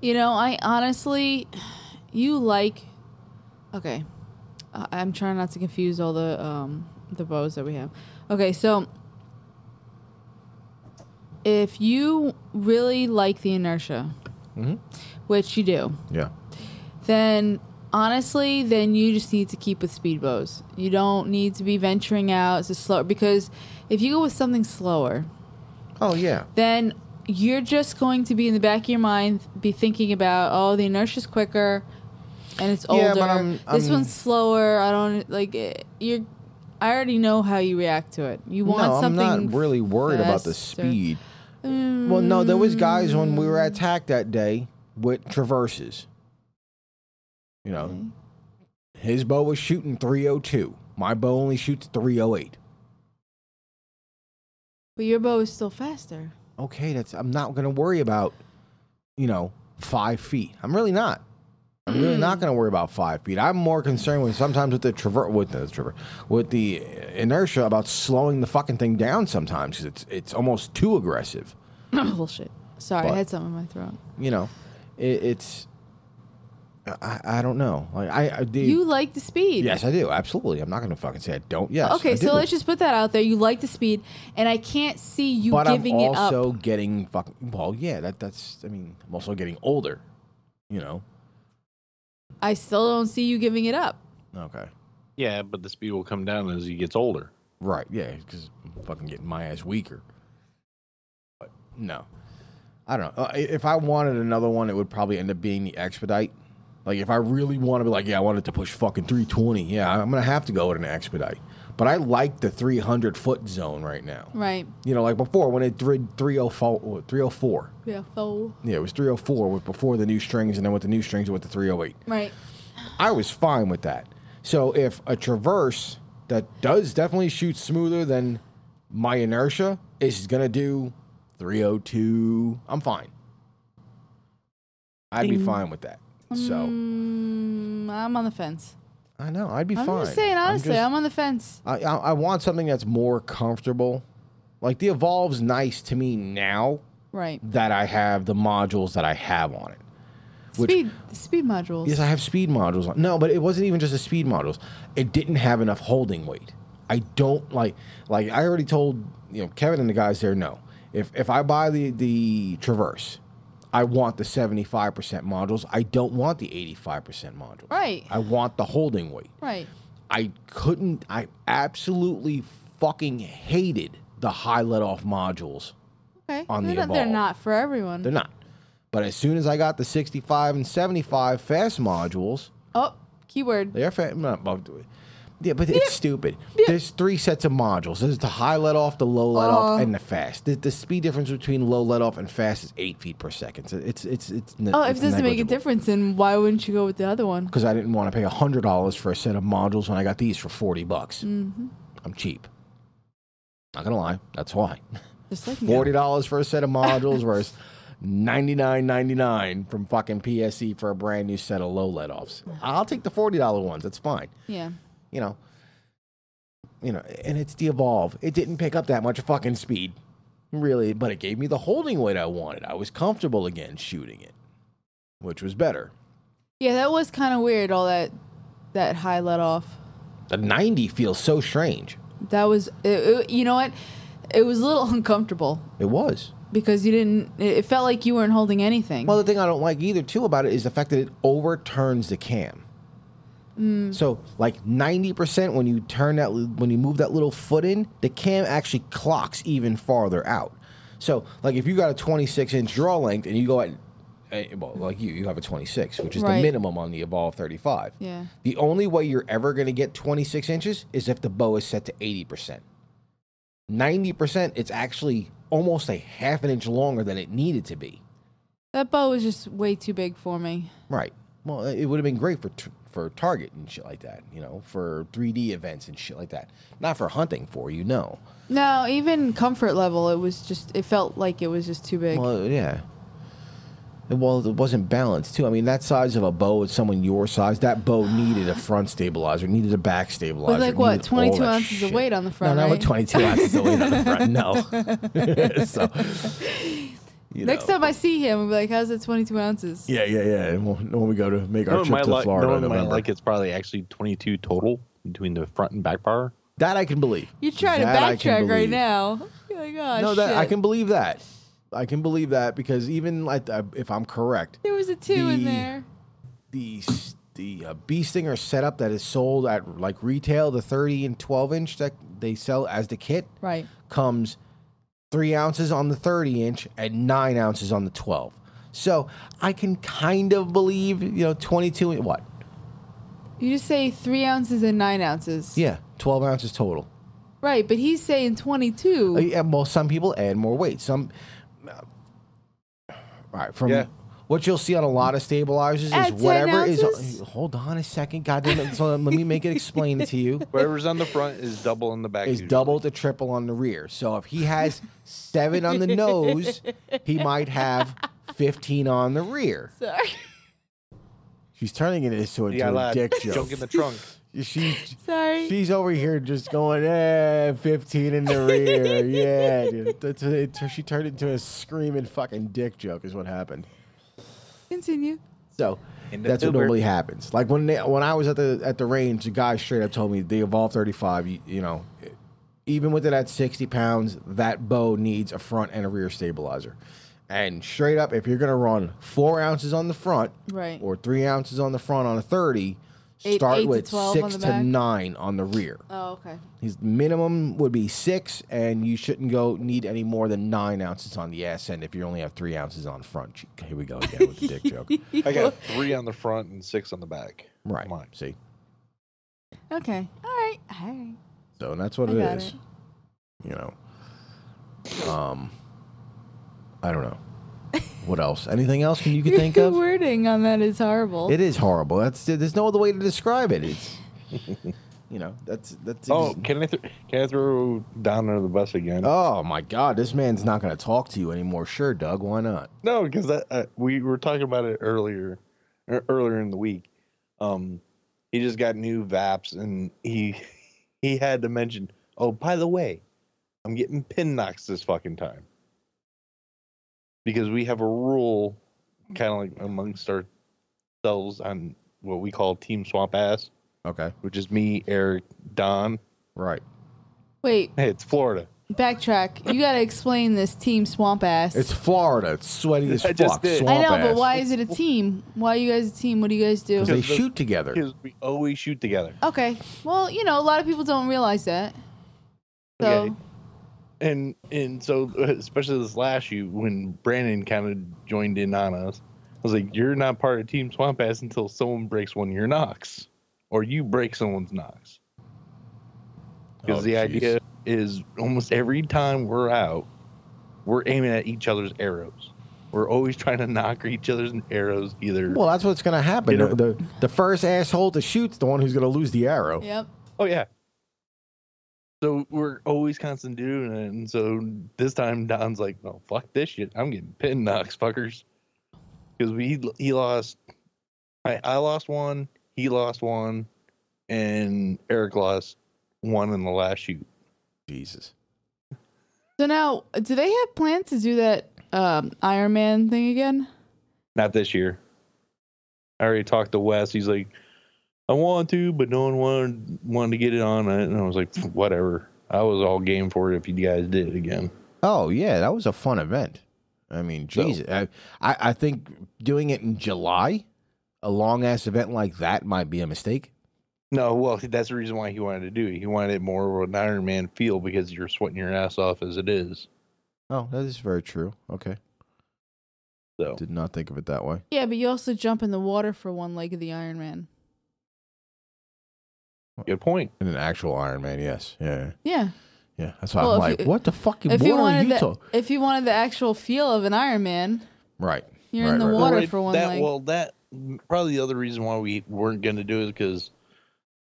Speaker 2: You know, I honestly, you like. Okay, I- I'm trying not to confuse all the um the bows that we have. Okay, so if you really like the inertia,
Speaker 1: Mm-hmm.
Speaker 2: which you do,
Speaker 1: Yeah.
Speaker 2: then honestly, then you just need to keep with speed bows. You don't need to be venturing out to slow because if you go with something slower,
Speaker 1: Oh yeah.
Speaker 2: then you're just going to be in the back of your mind be thinking about oh the inertia's quicker and it's older
Speaker 1: Yeah, but I'm-
Speaker 2: this
Speaker 1: I'm-
Speaker 2: one's slower i don't like it- you're i already know how you react to it you want
Speaker 1: no, I'm
Speaker 2: something
Speaker 1: not really worried about the
Speaker 2: faster.
Speaker 1: speed. Well, no,
Speaker 2: Mm.
Speaker 1: there was guys when we were attacked that day with traverses. You know,
Speaker 2: Mm-hmm.
Speaker 1: his bow was shooting 302. My bow only shoots 308.
Speaker 2: but your bow is
Speaker 1: <coughs>
Speaker 2: still faster <coughs>
Speaker 1: okay, that's I'm not gonna worry about, you know, five feet. I'm really not. I'm really
Speaker 2: Mm.
Speaker 1: not gonna worry about five feet. I'm more concerned with sometimes with the traverse with the traverse with the inertia about slowing the fucking thing down sometimes because it's it's almost too aggressive.
Speaker 2: bullshit sorry i
Speaker 1: But-
Speaker 2: had something in my throat
Speaker 1: You know, it, it's I, I don't know. Like I, I do.
Speaker 2: you like the speed
Speaker 1: yes, I do. Absolutely. I'm not gonna fucking say I don't. Yes.
Speaker 2: okay
Speaker 1: I
Speaker 2: so
Speaker 1: do.
Speaker 2: let's just put that out there you like the speed and i can't see you
Speaker 1: but I'm
Speaker 2: giving it
Speaker 1: also
Speaker 2: up
Speaker 1: getting fucking well. Yeah, that that's. I mean, I'm also getting older. You know.
Speaker 2: i still don't see you giving it up
Speaker 1: Okay.
Speaker 3: Yeah, but the speed will come down as he
Speaker 2: <laughs>
Speaker 3: gets older.
Speaker 1: Right. Yeah, because I'm fucking getting my ass weaker. But no, I don't know. Uh, i- if I wanted another one, it would probably end up being the expedite. Like if I really want to be like, yeah, I want it to push fucking 320. Yeah, I- I'm gonna have to go with an expedite. But I like the 300 foot zone right now.
Speaker 2: right
Speaker 1: You know, like before when it oh did 304, 304.
Speaker 2: yeah so
Speaker 1: Yeah, it was 304 with before the new strings, and then with the new strings, it went to 308.
Speaker 2: right
Speaker 1: I was fine with that. So if a traverse that does definitely shoot smoother than my inertia is going to do 302, I'm fine. I'd be fine with that. So
Speaker 2: Mm, I'm on the fence.
Speaker 1: I know I'd be
Speaker 2: I'm
Speaker 1: fine.
Speaker 2: just saying honestly, I'm,
Speaker 1: just-
Speaker 2: on the fence.
Speaker 1: I, I I want something that's more comfortable. Like the evolve's nice to me now
Speaker 2: Right.
Speaker 1: that I have the modules that I have on it. Which-
Speaker 2: speed speed modules.
Speaker 1: Yes, I have speed modules. On. No, but it wasn't even just the speed modules. It didn't have enough holding weight. I don't like like I already told you know Kevin and the guys there. No, if if I buy the the Traverse, I want the seventy five percent modules. I don't want the eighty five percent modules.
Speaker 2: Right.
Speaker 1: I want the holding weight.
Speaker 2: Right.
Speaker 1: I couldn't. I absolutely fucking hated the high let off modules.
Speaker 2: Okay.
Speaker 1: On
Speaker 2: they're,
Speaker 1: the
Speaker 2: not, they're
Speaker 1: Evolve.
Speaker 2: not for everyone.
Speaker 1: They're not. But as soon as I got the sixty five and seventy five fast modules.
Speaker 2: oh, keyword.
Speaker 1: They're fat. Not, well, yeah, but it's stupid. There's three sets of modules. There's the high let off, the low let
Speaker 2: Uh.
Speaker 1: off, and the fast. The, the speed difference between low let off and fast is eight feet per second. So it's it's it's. ne-
Speaker 2: Oh, if
Speaker 1: it's
Speaker 2: it doesn't make a difference, then why wouldn't you go with the other one?
Speaker 1: because I didn't want to pay hundred dollars for a set of modules when I got these for forty bucks.
Speaker 2: Mm-hmm.
Speaker 1: I'm cheap. Not gonna lie, that's why.
Speaker 2: Just like
Speaker 1: <laughs>
Speaker 2: me.
Speaker 1: Forty dollars for a set of modules versus ninety nine ninety nine from fucking PSE for a brand new set of low let offs. I'll take the forty dollar ones. That's fine
Speaker 2: Yeah.
Speaker 1: you know, you know, and it's the evolve. It didn't pick up that much fucking speed, really, but it gave me the holding weight I wanted. I was comfortable again shooting it, which was better.
Speaker 2: Yeah, that was kind of weird. All that that high let off.
Speaker 1: The ninety feels so strange.
Speaker 2: That was. It, it- you know what? It was a little <laughs> uncomfortable.
Speaker 1: It was.
Speaker 2: because you didn't. It it felt like you weren't holding anything.
Speaker 1: Well, the thing I don't like either too about it is the fact that it overturns the cam.
Speaker 2: Mm.
Speaker 1: So, like ninety percent when you turn that when you move that little foot in, the cam actually clocks even farther out. So, like if you got a twenty-six inch draw length and you go at eh, well, like you, you have a 26, which is the
Speaker 2: Right.
Speaker 1: minimum on the Evolve 35.
Speaker 2: Yeah.
Speaker 1: The only way you're ever going to get 26 inches is if the bow is set to 80%. 90%, it's actually almost a half an inch longer than it needed to be.
Speaker 2: that bow was just way too big for me.
Speaker 1: Right. Well, it would have been great for t- for Target and shit like that. You know, for 3D events and shit like that. Not for hunting for you know.
Speaker 2: No, even comfort level, it was just. It felt like it was just too big.
Speaker 1: Well, yeah. And, Well, it wasn't balanced too. I mean, that size of a bow with someone your size, that
Speaker 2: <gasps>
Speaker 1: bow needed a front stabilizer, needed a back stabilizer.
Speaker 2: like, what,
Speaker 1: needed all
Speaker 2: 22
Speaker 1: that
Speaker 2: ounces of
Speaker 1: shit.
Speaker 2: weight on the front,
Speaker 1: No, not with
Speaker 2: right?
Speaker 1: 22 ounces of weight on the front.
Speaker 2: <laughs>
Speaker 1: No. so, you
Speaker 2: Next
Speaker 1: know.
Speaker 2: time I see him, I'll be like, "How's it? 22 ounces?"
Speaker 1: Yeah, yeah, yeah. And we'll- when we go to make our
Speaker 3: No one
Speaker 1: trip
Speaker 3: might,
Speaker 1: to
Speaker 3: like, no
Speaker 1: Florida, in
Speaker 3: one might
Speaker 1: November.
Speaker 3: like it's probably actually 22 total between the front and back bar.
Speaker 1: that I can believe.
Speaker 2: You're trying
Speaker 1: That I
Speaker 2: to
Speaker 1: can
Speaker 2: backtrack right
Speaker 1: believe.
Speaker 2: now. You're like, oh,
Speaker 1: no, that I
Speaker 2: shit.
Speaker 1: can believe that. I can believe that because even like uh, if I'm correct,
Speaker 2: There was a two in
Speaker 1: the-
Speaker 2: there.
Speaker 1: the s- the uh, bee stinger setup that is sold at like retail, the 30 and 12 inch that they sell as the kit
Speaker 2: Right.
Speaker 1: comes three ounces on the 30 inch and nine ounces on the 12. So I can kind of believe, you know, 22 and what?
Speaker 2: You just say three ounces and nine ounces.
Speaker 1: Yeah, 12 ounces total.
Speaker 2: Right, but he's saying 22.
Speaker 1: Uh, yeah, well, some people add more weight. Some, uh, all right, from
Speaker 3: Yeah.
Speaker 1: what you'll see on a lot of stabilizers
Speaker 2: Add
Speaker 1: is
Speaker 2: 10
Speaker 1: whatever is. uh,
Speaker 2: ounces?
Speaker 1: hold on a second, goddamn it. So let me make it explain it to <laughs> you.
Speaker 3: Whatever's on the front is double on the back.
Speaker 1: Is
Speaker 3: usually.
Speaker 1: double to triple on the rear. So if he has seven on the nose, he might have fifteen on the rear.
Speaker 2: <laughs> Sorry.
Speaker 1: She's turning it into a,
Speaker 3: You
Speaker 1: to
Speaker 3: got
Speaker 1: a
Speaker 3: a lot of
Speaker 1: dick <laughs>
Speaker 3: junk
Speaker 1: joke.
Speaker 3: in the trunk.
Speaker 1: She,
Speaker 2: Sorry.
Speaker 1: she's over here just going, eh, 15 in the
Speaker 2: <laughs>
Speaker 1: rear. Yeah, dude. That's it. She turned into a screaming fucking dick joke, is what happened.
Speaker 2: Continue.
Speaker 1: So
Speaker 3: In
Speaker 1: that's what
Speaker 3: October.
Speaker 1: normally happens. Like when they, when I was at the at the range, the guy straight up told me the Evolve 35. You, you know, even with it at 60 pounds, that bow needs a front and a rear stabilizer. And straight up, if you're gonna run four ounces on the front,
Speaker 2: Right.
Speaker 1: or three ounces on the front on a 30,
Speaker 2: Eight-
Speaker 1: start
Speaker 2: eight to
Speaker 1: with
Speaker 2: 12 on
Speaker 1: six
Speaker 2: the
Speaker 1: to
Speaker 2: back?
Speaker 1: nine on the rear.
Speaker 2: Oh, okay.
Speaker 1: His minimum would be six, and you shouldn't go need any more than nine ounces on the ass end if you only have three ounces on front. Here we go again with the dick
Speaker 2: <laughs>
Speaker 1: joke.
Speaker 3: I got <laughs> three on the front and six on the back.
Speaker 1: Right.
Speaker 3: Come on.
Speaker 1: See.
Speaker 2: Okay. All right. All right.
Speaker 1: So and that's what
Speaker 2: I
Speaker 1: it
Speaker 2: got
Speaker 1: is. You know. Um I don't know. What else? Anything else can you can
Speaker 2: Your
Speaker 1: think of?
Speaker 2: <laughs> wording on that is horrible.
Speaker 1: It is horrible. That's there's no other way to describe it. It's <laughs> you know, that's that's
Speaker 3: Oh, can I th- can I throw Don under the bus again?
Speaker 1: Oh my god, this man's not gonna talk to you anymore. Sure, Doug, why not?
Speaker 3: No, because uh, we were talking about it earlier, er, earlier in the week. Um, he just got new VAPs, and he <laughs> he had to mention, oh, by the way, I'm getting pin knocks this fucking time because we have a rule, kind of like amongst ourselves on what we call team swamp ass,
Speaker 1: Okay.
Speaker 3: which is me, Eric, Don.
Speaker 1: Right.
Speaker 2: Wait,
Speaker 3: Hey, it's Florida.
Speaker 2: backtrack. You got to explain this team swamp ass.
Speaker 1: It's Florida. It's
Speaker 3: <laughs>
Speaker 1: sweaty as
Speaker 3: I just
Speaker 1: fuck.
Speaker 3: did. I
Speaker 2: I
Speaker 1: Swamp
Speaker 2: know, but
Speaker 1: ass.
Speaker 2: why is it a team? Why are you guys a team? What do you guys do?
Speaker 1: 'Cause they
Speaker 3: Because the-
Speaker 1: shoot together.
Speaker 3: Because we always shoot together.
Speaker 2: Okay. Well, you know, a lot of people don't realize that. So,
Speaker 3: Okay. and and so especially this last you when Brandon kind of joined in on us, I was like, "You're not part of Team Swamp Ass until someone breaks one of your knocks, or you break someone's knocks." Because
Speaker 1: Oh,
Speaker 3: the
Speaker 1: jeez.
Speaker 3: idea is almost every time we're out, we're aiming at each other's arrows. We're always trying to knock each other's arrows either.
Speaker 1: Well, that's what's going to happen.
Speaker 3: You know-
Speaker 1: the, the the first asshole to shoot's the one who's going to lose the arrow.
Speaker 2: yep.
Speaker 3: Oh yeah. So we're always constantly doing it, and so this time Don's like, "No, fuck this shit. I'm getting pin knocks, fuckers." Because we he lost, I I lost one, he lost one, and Eric lost one in the last shoot.
Speaker 1: Jesus.
Speaker 2: So now, do they have plans to do that um, Iron Man thing again?
Speaker 3: Not this year. I already talked to Wes. He's like, "I want to, but no one wanted wanted to get it on it," and I was like, "Whatever." I was all game for it if you guys did it again.
Speaker 1: Oh yeah, that was a fun event. I mean,
Speaker 3: So-
Speaker 1: Jesus, I, I I think doing it in July, a long ass event like that might be a mistake.
Speaker 3: No, well, that's the reason why he wanted to do it. He wanted it more of an Iron Man feel because you're sweating your ass off as it is.
Speaker 1: Oh, that is very true. Okay,
Speaker 3: So
Speaker 1: did not think of it that way.
Speaker 2: Yeah, but you also jump in the water for one leg of the Iron Man.
Speaker 3: good point.
Speaker 1: In an actual Iron Man, yes, yeah,
Speaker 2: Yeah.
Speaker 1: yeah. That's why
Speaker 2: Well,
Speaker 1: I'm
Speaker 2: if
Speaker 1: like,
Speaker 2: you-
Speaker 1: what the fuck?
Speaker 2: if
Speaker 1: What
Speaker 2: you
Speaker 1: are
Speaker 2: wanted
Speaker 1: you
Speaker 2: the-
Speaker 1: talking?
Speaker 2: If you wanted the actual feel of an Iron Man,
Speaker 1: Right.
Speaker 2: you're
Speaker 1: Right,
Speaker 2: in the
Speaker 1: right, right.
Speaker 2: water
Speaker 3: Well,
Speaker 2: for one
Speaker 3: that,
Speaker 2: leg.
Speaker 3: Well, that probably the other reason why we weren't going to do it is because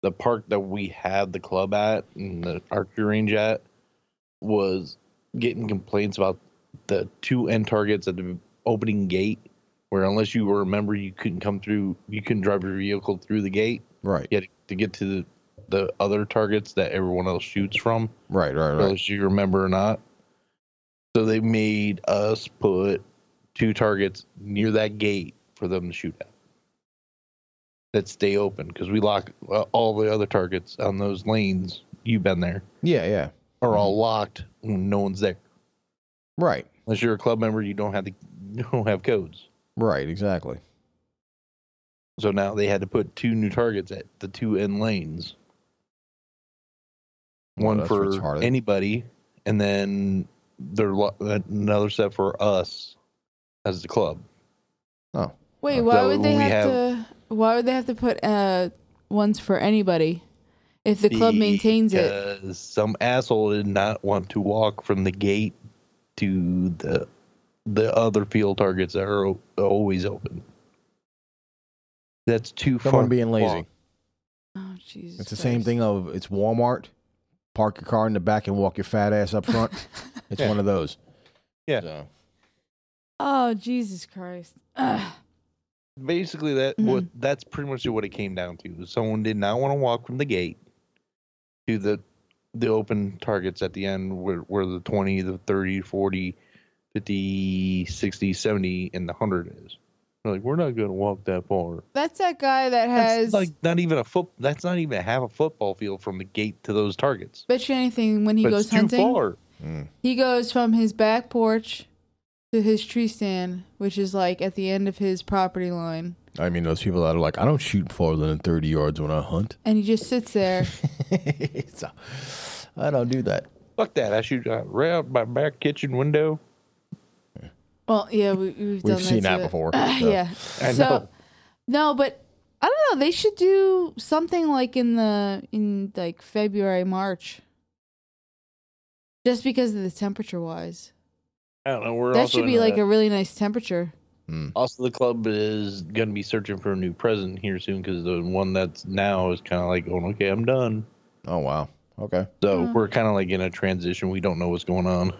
Speaker 3: the park that we had the club at and the archery range at was getting complaints about the two end targets at the opening gate, where unless you were a member, you couldn't come through, you couldn't drive your vehicle through the gate
Speaker 1: Right.
Speaker 3: yet to get to the, the other targets that everyone else shoots from
Speaker 1: Right. Right.
Speaker 3: whether
Speaker 1: Right.
Speaker 3: you remember or not. So they made us put two targets near that gate for them to shoot at that stay open because we lock uh, all the other targets on those lanes. You've been there
Speaker 1: Yeah. Yeah.
Speaker 3: are all locked when no one's there.
Speaker 1: Right.
Speaker 3: Unless you're a club member, you don't have the <laughs> you don't have codes.
Speaker 1: Right. Exactly.
Speaker 3: So now they had to put two new targets at the two end lanes.
Speaker 1: Well,
Speaker 3: One
Speaker 1: Oh, that's what's
Speaker 3: for
Speaker 1: hard.
Speaker 3: anybody, and then there lo- another set for us as the club.
Speaker 1: Oh.
Speaker 2: Wait,
Speaker 1: Uh,
Speaker 2: why
Speaker 3: that
Speaker 2: would they
Speaker 3: we
Speaker 2: have,
Speaker 3: have-
Speaker 2: to? Why would they have to put uh, ones for anybody if the club maintains it?
Speaker 3: Because Some asshole did not want to walk from the gate to the the other field targets that are o- always open. That's too far.
Speaker 1: Someone
Speaker 3: to
Speaker 1: being lazy.
Speaker 3: walk.
Speaker 2: Oh, Jesus!
Speaker 1: It's the same thing of it's Walmart. Park your car in the back and walk your fat ass up
Speaker 3: <laughs>
Speaker 1: front. It's
Speaker 3: Yeah.
Speaker 1: one of those.
Speaker 3: Yeah.
Speaker 1: So,
Speaker 2: <laughs> Oh, Jesus Christ! Ugh.
Speaker 3: basically that
Speaker 2: Mm-hmm.
Speaker 3: what that's pretty much what it came down to was someone did not want to walk from the gate to the the open targets at the end where, where the 20 the 30 40 50 60 70 and the 100 is They're like we're not going to walk that far
Speaker 2: That's that guy that
Speaker 3: that's
Speaker 2: has.
Speaker 3: like not even a foot that's not even half a football field from the gate to those targets
Speaker 2: bet you anything when he
Speaker 3: but
Speaker 2: goes
Speaker 3: it's too
Speaker 2: hunting,
Speaker 3: far
Speaker 1: mm,
Speaker 2: he goes from his back porch to his tree stand, which is like at the end of his property line,
Speaker 1: I mean, those people that are like, I don't shoot farther than 30 yards when I hunt. <laughs>
Speaker 2: and he just sits there.
Speaker 1: so, I don't do that.
Speaker 3: fuck that i shoot uh, right out my back kitchen window
Speaker 2: well, yeah, we, we've done
Speaker 1: We've seen that
Speaker 2: too.
Speaker 1: before.
Speaker 2: Ah,
Speaker 1: so.
Speaker 2: <laughs> yeah.
Speaker 3: I
Speaker 2: so,
Speaker 3: know.
Speaker 2: No, but I don't know. They should do something like in the in like February, March. Just because of the temperature wise.
Speaker 3: i don't know we're
Speaker 2: that
Speaker 3: also
Speaker 2: should
Speaker 3: in
Speaker 2: be
Speaker 3: a-
Speaker 2: like a really nice temperature.
Speaker 1: Mm.
Speaker 3: Also, the club is going to be searching for a new president here soon because the one that's now is kind of like going, okay, I'm done.
Speaker 1: Oh, wow. Okay.
Speaker 3: So
Speaker 2: Hmm.
Speaker 3: we're kind of like in a transition. We don't know what's going on.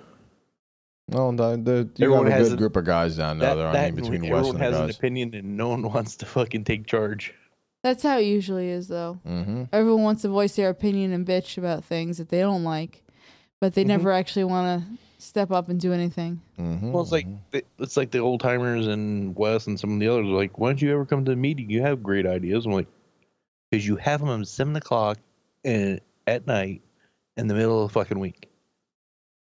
Speaker 1: Well, the, the, you
Speaker 3: Everyone
Speaker 1: have a
Speaker 3: has
Speaker 1: good
Speaker 3: a-
Speaker 1: group of guys down there.
Speaker 3: That-
Speaker 1: They're on
Speaker 3: that-
Speaker 1: in between West
Speaker 3: everyone
Speaker 1: and
Speaker 3: has an
Speaker 1: guys.
Speaker 3: opinion, and no one <laughs> wants to fucking take charge.
Speaker 2: That's how it usually is though.
Speaker 1: Mm-hmm.
Speaker 2: Everyone wants to voice their opinion and bitch about things that they don't like, but they
Speaker 3: Mhm.
Speaker 2: never actually want to step up and do anything.
Speaker 1: Mm-hmm.
Speaker 3: Well, it's like the, it's like the old timers and Wes and some of the others. are Like, why don't you ever come to the meeting? You have great ideas. I'm like, because you have them at seven o'clock and, at night in the middle of the fucking week.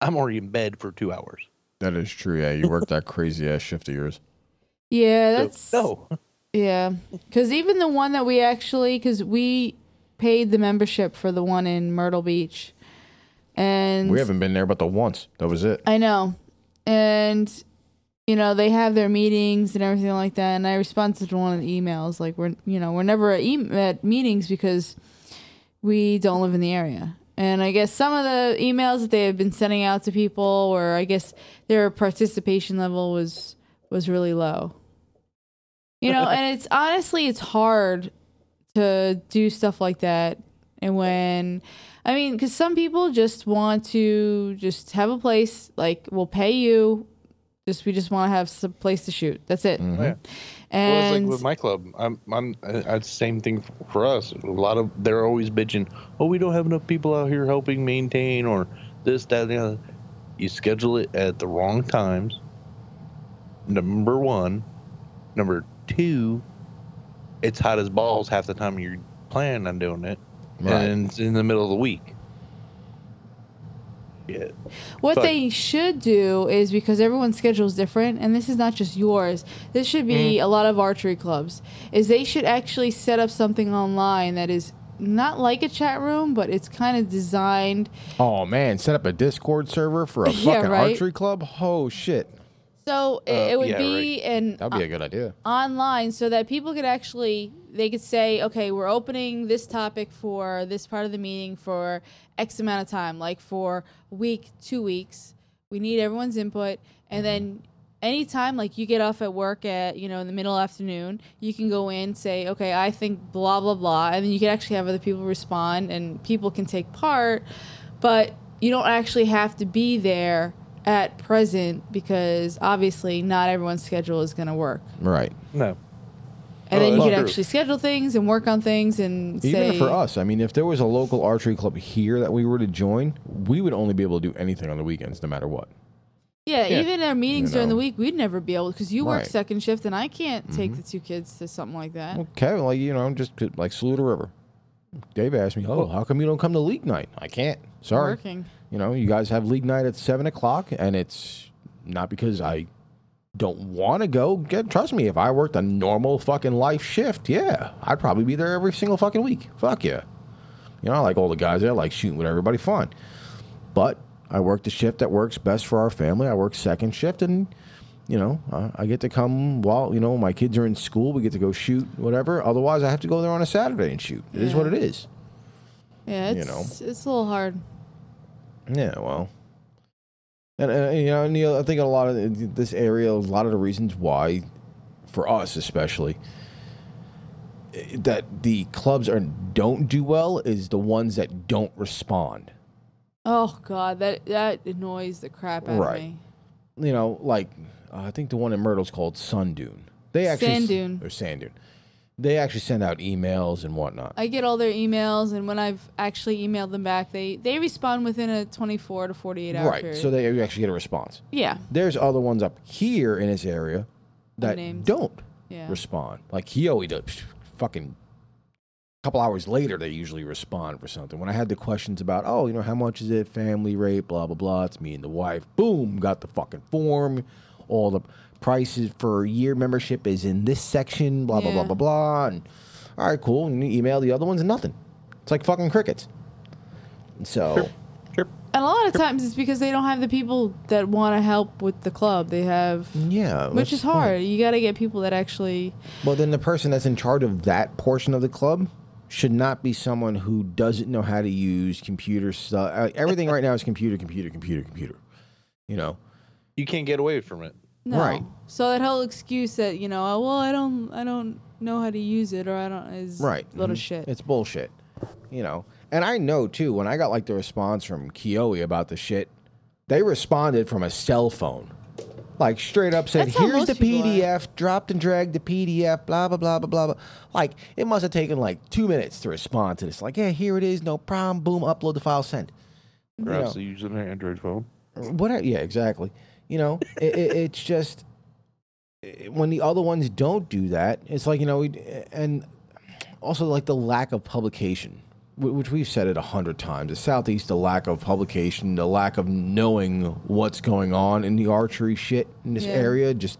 Speaker 3: I'm already in bed for two hours.
Speaker 1: that is true. Yeah, you work that crazy ass shift of yours.
Speaker 2: Yeah,
Speaker 3: So,
Speaker 2: that's
Speaker 3: no. <laughs>
Speaker 2: Yeah, because even the one that we actually, because we paid the membership for the one in Myrtle Beach, and
Speaker 3: <laughs>
Speaker 1: We haven't been there but the once. That was it.
Speaker 2: I know, and you know they have their meetings and everything like that. And I responded to one of the emails like we're you know we're never at, em at meetings because we don't live in the area. And I guess some of the emails that they have been sending out to people, or I guess their participation level was was really low. You know, and it's honestly it's hard to do stuff like that. And when I mean, because some people just want to just have a place like we'll pay you. Just we just want to have some place to shoot. That's it.
Speaker 1: Mhm.
Speaker 3: Yeah. Well, it's
Speaker 2: And
Speaker 3: like with my club. I'm, I'm, uh, it's the same thing for us. A lot of they're always bitching. Oh, we don't have enough people out here helping maintain or this, that, and the other. You schedule it at the wrong times. Number one, number two, it's hot as balls half the time you're planning on doing it,
Speaker 1: Right.
Speaker 3: and it's in the middle of the week. yet.
Speaker 2: What
Speaker 3: But-
Speaker 2: they should do is because everyone's schedule is different, and this is not just yours. This should
Speaker 1: Mm.
Speaker 2: be a lot of archery clubs. Is they should actually set up something online that is not like a chat room, but it's kind of designed
Speaker 1: Oh man, set up a Discord server for a fucking
Speaker 2: <laughs> Yeah, right?
Speaker 1: archery club. Oh shit,
Speaker 2: so it, it would
Speaker 3: yeah,
Speaker 2: be an
Speaker 1: Uh, that'd be a good idea.
Speaker 2: online so that people could actually they could say okay we're opening this topic for this part of the meeting for x amount of time like for a week two weeks we need everyone's input and then anytime like you get off at work at you know in the middle afternoon you can go in say okay i think blah blah blah and then you can actually have other people respond and people can take part but you don't actually have to be there at present because obviously not everyone's schedule is going to work
Speaker 1: Right.
Speaker 3: No.
Speaker 2: and then
Speaker 3: Oh,
Speaker 2: you
Speaker 3: that's
Speaker 2: could
Speaker 3: true.
Speaker 2: actually schedule things and work on things and
Speaker 1: Even
Speaker 2: say
Speaker 1: for us, I mean, if there was a local archery club here that we were to join, we would only be able to do anything on the weekends, no matter what.
Speaker 2: yeah,
Speaker 3: Yeah.
Speaker 2: even our meetings
Speaker 1: You
Speaker 2: during the
Speaker 1: know.
Speaker 2: week we'd never be able because you work
Speaker 1: Right. Mm-hmm.
Speaker 2: second shift and i can't take the two kids to something like that
Speaker 1: Okay, like you know, just to, like Saluda River. Dave asked me, "Oh, how come you don't come to league night?" I can't. Sorry.
Speaker 2: working
Speaker 1: You know, you guys have league night at seven o'clock, and it's not because I don't want to go. Get, trust me, if I worked a normal fucking life shift, yeah, I'd probably be there every single fucking week. Fuck yeah. You know, I like all the guys there, I like shooting with everybody, fun. But I work the shift that works best for our family. I work second shift, and you know, I, I get to come while you know my kids are in school. We get to go shoot whatever. Otherwise, I have to go there on a Saturday and shoot. It is
Speaker 2: Yeah.
Speaker 1: what it is.
Speaker 2: yeah it's
Speaker 1: You know.
Speaker 2: it's a little hard
Speaker 1: Yeah, well, and, and you know, and, you know, I think a lot of this area, a lot of the reasons why, for us especially, eh, that the clubs are don't do well is the ones that don't respond.
Speaker 2: oh god that that annoys the crap out
Speaker 1: Right.
Speaker 2: of me
Speaker 1: You know, like uh, I think the one in Myrtle's called Sun Dune. They actually
Speaker 2: Sand Dune.
Speaker 1: or Sand Dune. They actually send out emails and whatnot.
Speaker 2: i get all their emails and when i've actually emailed them back they they respond within a 24 to 48 hour
Speaker 1: right,
Speaker 2: period
Speaker 1: so they you actually get a response.
Speaker 2: yeah
Speaker 1: There's other ones up here in this area that
Speaker 2: Unnamed.
Speaker 1: don't
Speaker 2: yeah
Speaker 1: respond. Like Hioe does psh, fucking couple hours later they usually respond for something. When I had the questions about, oh, you know, how much is it, family rate, blah, blah, blah, it's me and the wife, boom, got the fucking form. All the prices for year membership is in this section, blah, blah,
Speaker 2: Yeah.
Speaker 1: blah, blah, blah. And all right, cool. And you email the other ones and nothing. It's like fucking crickets. And so
Speaker 3: Sure.
Speaker 2: and a lot of times it's because they don't have the people that want to help with the club they have
Speaker 1: yeah.
Speaker 2: which
Speaker 1: that's
Speaker 2: is
Speaker 1: fine.
Speaker 2: hard. You got to get people that actually.
Speaker 1: Well, then the person that's in charge of that portion of the club should not be someone who doesn't know how to use computer stuff. Uh, everything right now is computer, computer, computer, computer. You know,
Speaker 3: You can't get away from it.
Speaker 2: No.
Speaker 1: Right.
Speaker 2: So that whole excuse that you know, oh, well, I don't, I don't know how to use it, or I don't is
Speaker 1: right?
Speaker 2: little
Speaker 1: Mhm.
Speaker 2: shit.
Speaker 1: It's bullshit. You know, and I know too. When I got like the response from Kioi about the shit, they responded from a cell phone, like straight up said,
Speaker 2: That's how
Speaker 1: "Here's
Speaker 2: most
Speaker 1: the
Speaker 2: people are."
Speaker 1: PDF, dropped and dragged the PDF, blah blah blah blah blah." blah. Like it must have taken like two minutes to respond to this. Like, yeah, here it is, no problem. Boom, upload the file, send.
Speaker 3: Or
Speaker 1: You
Speaker 3: else
Speaker 1: know.
Speaker 3: they use an Android phone.
Speaker 1: whatever. Yeah, exactly. You know, it, it, it's just it- when the other ones don't do that, it's like you know, we- and also like the lack of publication, wh- which we've said it a hundred times. The southeast, the lack of publication, the lack of knowing what's going on in the archery shit in this
Speaker 2: Yeah.
Speaker 1: area, just.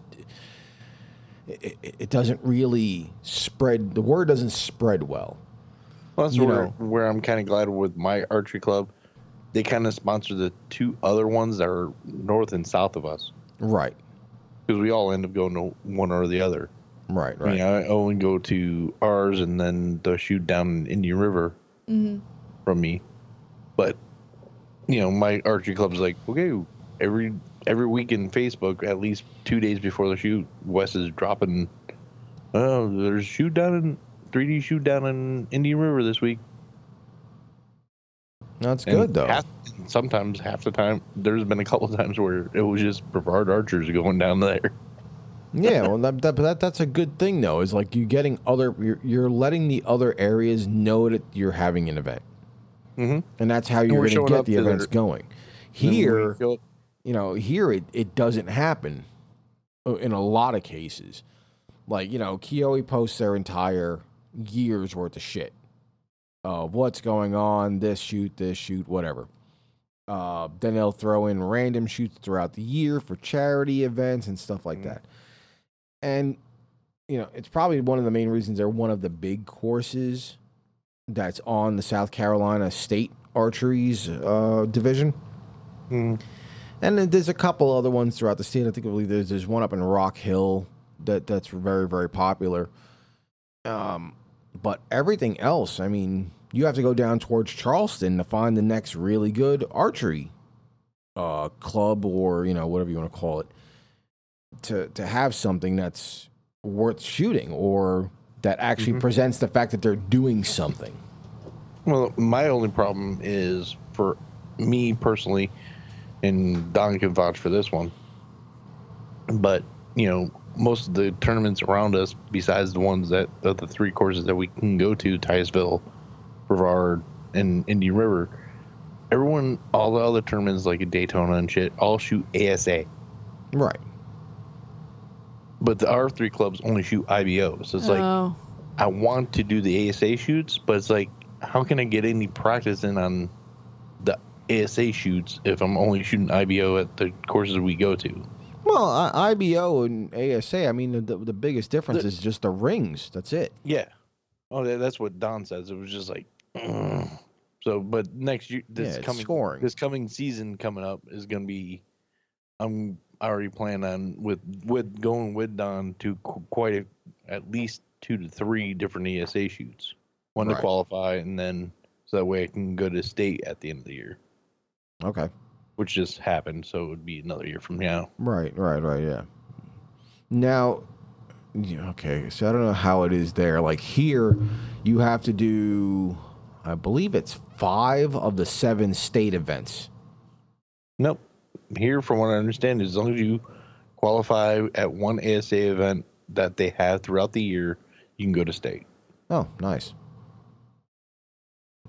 Speaker 1: It, it- it doesn't really spread. The word doesn't spread well.
Speaker 3: Well, that's
Speaker 1: You
Speaker 3: where,
Speaker 1: know.
Speaker 3: where I'm kind of glad with my archery club. They kind of sponsor the two other ones that are north and south of us
Speaker 1: Right.
Speaker 3: because we all end up going to one or the other.
Speaker 1: Right.
Speaker 3: I
Speaker 1: Right.
Speaker 3: mean, I only go to ours and then the shoot down in Indian River from me. But you know, my archery club's like, okay, every every week in Facebook, at least two days before the shoot, Wes is dropping. Oh, there's shoot down in 3D shoot down in Indian River this week.
Speaker 1: That's
Speaker 3: And
Speaker 1: good though.
Speaker 3: half- sometimes half the time, there's been a couple <laughs> times where it was just Brevard archers going down there.
Speaker 1: yeah, well, that, that, but that, that's a good thing though. Is like you getting other, you're, you're letting the other areas know that you're having an event,
Speaker 3: Mm-hmm.
Speaker 1: and that's how you're
Speaker 3: we're
Speaker 1: going
Speaker 3: showing
Speaker 1: to get
Speaker 3: up
Speaker 1: the
Speaker 3: to
Speaker 1: events
Speaker 3: their-
Speaker 1: going. Here, you know, here it, it doesn't happen uh, in a lot of cases. Like, you know, Kioi posts their entire year's worth of shit of what's going on, this shoot, this shoot, whatever. Uh, then they'll throw in random shoots throughout the year for charity events and stuff like that. And you know, it's probably one of the main reasons they're one of the big courses that's on the South Carolina State Archery's uh, division. And then there's a couple other ones throughout the state. I think I believe there's, there's one up in Rock Hill that that's very very popular. Um, but everything else, I mean, you have to go down towards Charleston to find the next really good archery uh, club or you know whatever you want to call it to to have something that's worth shooting or that actually presents the fact that they're doing something.
Speaker 3: Well, my only problem is for me personally, and Don can vouch for this one. But you know, most of the tournaments around us, besides the ones that of the three courses that we can go to, Titusville, Brevard, and Indian River, everyone, all the other tournaments like at Daytona and shit, all shoot ASA.
Speaker 1: Right.
Speaker 3: But the R three clubs only shoot IBO, so it's like
Speaker 2: oh,
Speaker 3: I want to do the ASA shoots, but it's like, how can I get any practice in on the ASA shoots if I'm only shooting IBO at the courses we go to?
Speaker 1: Well, I, IBO and ASA, I mean, the, the, the biggest difference
Speaker 3: The-
Speaker 1: is just the rings. That's it.
Speaker 3: Yeah. Oh, tha- that's what Don says. It was just like, ugh. so. But next year,
Speaker 1: Yeah,
Speaker 3: this
Speaker 1: it's
Speaker 3: coming
Speaker 1: scoring.
Speaker 3: this coming season coming up is going to be. I'm I already plan on with with going with Don to qu- quite a, at least two to three different ESA shoots. One
Speaker 1: Right.
Speaker 3: to qualify, and then so that way I can go to state at the end of the year,
Speaker 1: Okay.
Speaker 3: which just happened. So it would be another year from now.
Speaker 1: Right, right, right, yeah. Now, yeah, okay, so I don't know how it is there. Like here, you have to do, I believe it's five of the seven state events.
Speaker 3: Nope. Here, from what I understand, as long as you qualify at one ASA event that they have throughout the year, you can go to state.
Speaker 1: Oh, nice.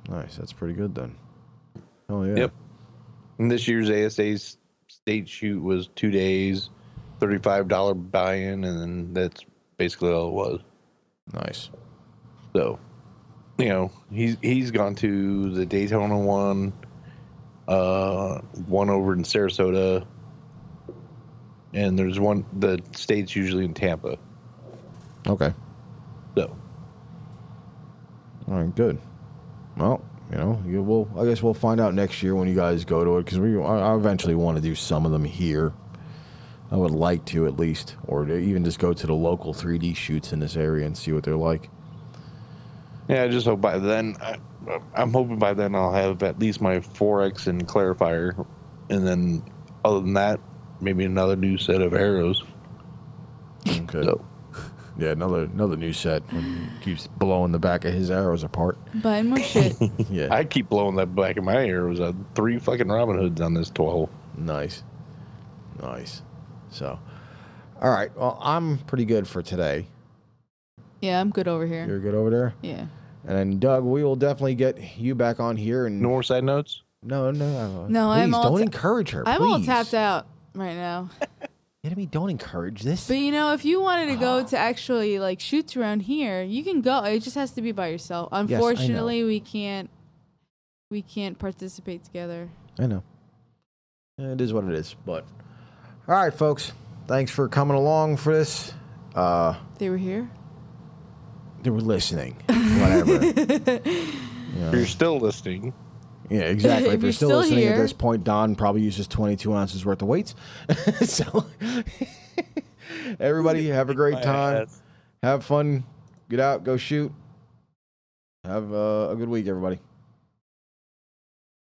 Speaker 1: Nice, that's pretty good then. Oh, yeah.
Speaker 3: Yep. And this year's ASA's state shoot was two days, thirty-five dollar buy-in, and then that's basically all it was.
Speaker 1: Nice.
Speaker 3: So, you know, he's he's gone to the Daytona one, uh, one over in Sarasota, and there's one. The state's usually in Tampa.
Speaker 1: Okay.
Speaker 3: So,
Speaker 1: All right, good. Well, you know, you, we'll, I guess we'll find out next year when you guys go to it because we I, I eventually want to do some of them here. I would like to at least, or to even just go to the local 3D shoots in this area and see what they're
Speaker 3: <laughs>
Speaker 1: like.
Speaker 3: Yeah, I just hope by then. I, I'm hoping by then I'll have at least my 4X and clarifier, and then other than that, maybe another new set of arrows.
Speaker 1: Okay.
Speaker 3: So
Speaker 1: Yeah, another another new set when he keeps blowing the back of his arrows
Speaker 3: <laughs>
Speaker 1: apart.
Speaker 2: buying more shit.
Speaker 1: <laughs> Yeah,
Speaker 3: I keep blowing that back of my arrows. out. three fucking Robin Hoods on this 12.
Speaker 1: nice, nice. So, all right. Well, I'm pretty good for today.
Speaker 2: yeah, I'm good over here.
Speaker 1: You're good over there,
Speaker 2: Yeah.
Speaker 1: and then Doug, we will definitely get you back on here and.
Speaker 3: No more side notes.
Speaker 1: No, no, no.
Speaker 2: No,
Speaker 1: please
Speaker 2: I'm all
Speaker 1: don't
Speaker 2: ta-
Speaker 1: encourage her.
Speaker 2: I'm all
Speaker 1: please.
Speaker 2: tapped out right now.
Speaker 1: Enemy, don't encourage this.
Speaker 2: But you know, if you wanted
Speaker 1: <sighs>
Speaker 2: to go to actually like shoots around here, you can go. It just has to be by yourself.
Speaker 1: know.
Speaker 2: Unfortunately, we can't we can't participate together.
Speaker 1: I know. It is what it is. But all right, folks. Thanks for coming along for this. Uh,
Speaker 2: They were here.
Speaker 1: they were listening. Whatever.
Speaker 2: <laughs>
Speaker 3: If you're still listening.
Speaker 1: yeah, exactly.
Speaker 2: If
Speaker 1: If,
Speaker 2: you're
Speaker 1: you're still,
Speaker 2: still
Speaker 1: listening at
Speaker 2: here-
Speaker 1: this point, Don probably uses 22 ounces worth of weights. <laughs> so <laughs> everybody have a great time. Have fun. Get out. Go shoot. Have uh, a good week, everybody.